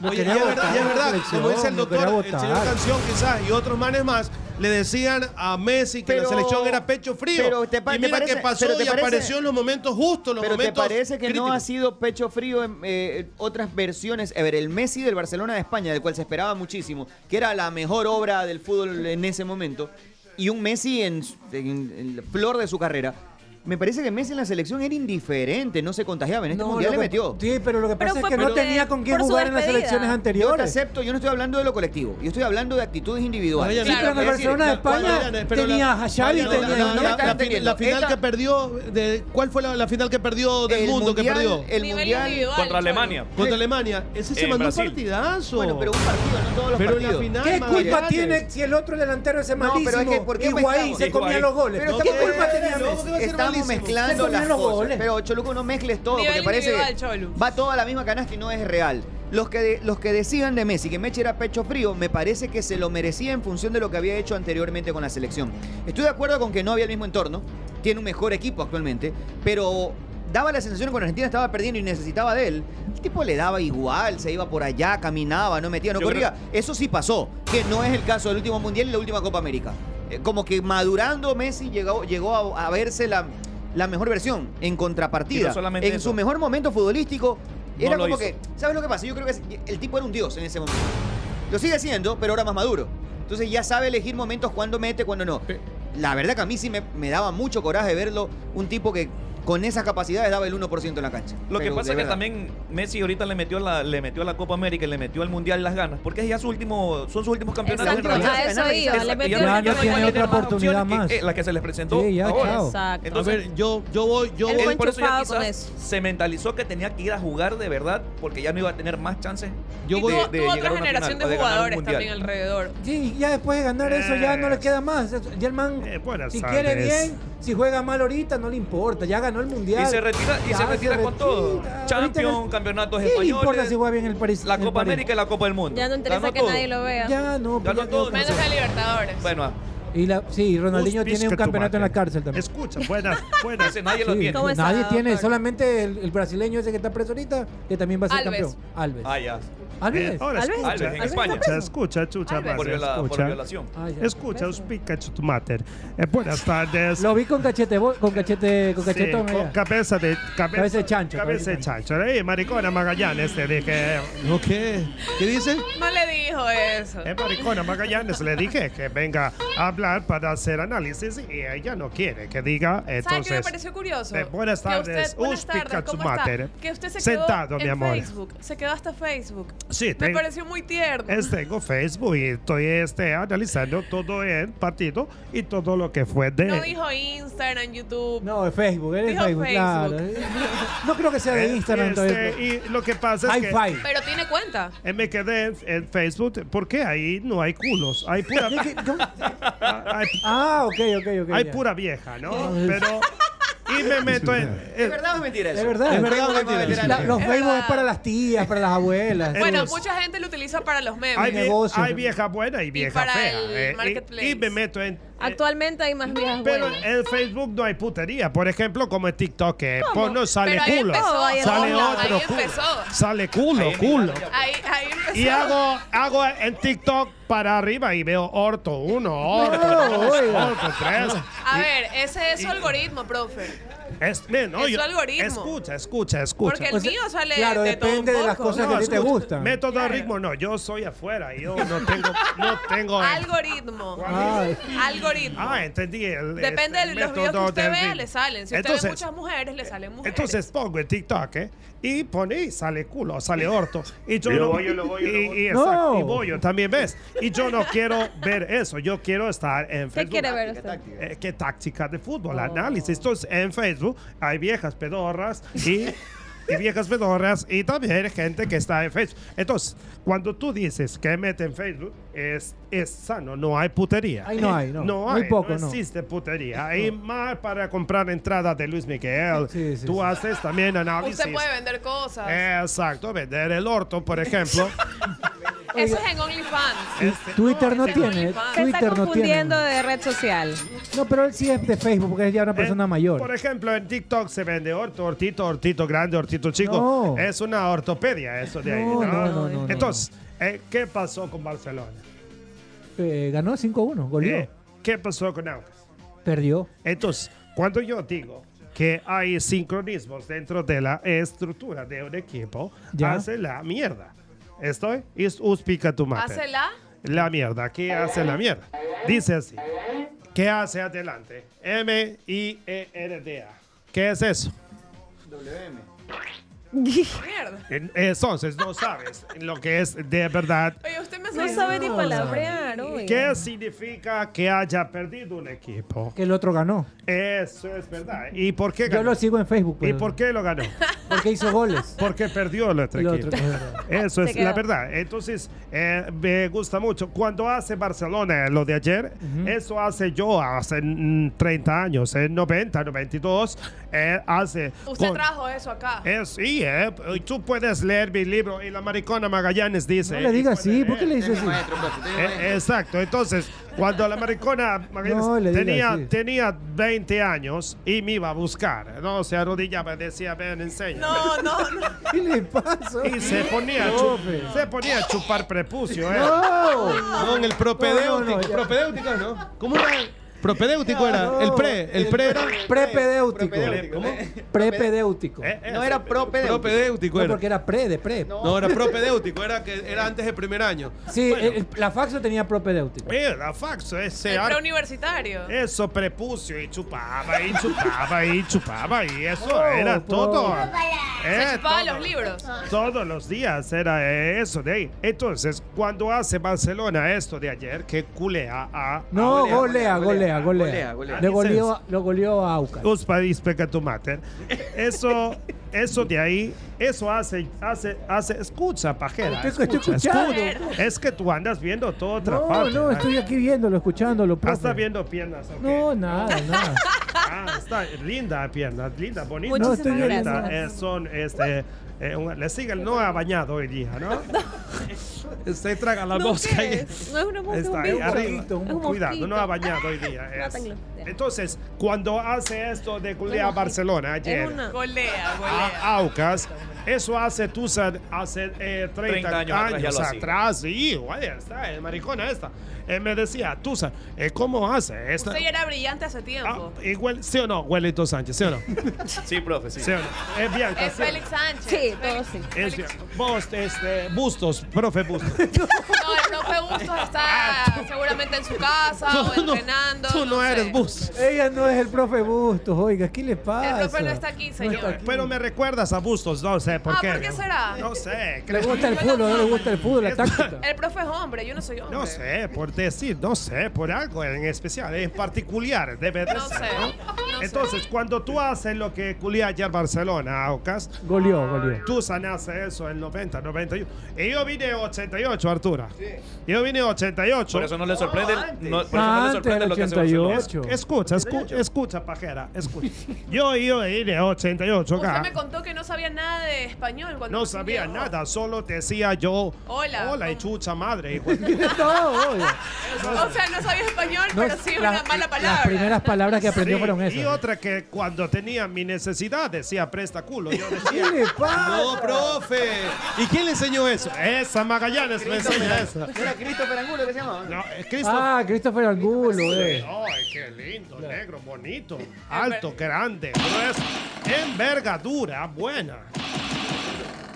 Lo
Oye, y
quería
es verdad,
votar
y es
la
verdad.
selección,
Como dice el
lo
doctor,
quería
el
votar.
señor Canción quizás y otros manes más, le decían a Messi que la
Pero-
selección era pecho frío.
pero te pa-
y
te
mira
parece-
que pasó
pero te
y
parece-
apareció en los momentos justos, los
Pero te
momentos
parece que no
críticos.
ha sido pecho frío en eh, otras versiones. A ver, el Messi del Barcelona de España, del cual se esperaba muchísimo, que era la mejor obra del fútbol en ese momento, y un Messi en, en- en la flor de su carrera. Me parece que Messi en la selección era indiferente, no se contagiaba. En este
No,
mundial
lo
le
que-
metió.
Sí, pero lo que pasa es que no tenía con quién jugar en las elecciones
Yo te
anteriores.
acepto, yo no estoy hablando de lo colectivo, yo estoy hablando de actitudes individuales.
Sí, pero en el Barcelona de España tenía a Xavi,
No,
tenía
no, no,
a-
la, la fin- la final
Esta-
que perdió, de- Eh, ¿cuál fue la, la final que perdió del
El
mundo
mundial-
que perdió?
el Nivel mundial- individual,
Contra Alemania.
Contra Alemania. Ese se
En
mandó
Brasil.
un partidazo.
Bueno, pero un partido, no todos los
Pero en la
partidos.
final,
¿Qué
Madrid,
culpa
Madrid.
tiene si el otro delantero es
No,
malísimo?
pero es que ¿por qué
Higuaín
mezclamos?
se comía
Higuaín.
los goles.
Pero
¿Qué
estamos-
culpa tenía
no, Estamos
Messi?
mezclando
Se
las
comía los
cosas.
goles.
Pero Choluco no mezcles todo
Nivel
porque parece
individual,
que va toda la misma canasta y no es real. Los que, de- los que decían de Messi que Messi era pecho frío, me parece que se lo merecía en función de lo que había hecho anteriormente con la selección. Estoy de acuerdo con que no había el mismo entorno, tiene un mejor equipo actualmente, pero daba la sensación que cuando Argentina estaba perdiendo y necesitaba de él, el tipo le daba igual, se iba por allá, caminaba, no metía, no
Yo
corría. Eso sí pasó, que no es el caso del último Mundial y la última Copa América. Eh, Como que madurando Messi llegó, llegó a, a verse la, la mejor versión en
Y
contrapartida.
no solamente
en
eso.
su mejor momento futbolístico,
No
era
lo
como
hizo.
que, ¿sabes lo que pasa? Yo creo que es- el tipo era un dios en ese momento. Lo sigue siendo, pero ahora más maduro. Entonces ya sabe elegir momentos cuando mete, cuando no. La verdad que a mí sí me, me daba mucho coraje verlo, un tipo que con esas capacidades daba el 1% en la cancha.
Lo que
Pero,
pasa
de
es que
verdad.
también Messi ahorita le metió la, le metió a la Copa América y le metió al Mundial las ganas, porque es ya su último, son sus últimos campeonatos.
Exacto,
en realidad.
a eso
Exacto,
iba, le
exacto,
metió
ya
la
no-
Copa
ya no hay
América.
otra oportunidad
más.
más. que- que la que se les presentó.
Sí, ya,
ahora.
chao.
Exacto.
Entonces,
a ver, yo, yo voy, yo
él,
voy.
por eso ya quizás se mentalizó que tenía que ir a jugar de verdad, porque ya no iba a tener más chances
Yo
de,
voy-
de
Tuvo- tuvo
llegar
otra
a una
generación
final
de
o ganar un
jugadores
mundial.
también alrededor.
Sí, ya después de ganar eso ya no le queda más. Ya el man, si quiere
tardes.
bien, si juega mal ahorita no le importa. Ya ganó el mundial.
Y se retira, y
Ya,
se retira con todo.
Ahorita
Champions,
no-
campeonatos
¿Qué le importa
españoles,
si juega bien el París?
la Copa América y la Copa del Mundo.
Ya no interesa
Ganó
que
todo.
nadie lo vea.
Ya no.
Ganó todo.
Menos a Libertadores.
Bueno,
Y la, sí, Ronaldinho
Us
tiene un
pisca tu
campeonato en la cárcel también.
Escucha, buenas, buenas.
nadie lo
Sí,
tiene.
nadie tiene, solamente el, el brasileño ese que está preso ahorita, que también va a ser
Alves.
campeón. Alves.
Ah, ya.
Alves.
Ahora escucha,
Alves, en
escucha,
España.
escucha, escucha, chucha,
Alves. Por
madre,
viola- por
escucha.
violación. Ah, ya.
Escucha, os pica tu mater. Eh, buenas tardes.
Lo vi con cachete, bo- con cachete, con
Sí,
cachetón.
con
allá.
cabeza de cabeza,
Cabeza de chancho,
Cabeza de chancho. Eh, maricona Magallanes, te dije. ¿No qué? ¿Qué dice?
No le dijo eso.
Eh, maricona Magallanes, le dije que venga a hablar para hacer análisis y ella no quiere que diga.
¿Sabe
Entonces.
qué me pareció curioso?
eh, buenas
Que
tardes.
usted- buenas
Us
tardes,
pica tu
¿cómo está?
mater.
Que usted se
Sentado,
quedó
mi
en
amor.
Facebook. Se quedó hasta Facebook.
Sí,
Me
tengo-
pareció muy tierno.
Es, tengo Facebook y estoy este, analizando todo el partido y todo lo que fue de.
No dijo Instagram, YouTube.
No, de Facebook, él es
Dijo
Facebook, claro. No creo que sea de
Eh,
Instagram
este,
todavía.
y lo que pasa es que
Hi-Fi.
Pero tiene cuenta.
eh, me quedé en, en Facebook porque ahí no hay culos, hay pura,
ah, ok, ok, ok.
hay
ya.
pura vieja, ¿no?
Ah,
Pero y me meto en.
¿Es verdad o es mentira
Es verdad.
Es verdad o es mentira.
La- los Facebook es para las tías, para las abuelas.
Bueno, mucha gente lo utiliza para los memes.
Hay vie- Negocios.
Hay vieja buena y vieja
para
fea.
el
eh, y-
marketplace.
y, me meto en.
Actualmente hay más viejas
Pero
buenas.
en Facebook no hay putería. Por ejemplo, como en TikTok, que pues no sale
Pero ahí
culo.
empezó, ahí
sale
empezó.
otro
Ahí
culo.
empezó.
Sale culo, culo.
Ahí, ahí empezó.
Y hago, hago en TikTok para arriba y veo orto uno, orto
No,
dos,
oiga.
orto tres.
A ver, ese es su algoritmo, profe.
Es, men, no,
Es su algoritmo.
Escucha, escucha, escucha.
Porque el O sea, mío sale claro, de todo
depende un de las poco. cosas que a ti te
escucha,
gustan.
Método ritmo, no, yo soy afuera, yo no tengo, no tengo.
Algoritmo. Algoritmo.
Ah, entendí. el-
Depende
este,
de los videos que
método
usted
del
vea,
ritmo.
le salen. Si usted
Entonces-
ve muchas mujeres, le salen mujeres.
Entonces pongo en TikTok, ¿eh? Y pone, sale culo, sale orto. Y yo
Yo
no,
voy, yo lo voy, yo lo
y,
voy.
y exacto,
No.
y voy, yo también ves. Y yo no quiero ver eso, yo quiero estar en
¿Qué
Facebook.
quiere ver usted?
Eh, ¿Qué táctica de fútbol? Análisis. Entonces, en Facebook hay viejas pedorras y, y viejas pedorras y también hay gente que está en Facebook. Entonces, cuando tú dices que mete en Facebook, es, es sano, no hay putería.
Ahí no hay, no.
No
Muy
hay,
poco,
no
no.
existe putería. Hay más para comprar entradas de Luis Miguel. tú haces también análisis.
usted puede vender cosas.
Eh, Exacto, vender el orto, por ejemplo. Este,
Eso es en OnlyFans.
Twitter no
sí,
tiene.
OnlyFans.
Twitter
Se está
no tiene.
confundiendo
de red social.
No, pero él sí es de Facebook porque es ya una persona
Eh, Por
mayor.
ejemplo, en TikTok se vende orto, ortito, ortito grande, ortito chico.
No.
Es una ortopedia eso de ahí.
No,
¿no?
no, no, no, no,
Entonces, eh, ¿qué pasó con Barcelona?
Eh, ganó 5-1, goleó.
Eh, ¿Qué pasó con Aucas?
Perdió.
Entonces, cuando yo digo que hay sincronismos dentro de la estructura de un equipo,
Ya.
hace la mierda. ¿Estoy? Es uspica tu madre.
Hace la.
La mierda. ¿Qué hace la mierda? Dice así. ¿Qué hace adelante?
E,
M-I-E-R-D-A. ¿Qué es eso?
WM.
Mierda.
En- Entonces, no sabes lo que es de verdad.
Oye, usted me
No
salió-
sabe ni palabrear, oiga.
¿Qué significa que haya perdido un equipo?
Que el otro ganó.
Eso es verdad. ¿Y por qué
Yo
ganó?
lo sigo en Facebook.
¿Y
pero-
por qué lo ganó?
Porque hizo goles.
Porque perdió el otro
El
equipo.
otro, es verdad.
Eso
Se
es la
quedó.
verdad. Entonces, eh, me gusta mucho. Cuando hace Barcelona lo de ayer, eso hace yo hace mm, 30 años, en 90, 92. eh, hace
Usted
con-
trajo eso acá.
Eh, sí, eh, p- tú puedes leer mi libro y la maricona Magallanes dice.
No le diga
hijo de-
así, ¿por qué le dice así?
Eh, exacto, entonces, cuando la maricona Magallanes
No le diga
tenía,
así.
tenía 20 años y me iba a buscar, ¿no? Se arrodillaba y decía, ven, enseña.
No, no, no.
¿Qué le pasa?
Y se ponía, a chu-
Profe.
se ponía a chupar prepucio, ¿eh?
No.
Con el
propedéutico, No, no, no, ya.
propedéutico, ¿no? ¿Cómo era? Propedéutico
No, el pre- prepedéutico. Prepedéutico.
Eh,
No era propedéutico.
Propedéutico
No,
era.
porque era pre, de pre.
No, era propedéutico, era, que, era antes del primer año.
Sí, el- el- la faxo tenía propedéutico.
Mira, Eh, la faxo, ese
El
ar-
preuniversitario.
Eso prepucio y chupaba y chupaba y chupaba y eso
Oh,
era
pues.
por-
todo. Eh,
Se chupaba
todo.
los libros.
Todos los días era eh, eso de ahí. Entonces, cuando hace Barcelona esto de ayer, que culea a.
No,
a
golea, golea, golea,
Ah, golea, golea.
Le goleó, lo goleó a Aucas.
Os país peca tu mater. Eso, eso de ahí, eso hace, hace, hace, escucha, pajera.
Estoy- estoy
escucha,
escuchando.
escucha. Es que tú andas viendo todo otra
No,
parte.
no, estoy aquí viéndolo, escuchándolo. profe.
Estás viendo piernas. ¿ok?
No, nada, nada.
Ah, está linda pierna, linda, bonita.
No, estoy bien.
Bonita,
Gracias.
eh, son, este, eh, un- le sigue el no ha bañado hoy día, ¿no? Se traga la
No,
mosca.
¿qué
ahí.
es? No es una mosca, es un
Está ahí
bicho.
arriba.
Mosquito, un
Cuidado,
mosquito.
no ha bañado hoy día. es.
Mátenlo.
Entonces, cuando hace esto de culea a
mosquito.
Barcelona ayer, Ah,
Golea, golea.
a Aucas, eso hace tú sa- hace eh, 30,
30 años
años,
atrás, ya lo hacía.
atrás. Y vaya, está, el maricona esta. Él me decía, tú eh, ¿cómo hace? Esta,
Usted ya era brillante hace tiempo.
Igual, ¿sí o no? Wellington Sánchez, ¿sí o no?
Sí, profe,
Pues
sí.
¿Sí o no? Eh, Ah, Es Bianca,
es
¿sí o no? Eh.
Félix Sánchez.
Sí,
Félix-
todos sí.
Es Bianca. Vos, este, Bustos, profe Bustos.
No, el profe Bustos
Ah,
está seguramente en su casa o entrenando. no sé.
Bustos.
Ella no es el profe Bustos, oiga, ¿qué le
El
pasa?
profe no está aquí, señor.
Pero me recuerdas a Bustos, no sé. sé por
ah,
qué.
¿por qué
¿no?
será?
No sé.
Le gusta el fútbol, no le gusta el fútbol, la táctica.
El profe es hombre, yo no soy hombre.
No sé, por decir, no sé, por algo en especial, en particular, debe de
No
ser,
sé.
¿no? Entonces, cuando tú haces lo que culía ayer Barcelona, Aucas,
Goleó, goleó.
tú sanaste eso en 90, 91. Y yo vine 88, Artura. Yo vine 88.
Por eso no le sorprende, no- por eso no le
Antes
sorprende
del
lo que hace Barcelona.
Es- Ah, Escucha, escu- escucha, pajera, escucha. Yo, yo vine 88
Usted
acá.
me contó que no sabía nada de español cuando
ah. No
recién
sabía
llegó.
nada, solo decía yo.
Hola.
Hola, y chucha madre. hijo de-
O sea, no sabía español,
No,
pero sí
la-
una mala palabra.
Las primeras palabras que aprendió
Sí,
fueron esas.
Y otra que cuando tenía mi necesidad decía presta culo. Yo decía,
¿Qué le pasa?
No, profe. ¿Y quién le enseñó eso? Esa Magallanes me enseña eso.
Era Christopher Angulo que se llamaba.
No, es Cristo.
Ah, Christopher Angulo, eh.
Ay, qué lindo, negro, bonito, alto, grande, grueso, envergadura, buena,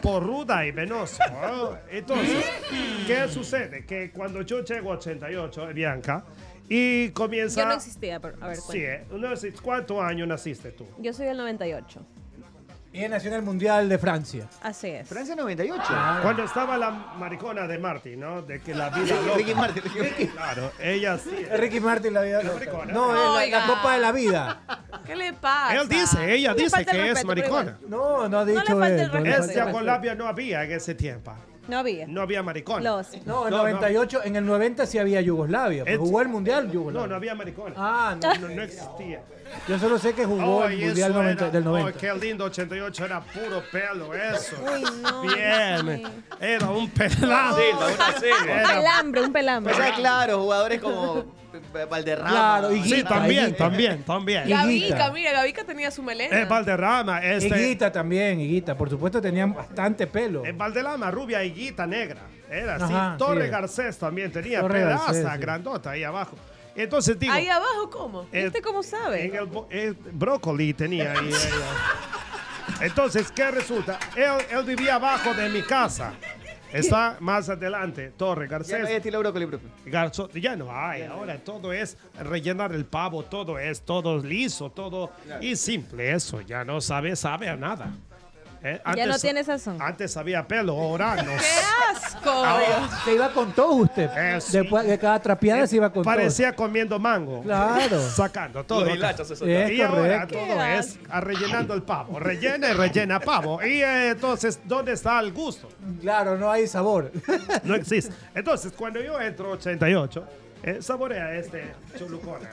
porruda y venosa. Oh, Entonces, ¿qué sucede? Que cuando yo llego a 88, Bianca, y comienza...
Yo no existía, pero a ver.
Sí,
cuenta.
eh, no sé, ¿cuántos años naciste tú?
Yo soy del 98.
Y nació en el Mundial de Francia.
Así es.
Francia 98.
Cuando estaba la maricona de Martin, ¿no? De que la vida
Ricky-
loca.
Ricky Martin, Ricky Martin.
Claro, ella sí.
Ricky Martin, la vida. loca. No, es la- la,
Oiga.
copa de la vida.
¿Qué le pasa?
Él dice, ella
Le
dice
falta el
que es
respeto, pero
maricona.
igual.
No, no ha dicho
falta el
eso, no le falta el
Es
respeto.
Yugoslavia no había en ese tiempo.
No había.
No había maricona.
No, en 98, en el 90 sí había Yugoslavia. pues,
Es-
jugó el Mundial
No,
Yugoslavia.
no había maricona.
Ah, no.
No, no existía.
Yo solo sé que jugó
Ay,
el Mundial
eso
90
era-
del 90.
ay, qué lindo, 88 era puro pelo, eso.
Uy, no,
Bien. Era un pelado.
Silva, una silva.
Era-
Un Ah, pelambre, un pelambre.
Pues, ah, claro, jugadores como Valderrama.
Claro, sí, también, también, también.
Gavica, mira, Gavica tenía su melena.
Es Valderrama, este.
Higuita también, Higuita. Por supuesto, tenían bastante pelo.
Es Valderrama, rubia y guita negra. Era así.
Ajá, sí
Torre
es.
Garcés también tenía
Torre
pedaza,
Garcés, sí.
grandota ahí abajo. Entonces digo.
Ahí abajo, ¿cómo?
Eh,
¿Viste cómo sabe?
En el bo- eh, brócoli tenía ahí. ahí. Entonces, ¿qué resulta? Él, él vivía abajo de mi casa. Está más adelante, Torre
Ya no hay
Garcés.
estilo brócoli, profe.
Garzo- ya no hay, ahora todo es rellenar el pavo, todo es, todo liso, todo y simple eso, ya no sabe, sabe a nada. Eh,
Ya no tiene sazón.
Antes había pelo, ahora no.
asco!
Ahora-
Ah, Se iba con todo usted. Después de cada trapeada se iba con todo.
Eh, Parecía comiendo mango.
Claro. Eh,
Sacando todo.
Los hilachos se
y
soltaban. Es
ahora
correcto.
todo
Qué
es a rellenando el pavo. Rellena y rellena pavo. Y eh, entonces, ¿dónde está el gusto?
Claro, no hay sabor.
No existe. Entonces, cuando yo entro 88, eh, saborea este chulucona.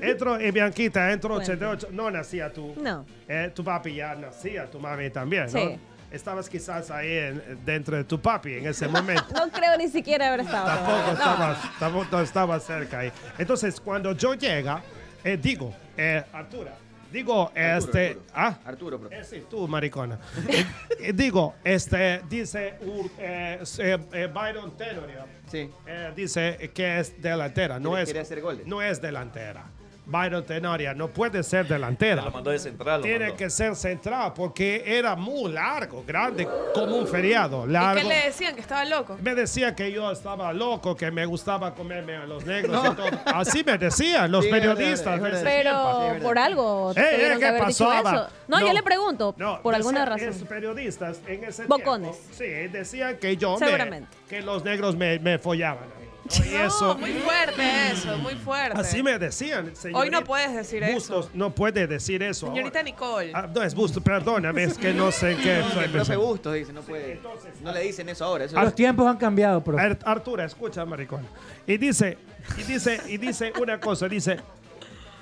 Entro y Bianquita, entro 88. No nacía tú.
No.
Eh, tu papi ya nacía, tu mami también, ¿no?
Sí.
Estabas quizás ahí en- dentro de tu papi en ese momento.
No creo ni siquiera haber estado.
Tampoco
No.
estaba, tampoco estaba cerca ahí. Entonces, cuando yo llega, eh, digo, eh, Artura, digo, este, ah,
Arturo, profe.
Eh, sí, tú, maricona. Eh, eh, digo, este, dice Ur- eh, eh, eh, Byron Tenorio, eh, dice que es delantera, no
Quiere-
es,
quiere hacer goles.
no es delantera. Byron Tenoria no puede ser delantera.
Lo mandó de central. lo
Tiene
mandó.
que ser central porque era muy largo, grande, como un feriado.
¿Y
Largo.
qué le decían? Que estaba loco.
Me decía que yo estaba loco, que me gustaba comerme a los negros y todo. Así me decían los
Sí, es verdad,
periodistas.
es
de ese tiempo.
Pero por algo.
Eh, eh,
tuvieron que
¿qué
haber dicho
pasó,
eso.
Ava?
No,
No.
yo le pregunto.
No,
por alguna
decían
razón.
esos periodistas en ese
Bocones.
tiempo, sí, decían que yo me-
Seguramente.
que los negros me, me follaban. a mí, ¿no? Y eso,
Muy fuerte eso, muy fuerte.
así me decían. señorita.
Hoy no puedes decir eso.
Bustos no puede decir eso. ahora.
Señorita Nicole.
Ah, no es Bustos, perdóname, es que no sé en qué.
No, que
estoy
el profe
pensando.
Bustos dice, no puede. no le dicen eso ahora. Eso
Los tiempos han cambiado, profe.
Ar- Artura, escucha, maricón. Y dice, y dice, y dice una cosa, dice,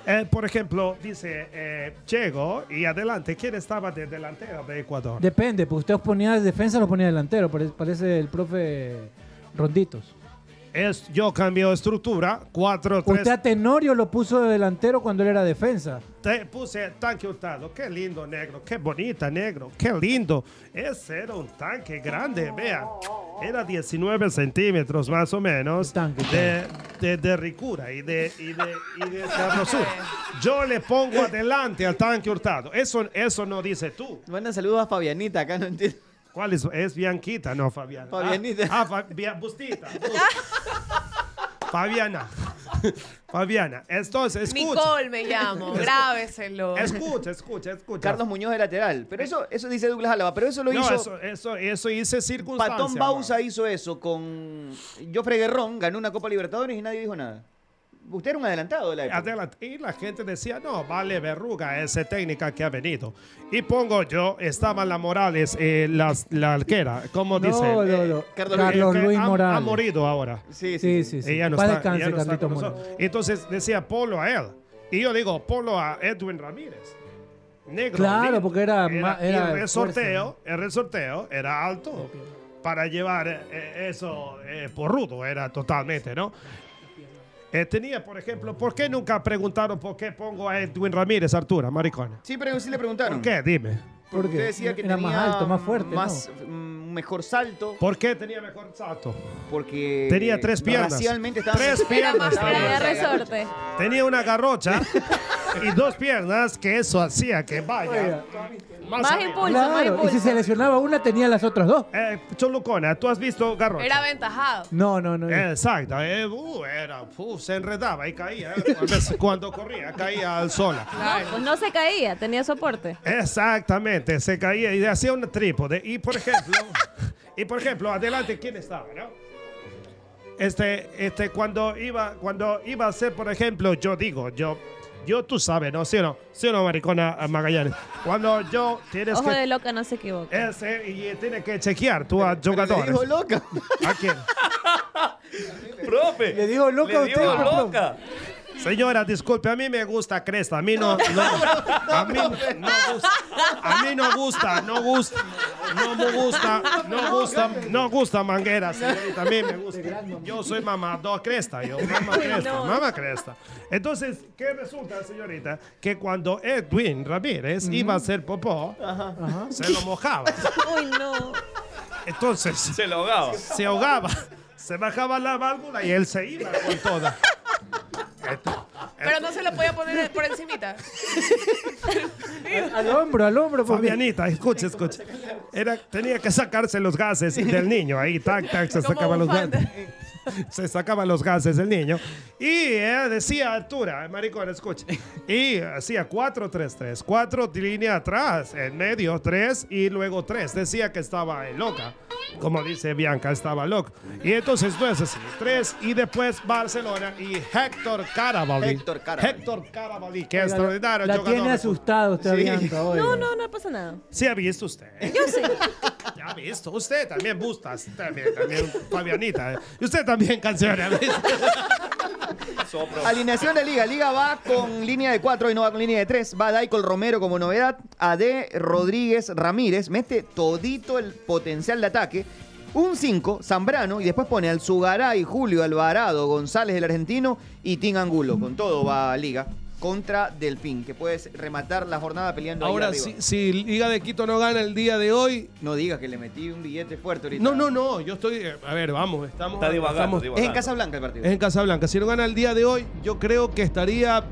eh, por ejemplo, dice, eh, llego y adelante, ¿quién estaba de delantero de Ecuador?
Depende, pues usted ponía defensa o ponía delantero. pare- Parece el profe Ronditos.
Es, yo cambio estructura, 4, 3,
Usted a Tenorio lo puso de delantero cuando él era defensa.
te puse tanque untado. Qué lindo, negro, qué bonita, negro, qué lindo. Ese era un tanque grande, vea. Era 19 centímetros más o menos de, de, de ricura y de, y de, y de sabrosura. Yo le pongo adelante al tanque hurtado. Eso, eso no dice tú.
Mandan saludos a Fabianita acá, no entiendo.
¿Cuál es? Es Bianquita, no Fabiana.
Fabianita.
Ah, ah, Fa- Bia- Bustita. Bus- Fabiana. Fabiana, entonces, escucha.
Nicole me llamo,
Escu-
grábeselo.
Escucha, escucha, escucha.
Carlos Muñoz de lateral. Pero eso, eso dice Douglas Álava, pero eso lo
No,
hizo.
eso, eso, eso hice circunstancia.
Patón
ma.
Bausa hizo eso con Joffre Guerrón, ganó una Copa Libertadores y nadie dijo nada. Usted era un adelantado de la época.
Adelante. Y la gente decía, no, vale verruga esa técnica que ha venido. Y pongo yo, estaba la Morales, eh, las- la, arquera, ¿cómo
No,
dice?
no, no.
Eh,
Carlos Carlos
que
Luis
ha- Ha
Morales.
morido ahora.
Sí,
sí, sí, sí.
Ella no
Paz
está,
descanse,
ella no está
Carlito
con nosotros. Entonces decía, polo a él. Y yo digo, polo a Edwin Ramírez. Negro.
Claro,
lindo.
porque era, ma- era
y el
fuerza.
resorteo, el resorteo era alto para llevar eh, eso eh, porrudo, era totalmente, ¿no? Eh, tenía, por ejemplo, ¿por qué nunca preguntaron por qué pongo a Edwin Ramírez, Artura, maricona?
Sí, pero sí le preguntaron.
¿Por qué? Dime.
Porque usted decía que
Era
tenía
más alto, más fuerte,
más, mm, mejor salto.
¿Por qué tenía mejor salto?
Porque
Tenía tres piernas.
Racialmente estaban-
tres
Era
piernas.
más
tenía.
larga.
Resorte.
Tenía una garrocha y dos piernas que eso hacía que vaya.
Más impulso, más
Claro, y
impulso.
si se lesionaba una, tenía las otras dos.
Eh, Cholucona, ¿tú has visto garrocha?
Era aventajado.
No, no, no.
Exacto, eh, uh, era, uh, se enredaba y caía. eh, a veces cuando corría, caía al sol.
No, pues no se caía, tenía soporte.
Exactamente, se caía y hacía un trípode. Y por ejemplo, y por ejemplo, adelante, ¿quién estaba, no? Este, este, cuando iba, cuando iba a ser, por ejemplo, yo digo, yo, yo tú sabes, ¿no? ¿Sí o no? ¿Sí o no, maricona eh, Magallanes? Cuando yo tienes
Ojo
que...
de loca no se equivoca.
Ese, y eh, tiene que chequear tú a jugadores.
dijo loca.
¿A quién?
Profe.
Le digo
loca a usted, profe.
loca.
Señora, disculpe, a mí me gusta cresta, a mí no, no, a mí no gusta, a mí no gusta, no gusta, no me gusta, no gusta, no gusta manguera, señorita, a mí me gusta. Yo soy mamá dos cresta, yo mamá cresta,
No.
mamá cresta. Entonces, ¿qué resulta, señorita? Que cuando Edwin Ramírez iba a hacer popó, se lo mojaba.
Uy, no.
Entonces, se
lo ahogaba.
Se ahogaba, se bajaba la válvula y él se iba con toda. Esto-
Pero no se lo podía poner por encimita.
Al hombro, al hombro.
Fabianita, escucha, escucha. Era, tenía que sacarse los gases del niño. Ahí, tac, tac, se
Como
sacaban los
bufanda.
gases. Se sacaban los gases del niño. Y eh, decía Artura, maricón, escucha. Y hacía 4-3-3. Cuatro líneas atrás, en medio, tres y luego tres. Decía que estaba eh, loca. Como dice Bianca, estaba loca. Y entonces no es así. Tres y después Barcelona y Héctor Carabalí.
Héctor Carabalí.
Héctor Carabalí, que
Oiga, la-
extraordinario
La
jugador
tiene
de fútbol.
asustada usted,
Sí.
Bianca, oiga.
No, no, no pasa nada.
Sí, ha visto usted. Yo sí. Ya ha visto. Usted también bustas. También, también, Fabianita. ¿eh? Y usted también, canción.
Alineación de Liga. Liga va con línea de 4 y no va con línea de 3. Va Daikol Romero como novedad. AD Rodríguez Ramírez. Mete todito el potencial de ataque. Un 5, Zambrano. Y después pone al Sugaray, Julio Alvarado, González el argentino y Tim Angulo. Con todo va Liga. Contra Delfín, que puedes rematar la jornada peleando ahí
Ahora,
arriba.
si, si Liga de Quito no gana el día de hoy.
No digas que le metí un billete fuerte ahorita.
No, no, no. Yo estoy. eh, A ver, vamos. Estamos.
Está divagando,
estamos-
divagando. Es en Casablanca el partido.
Es en Casablanca. Si no gana el día de hoy, yo creo que estaría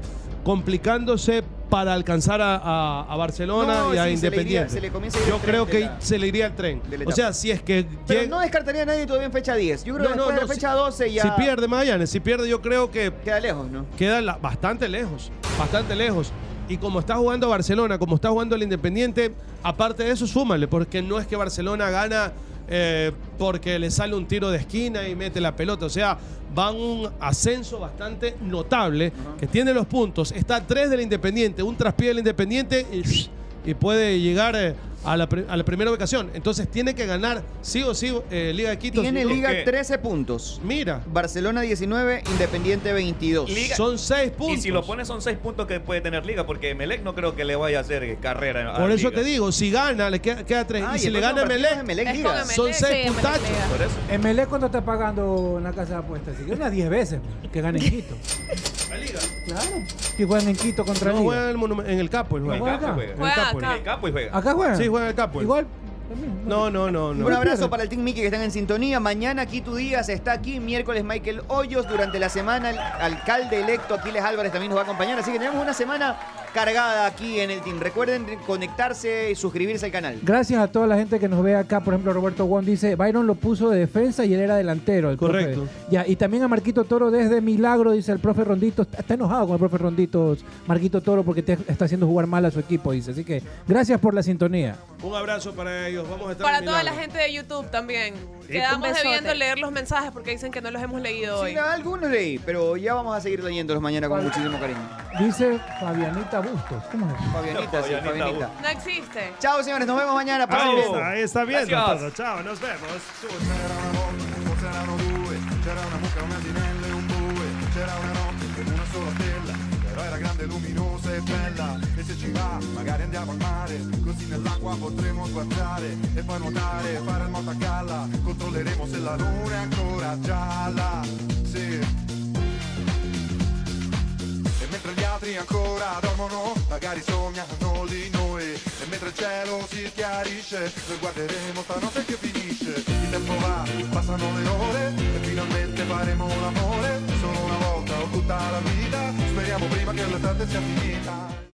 complicándose para alcanzar a, a- a Barcelona
No,
y a
sí, se le iría-
Independiente.
se le comienza a ir
yo
el tren
creo
de
que
la-
se le iría el tren.
de la
O
etapa.
sea, si es que
Pero
llega-
no descartaría a nadie todavía en fecha 10. Yo creo
No,
que
no,
después de
no,
la fecha 12 Este ya.
Si pierde Magallanes, si pierde, yo creo que.
Queda lejos, ¿no?
Queda la- bastante lejos, bastante lejos. Y como está jugando Barcelona, como está jugando el Independiente, aparte de eso, súmale, porque no es que Barcelona gana eh, porque le sale un tiro de esquina y mete la pelota. O sea, van un ascenso bastante notable, que tiene los puntos. Está a tres del Independiente, un traspié del Independiente y, y puede llegar. eh, a la, pri- a la primera ubicación. Entonces tiene que ganar sí o sí eh, Liga de Quito.
Tiene
sí o
Liga
que-
13 puntos.
Mira.
Barcelona 19, Independiente 22.
Liga- Y si lo pones son seis puntos que puede tener Liga, porque Melec no creo que le vaya a hacer eh, carrera. a
Por eso
Liga.
te digo, si gana, le queda, queda tres.
Ah,
y
y
si
el
le
próximo
gana
partido
Melec,
es Melec
Es con Liga. Emelec,
son seis
sí, Emelec
puntachos.
Liga. Por
eso.
MLE E, cuánto está pagando en la casa de apuestas, así que unas 10 veces pues, que gane en Quito.
La Liga.
Claro. Que juegan en Quito contra
No
Liga.
juega en el, monumen- en el Capo. El
¿No
juega.
juega acá?
En
Juega
el Capo,
acá.
el
Capo y juega.
¿Acá juega?
Sí, juega en el Capo.
Igual.
No, no, no. no.
Un abrazo para el Team Mickey que están en sintonía. Mañana aquí tu Díaz está aquí. Miércoles Michael Hoyos. Durante la semana el alcalde electo Aquiles Álvarez también nos va a acompañar. Así que tenemos una semana cargada aquí en el team. Recuerden conectarse y suscribirse al canal.
Gracias a toda la gente que nos ve acá. Por ejemplo, Roberto Wong dice, Byron lo puso de defensa y él era delantero. el profe.
Correcto.
Ya, y también a Marquito Toro desde Milagro, dice el profe Rondito. Está, está enojado con el profe Rondito, Marquito Toro, porque te- está haciendo jugar mal a su equipo, dice. Así que gracias por la sintonía.
Un abrazo para ellos. Vamos a estar
Para
en
toda la
Milagro.
gente de YouTube también.
Sí. Un
Quedamos
besote.
debiendo leer los mensajes porque dicen que no los hemos leído hoy.
Sí, algunos leí, pero ya vamos a seguir leyéndolos mañana con muchísimo cariño.
Dice Fabianita Bustos. ¿Cómo es?
Fabianita, sí,
Fabianita
Fabianita.
No existe.
Chao, señores, nos vemos mañana. Para
Ahí está, ahí está viendo
Gracias.
todo. Chao, nos vemos.
C'erano due, c'era una mucca, un asinello e un bue, c'era una notte con una sola stella, però era grande, luminosa e bella, e se ci va magari andiamo al mare, così nell'acqua potremo guardare e poi nuotare, fare il moto a galla, controlleremo se la luna è ancora gialla, sì. E mentre gli altri ancora dormono, magari sognano di noi, e mentre il cielo si chiarisce, noi guarderemo stanotte che finisce, il tempo va, passano le ore, e finalmente faremo l'amore, solo una volta o tutta la vita, speriamo prima che l'estate sia finita.